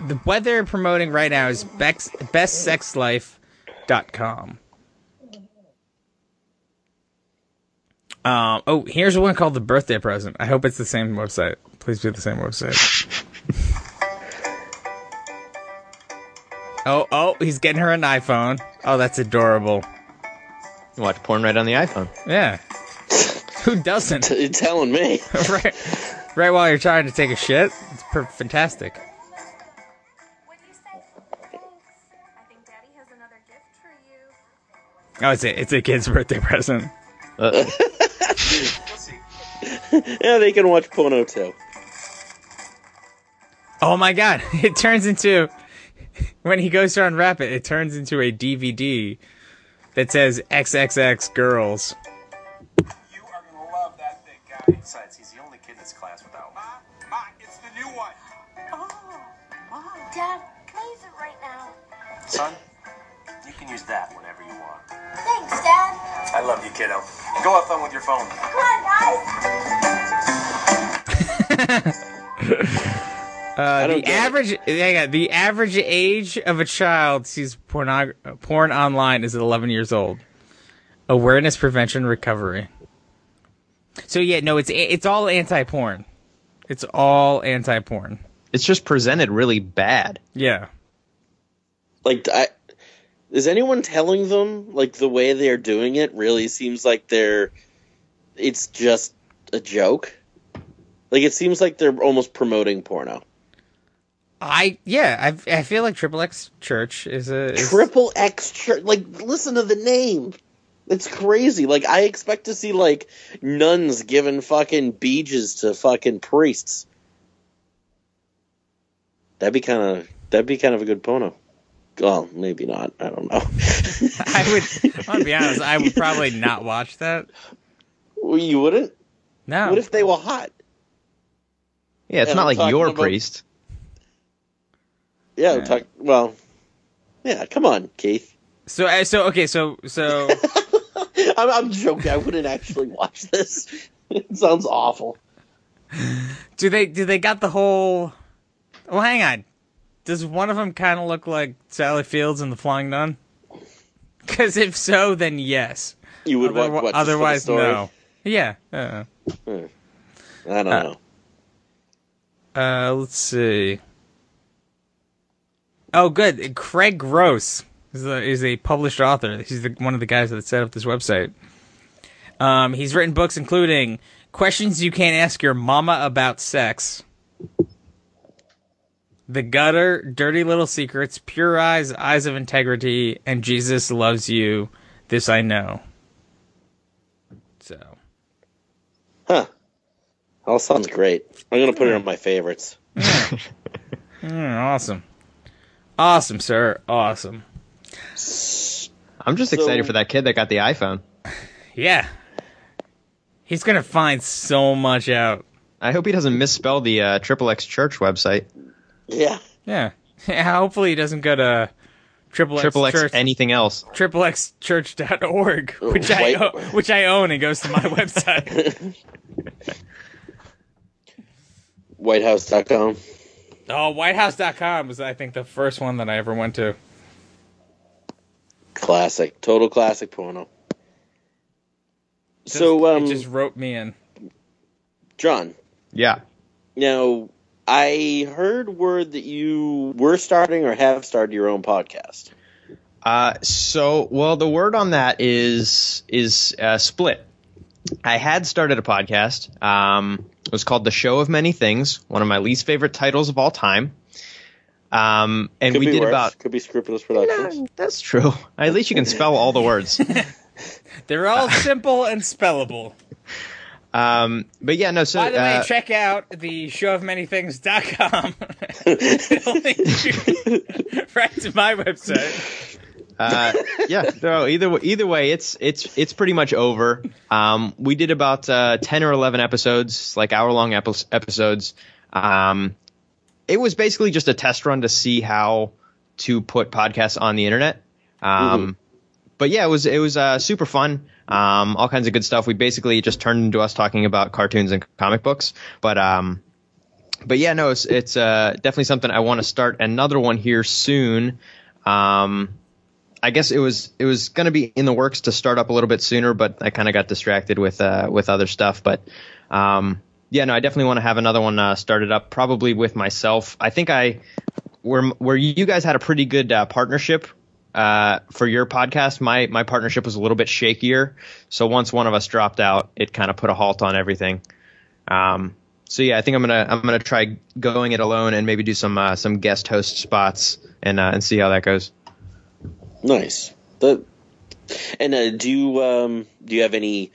Speaker 3: the what they're promoting right now is bex, bestsexlife.com. Um, oh, here's one called the birthday present. I hope it's the same website. Please be the same website. oh, oh, he's getting her an iPhone. Oh, that's adorable.
Speaker 5: Watch porn right on the iPhone.
Speaker 3: Yeah. Who doesn't?
Speaker 2: You're telling me.
Speaker 3: right, right while you're trying to take a shit. It's per- fantastic.
Speaker 8: What do you say? Thanks. I think Daddy has another gift for you.
Speaker 3: Oh, it's a it's a kid's birthday present.
Speaker 5: Uh,
Speaker 2: Yeah, they can watch porno too.
Speaker 3: Oh my god, it turns into when he goes to unwrap it, it turns into a DVD that says XXX girls.
Speaker 6: You are gonna love that big guy. Besides, he's the only kid in this class without one. Ma, ma, it's the new one.
Speaker 8: Oh, Dad, can I use it right now?
Speaker 6: Son, you can use that whenever you want.
Speaker 8: Thanks, Dad.
Speaker 6: I love you, kiddo. Go have fun with your phone.
Speaker 8: Come on, guys.
Speaker 3: Uh,
Speaker 2: don't
Speaker 3: the
Speaker 2: get it.
Speaker 3: average hang on, the average age of a child sees pornog- porn online is 11 years old. Awareness prevention recovery. So yeah, no, it's a- it's all anti-porn. It's all anti-porn.
Speaker 5: it's just presented really bad.
Speaker 3: Yeah.
Speaker 2: Like, I, is anyone telling them like the way they're doing it really seems like they're? It's just a joke. Like it seems like they're almost promoting porno.
Speaker 3: I yeah, I I feel like Triple X Church is a is,
Speaker 2: Triple X church. Like, listen to the name. It's crazy. Like, I expect to see like nuns giving fucking beaches to fucking priests. That'd be kind of that'd be kind of a good porno. Well, maybe not. I don't know.
Speaker 3: I would. I'm gonna be honest. I would probably not watch that.
Speaker 2: Well, you wouldn't.
Speaker 3: No.
Speaker 2: What if they were hot?
Speaker 5: Yeah, it's
Speaker 2: Yeah,
Speaker 5: not
Speaker 2: I'm
Speaker 5: like
Speaker 2: talking
Speaker 5: your
Speaker 2: about-
Speaker 5: priest.
Speaker 2: Yeah. Talk, well, yeah. Come on, Keith.
Speaker 3: so uh, so okay so so
Speaker 2: I'm, I'm joking. I wouldn't actually watch this. It sounds awful.
Speaker 3: do they do they got the whole? Well, hang on. Does one of them kind of look like Sally Fields in the Flying Nun? Because if so, then yes.
Speaker 2: You would
Speaker 3: Otherwi-
Speaker 2: watch. watch
Speaker 3: otherwise,
Speaker 2: this for the story? Hmm.
Speaker 3: no. Yeah. Uh,
Speaker 2: I don't know.
Speaker 3: uh, let's see. Oh, good. Craig Gross is a, is a published author. He's the, one of the guys that set up this website. Um, he's written books including Questions You Can't Ask Your Mama About Sex, The Gutter, Dirty Little Secrets, Pure Eyes, Eyes of Integrity, and Jesus Loves You. This I Know. So.
Speaker 2: All sounds great. I'm gonna put it on my favorites.
Speaker 3: Mm, awesome. Awesome, sir. Awesome.
Speaker 5: I'm just excited for that kid that got the iPhone.
Speaker 3: Yeah. He's going to find so much out.
Speaker 5: I hope he doesn't misspell the uh, Triple X Church website.
Speaker 2: Yeah.
Speaker 3: Yeah. Hopefully he doesn't go to triple
Speaker 5: Triple X
Speaker 3: Church,
Speaker 5: anything else.
Speaker 3: triple X church.org, which I
Speaker 2: Wait.
Speaker 3: o- which I own and goes to my website.
Speaker 2: Whitehouse.com.
Speaker 3: oh, whitehouse.com was I think the first one that I ever went to.
Speaker 2: Classic. Total classic porno.
Speaker 3: Just-
Speaker 2: so, um,
Speaker 3: it just roped me in.
Speaker 2: John,
Speaker 5: Yeah.
Speaker 2: now I heard word that you were starting or have started your own podcast.
Speaker 5: Uh, so, well, the word on that is is uh, split. I had started a podcast. Um, it was called "The Show of Many Things," one of my least favorite titles of all time. Um, and
Speaker 2: Could
Speaker 5: we
Speaker 2: be
Speaker 5: did
Speaker 2: worse.
Speaker 5: about
Speaker 2: Could be Scrupulous Productions.
Speaker 5: that's true. At least you can spell all the words.
Speaker 3: They're all simple and spellable.
Speaker 5: Um, but yeah, no. So
Speaker 3: By the way,
Speaker 5: uh,
Speaker 3: check out the show of many things.com. It'll link you right to my website.
Speaker 5: uh, yeah. No, either wa- either way, it's it's it's pretty much over. Um, we did about uh, ten or eleven episodes, like hour long episodes. Um, it was basically just a test run to see how to put podcasts on the internet. Um, But yeah, it was it was uh, super fun. Um, all kinds of good stuff. We basically just turned into us talking about cartoons and comic books. But um, but yeah, no, it's it's uh, definitely something I want to start another one here soon. Um, I guess it was it was going to be in the works to start up a little bit sooner, but I kind of got distracted with uh, with other stuff. But um, yeah, no, I definitely want to have another one uh, started up, probably with myself. I think I where where you guys had a pretty good uh, partnership uh, for your podcast. My my partnership was a little bit shakier, so once one of us dropped out, it kind of put a halt on everything. Um, so yeah, I think I'm gonna I'm gonna try going it alone and maybe do some uh, some guest host spots and uh, and see how that goes.
Speaker 2: Nice. The, and uh, do you um, do you have any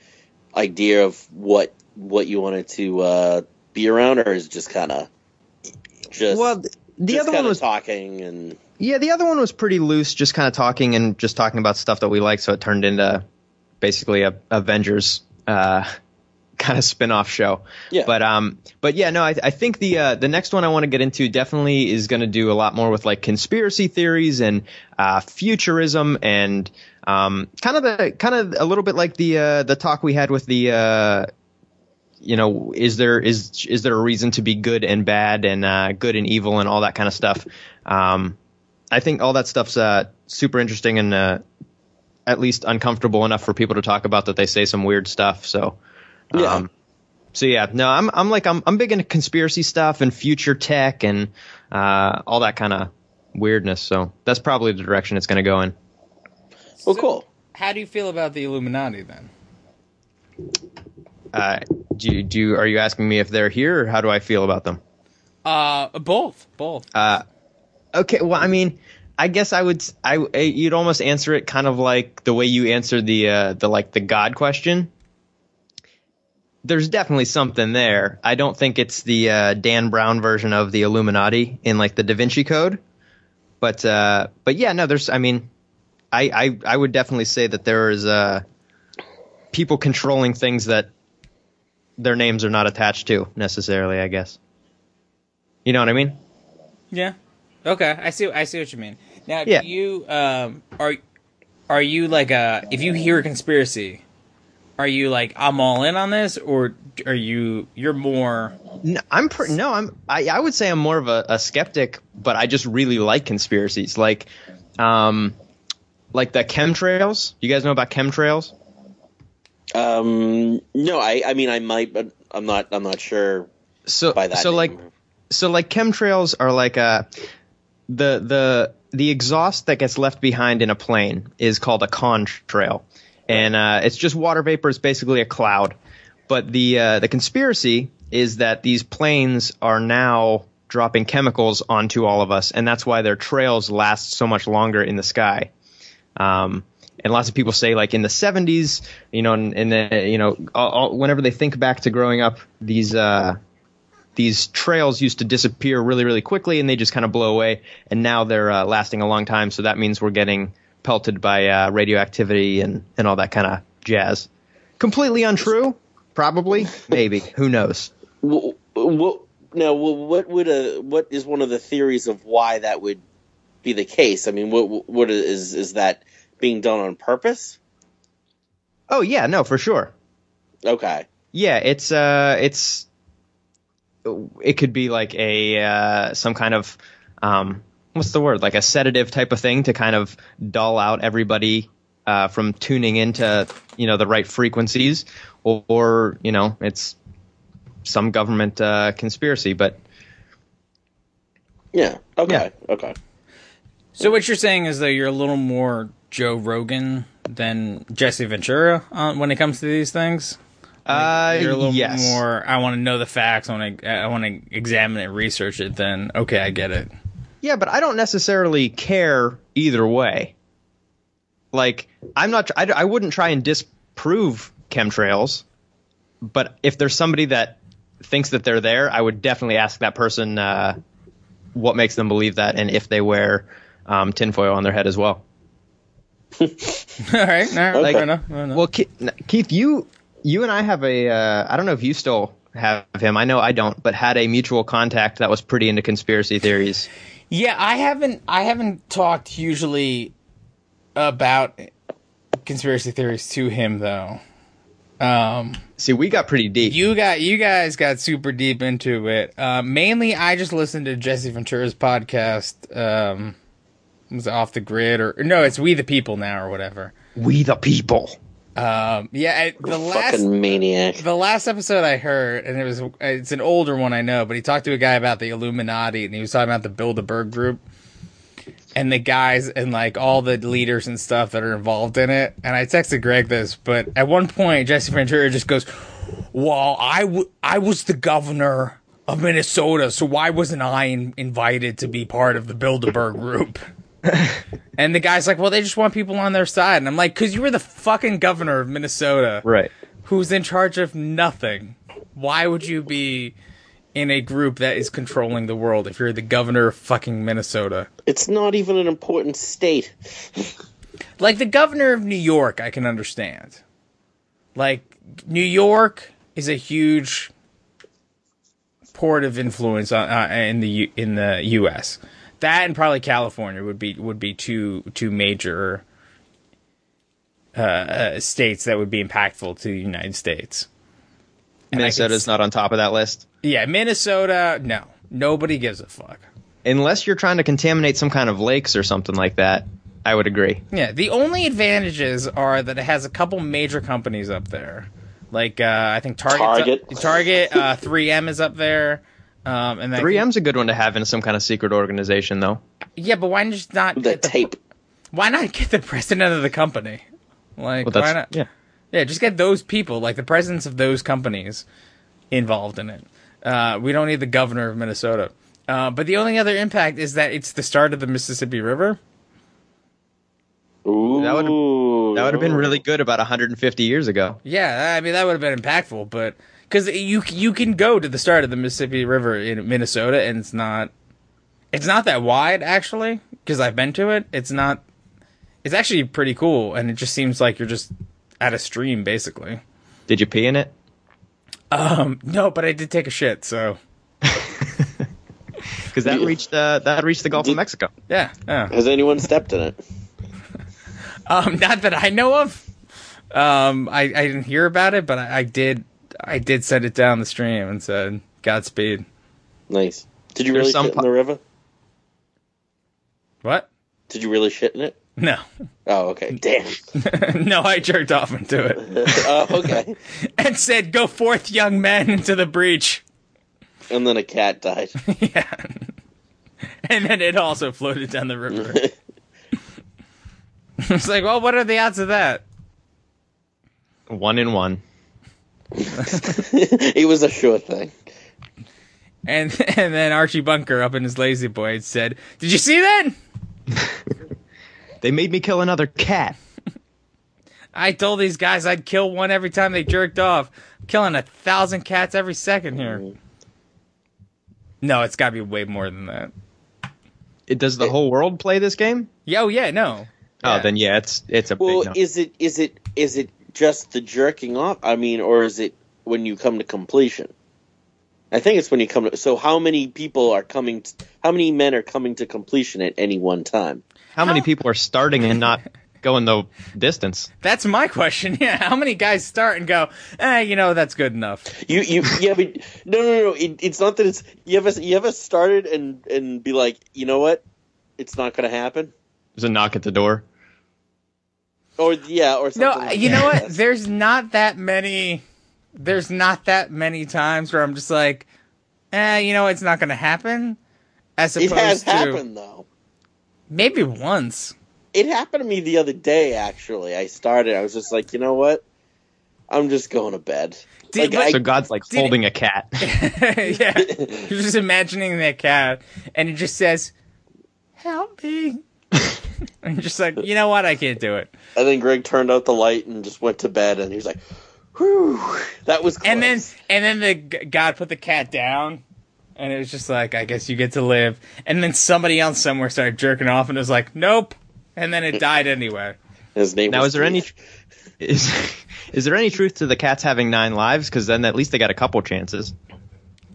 Speaker 2: idea of what what you wanted to uh, be around, or is it just kind of just
Speaker 5: well, th- the
Speaker 2: just
Speaker 5: other one
Speaker 2: kinda
Speaker 5: was
Speaker 2: talking and
Speaker 5: yeah, the other one was pretty loose, just kind of talking and just talking about stuff that we like. So it turned into basically a Avengers uh, kind of spin-off show.
Speaker 2: Yeah.
Speaker 5: But um, but yeah, no, I, I think the uh, the next one I want to get into definitely is going to do a lot more with like conspiracy theories and uh, futurism and um, kind of the kind of a little bit like the uh, the talk we had with the. Uh, you know, is there is is there a reason to be good and bad and uh, good and evil and all that kind of stuff? Um, I think all that stuff's uh, super interesting and uh, at least uncomfortable enough for people to talk about that they say some weird stuff. So, um,
Speaker 2: Yeah.
Speaker 5: so yeah, no, I'm I'm like I'm I'm big into conspiracy stuff and future tech and uh, all that kind of weirdness. So that's probably the direction it's going to go in.
Speaker 2: well, cool.
Speaker 3: How do you feel about the Illuminati then?
Speaker 5: Uh, do you, do you, are you asking me if they're here or how do I feel about them?
Speaker 3: Uh, both, both.
Speaker 5: Uh, Okay, well, I mean, I guess I would. I I- you'd almost answer it kind of like the way you answered the uh, the like the God question. There's definitely something there. I don't think it's the uh, Dan Brown version of the Illuminati in like the Da Vinci Code, but uh, but yeah, no, there's. I mean, I I, I would definitely say that there is uh, people controlling things that their names are not attached to necessarily. I guess. You know what I mean?
Speaker 3: yeah. Okay, I see. I see what you mean. Now,
Speaker 5: Yeah.
Speaker 3: do you um are are you like a if you hear a conspiracy, are you like I'm all in on this, or are you you're more
Speaker 5: No, I'm pr no, I'm I, I would say I'm more of a, a skeptic, but I just really like conspiracies, like, um, like the chemtrails. You guys know about chemtrails?
Speaker 2: Um, no, I I mean I might, but I'm not I'm not sure
Speaker 5: So
Speaker 2: by that.
Speaker 5: so
Speaker 2: name.
Speaker 5: like so like chemtrails are like uh the the the exhaust that gets left behind in a plane is called a contrail, and uh, it's just water vapor. It's basically a cloud. But the uh, the conspiracy is that these planes are now dropping chemicals onto all of us, and that's why their trails last so much longer in the sky. Um, and lots of people say like in the 70s, you know, and, and the, you know, all, all, whenever they think back to growing up, these uh, these trails used to disappear really, really quickly, and they just kind of blow away. And now they're uh, lasting a long time, so that means we're getting pelted by uh, radioactivity and and all that kind of jazz. Completely untrue, probably, maybe. Who knows?
Speaker 2: what, what now? wh- What would a what is one of the theories of why that would be the case? I mean, what what is is that being done on purpose?
Speaker 5: Oh yeah, no, for sure.
Speaker 2: Okay.
Speaker 5: Yeah, it's uh, it's it could be like a uh, some kind of um, what's the word like a sedative type of thing to kind of dull out everybody uh, from tuning into you know the right frequencies, or, or you know it's some government uh, conspiracy. But
Speaker 2: Yeah. Okay. Okay.
Speaker 3: So what you're saying is that you're a little more Joe Rogan than Jesse Ventura uh, when it comes to these things.
Speaker 5: Uh,
Speaker 3: You're a little
Speaker 5: yes.
Speaker 3: more. I want to know the facts. I want to. I want to examine it, research it. Then okay, I get it.
Speaker 5: Yeah, but I don't necessarily care either way. Like, I'm not. I, I wouldn't try and disprove chemtrails, but if there's somebody that thinks that they're there, I would definitely ask that person uh, what makes them believe that, and if they wear um, tinfoil on their head as well.
Speaker 3: all right, all right,
Speaker 5: Like-
Speaker 3: fair enough. fair enough.
Speaker 5: Well, Ke- n- Keith, you you and I have a uh, I don't know if you still have him. I know I don't, but had a mutual contact that was pretty into conspiracy theories.
Speaker 3: Yeah, I haven't I haven't talked hugely about conspiracy theories to him though. Um,
Speaker 5: See, we got pretty deep.
Speaker 3: you got you guys got super deep into it. Uh, mainly, I just listened to Jesse Ventura's podcast. Um, was it off the grid or no? It's We the People now or whatever.
Speaker 5: we the people.
Speaker 3: Um, yeah, I, the last
Speaker 2: Fucking maniac.
Speaker 3: the last episode I heard, and it was it's an older one I know, but he talked to a guy about the Illuminati, and he was talking about the Bilderberg Group, and the guys and like all the leaders and stuff that are involved in it. And I texted Greg this, but at one point Jesse Ventura just goes, "Well, I w- I was the governor of Minnesota, so why wasn't I in- invited to be part of the Bilderberg Group?" and the guy's like, "Well, they just want people on their side," and I'm like, "Cause you were the fucking governor of Minnesota,
Speaker 5: Right.
Speaker 3: who's in charge of nothing. Why would you be in a group that is controlling the world if you're the governor of fucking Minnesota?
Speaker 2: It's not even an important state.
Speaker 3: Like the governor of New York, I can understand. Like New York is a huge port of influence on, uh, in the U- in the U.S. That and probably California would be would be two two major uh, uh, states that would be impactful to the United States.
Speaker 5: Minnesota's not on top of that list.
Speaker 3: Yeah, Minnesota, no. Nobody gives a fuck.
Speaker 5: Unless you're trying to contaminate some kind of lakes or something like that, I would agree.
Speaker 3: Yeah, the only advantages are that it has a couple major companies up there. Like uh, I think Target
Speaker 2: Target.
Speaker 3: Target uh, 3M is up there. Um, and then I
Speaker 5: 3M's a good one to have in some kind of secret organization, though.
Speaker 3: think- Yeah, but why just not
Speaker 2: The
Speaker 3: get the,
Speaker 2: tape.
Speaker 3: why not get the president of the company? Like
Speaker 5: Well,
Speaker 3: why
Speaker 5: that's
Speaker 3: not?
Speaker 5: yeah.
Speaker 3: Yeah, just get those people, like the presidents of those companies, involved in it. Uh, we don't need the governor of Minnesota. Uh, but the only other impact is that it's the start of the Mississippi River.
Speaker 2: Ooh.
Speaker 5: That That would have been really good about 150 years ago.
Speaker 3: Yeah, I mean that would have been impactful, but because you you can go to the start of the Mississippi River in Minnesota, and it's not it's not that wide actually. Because I've been to it, it's not. It's actually pretty cool, and it just seems like you're just at a stream basically. Um,
Speaker 5: Did you pee in it?
Speaker 3: No, but I did take a shit, so
Speaker 5: Because that reached uh, that reached the Gulf of Mexico.
Speaker 3: yeah, yeah.
Speaker 2: Has anyone stepped in it?
Speaker 3: Um, not that I know of. Um, I, I didn't hear about it, but I, I did. I did send it down the stream and said, "Godspeed."
Speaker 2: Nice. Did you
Speaker 5: There's
Speaker 2: really
Speaker 5: some
Speaker 2: shit
Speaker 5: po-
Speaker 2: in the river?
Speaker 3: What?
Speaker 2: Did you really shit in it?
Speaker 3: No,
Speaker 2: Oh, okay.
Speaker 5: Mm.
Speaker 2: Damn.
Speaker 3: no, I jerked off into it.
Speaker 2: oh, okay.
Speaker 3: and said, "Go forth, young men, into the breach."
Speaker 2: And then a cat died.
Speaker 3: Yeah, and then it also floated down the river. it's like, well, what are the odds of that?
Speaker 5: One in one.
Speaker 2: it was a sure thing.
Speaker 3: And and then Archie Bunker up in his lazy boy said, "Did you see that?
Speaker 5: They made me kill another cat.
Speaker 3: I told these guys I'd kill one every time they jerked off. I'm killing a thousand cats every second here." No, it's got to be way more than that.
Speaker 5: It, does the whole world play this game?
Speaker 3: Yo, yeah, no.
Speaker 5: Oh, then yeah, it's it's a
Speaker 2: Well,
Speaker 5: big number.
Speaker 2: is it is it is it just the jerking off? I mean, or is it when you come to completion? I think it's when you come to. So, how many people are coming? t how many men are coming to completion at any one time?
Speaker 5: How many people are starting and not going the distance?
Speaker 3: That's my question. Yeah, how many guys start and go, eh, you know, that's good enough.
Speaker 2: You you yeah, but no no no. It, it's not that it's you ever you ever started and and be like, you know what, it's not going to happen.
Speaker 5: There's a knock at the door.
Speaker 2: Or yeah, or
Speaker 3: No,
Speaker 2: something like
Speaker 3: you know
Speaker 2: that.
Speaker 3: what? There's not that many. There's not that many times where I'm just like, eh, you know, it's not going to happen. As
Speaker 2: it
Speaker 3: opposed
Speaker 2: has
Speaker 3: to
Speaker 2: happened though.
Speaker 3: Maybe once.
Speaker 2: It happened to me the other day. Actually, I started. I was just like, you know what? I'm just going to bed.
Speaker 3: Did-
Speaker 2: like,
Speaker 5: So
Speaker 2: I,
Speaker 5: God's like
Speaker 3: Did-
Speaker 5: holding a cat.
Speaker 3: yeah. You're just imagining that cat and it just says, Help me. and you're just like, you know what? I can't do it.
Speaker 2: and then Greg turned out the light and just went to bed. And he was like, "Whew, that was." Close.
Speaker 3: And then and then the g- God put the cat down and it was just like, I guess you get to live. And then somebody else somewhere started jerking off and it was like, Nope. And then it died anyway.
Speaker 2: his name.
Speaker 5: now,
Speaker 2: was
Speaker 5: is there any
Speaker 2: Keith.
Speaker 5: is is there any truth to the cats having nine lives? Because then at least they got a couple chances.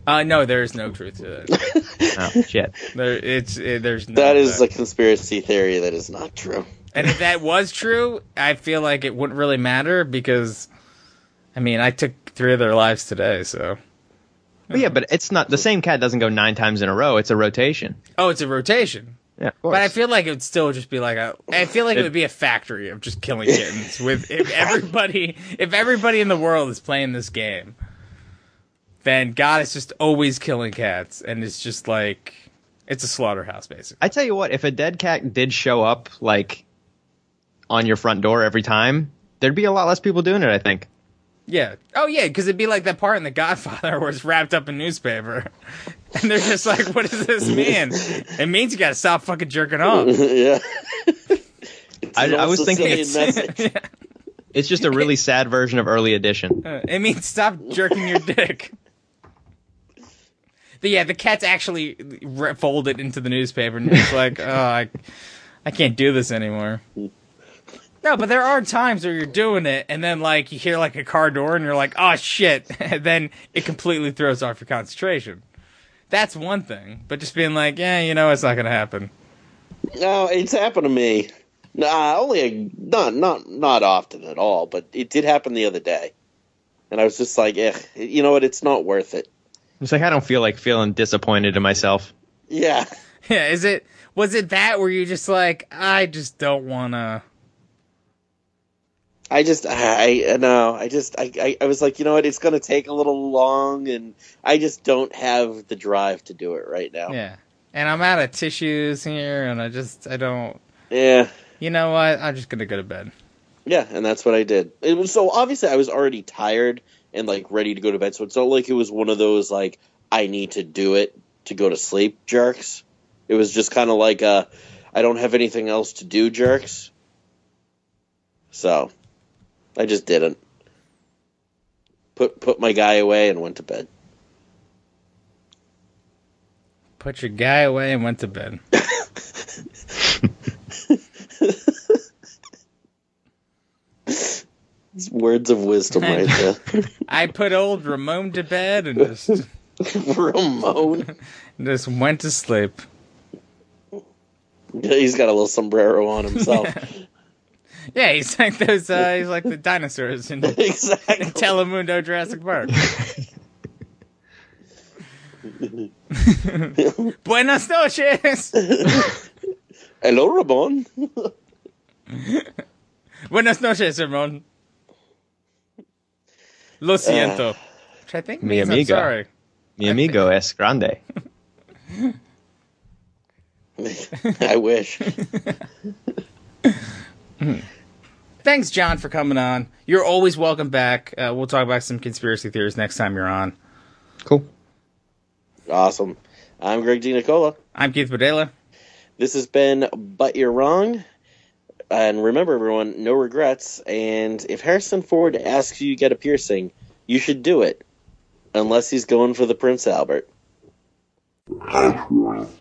Speaker 3: Uh, no, there is no truth to that.
Speaker 5: Oh shit!
Speaker 3: There, it's it, there's no
Speaker 2: That is
Speaker 3: that.
Speaker 2: a conspiracy theory that is not true.
Speaker 3: and if that was true, I feel like it wouldn't really matter because, I mean, I took three of their lives today, so
Speaker 5: But yeah, but it's not the same cat doesn't go nine times in a row. It's a rotation.
Speaker 3: oh, it's a rotation.
Speaker 5: Yeah, of course.
Speaker 3: But I feel like it would still just be like a. I feel like it, would be a factory of just killing kittens with if everybody if everybody in the world is playing this game, then God is just always killing cats, and it's just like it's a slaughterhouse basically.
Speaker 5: I tell you what, if a dead cat did show up like on your front door every time, there'd be a lot less people doing it. I think.
Speaker 3: Yeah. Oh yeah, because it'd be like that part in The Godfather where it's wrapped up in newspaper, and they're just like, "What does this mean? It means you got to stop fucking jerking off."
Speaker 2: yeah. It's
Speaker 5: I-
Speaker 2: an
Speaker 5: I was
Speaker 2: old
Speaker 5: thinking
Speaker 2: Sicilian message.
Speaker 5: It's just a really sad version of early edition.
Speaker 3: It means stop jerking your dick. But yeah, the cat's actually re- folded into the newspaper, and it's like, "Oh, I, I can't do this anymore." No, but there are times where you're doing it, and then like you hear like a car door, and you're like, "Oh shit!" and then it completely throws off your concentration. That's one thing, but just being like, "Yeah, you know, it's not gonna happen."
Speaker 2: No, Uh, it's happened to me. Nah, only a, not not not often at all, but it did happen the other day, and I was just like, eh, you know what? It's not worth it.
Speaker 5: It's like I don't feel like feeling disappointed in myself.
Speaker 2: Yeah,
Speaker 3: Yeah, is it? Was it that where you just like, I just don't wanna?
Speaker 2: I just I I- no, I just I, I I was like, you know what? It's gonna take a little long, and I just don't have the drive to do it right now.
Speaker 3: Yeah, and I'm out of tissues here, and I just, I don't.
Speaker 2: yeah.
Speaker 3: You know what? I'm just gonna go to bed.
Speaker 2: Yeah, and that's what I did. It was so obviously I was already tired and like ready to go to bed, so it's not like it was one of those like I need to do it to go to sleep jerks. It was just kind of like I I don't have anything else to do jerks. So I just didn't put put my guy away and went to bed.
Speaker 3: Put your guy away and went to bed.
Speaker 2: It's words of wisdom right there.
Speaker 3: I put old Ramon to bed and just
Speaker 2: Ramon,
Speaker 3: just went to sleep.
Speaker 2: he's got a little sombrero on himself.
Speaker 3: Yeah, he's like those. Uh, he's like the dinosaurs in
Speaker 2: exactly.
Speaker 3: Telemundo Jurassic Park. Buenas noches.
Speaker 2: Hello, Ramon.
Speaker 3: Buenas noches, Ramon. Lo siento. Which I think
Speaker 5: Mi
Speaker 3: means I'm
Speaker 5: amigo.
Speaker 3: sorry.
Speaker 5: Mi amigo es grande.
Speaker 2: I wish.
Speaker 3: Thanks, John, for coming on. You're always welcome back. Uh, we'll talk about some conspiracy theories next time you're on.
Speaker 5: Cool.
Speaker 2: Awesome. I'm Greg D. Nicola.
Speaker 3: I'm Keith Badela.
Speaker 2: This has been But You're Wrong. And remember, everyone, no regrets. And if Harrison Ford asks you to get a piercing, you should do it. Unless he's going for the Prince Albert.
Speaker 4: Patreon.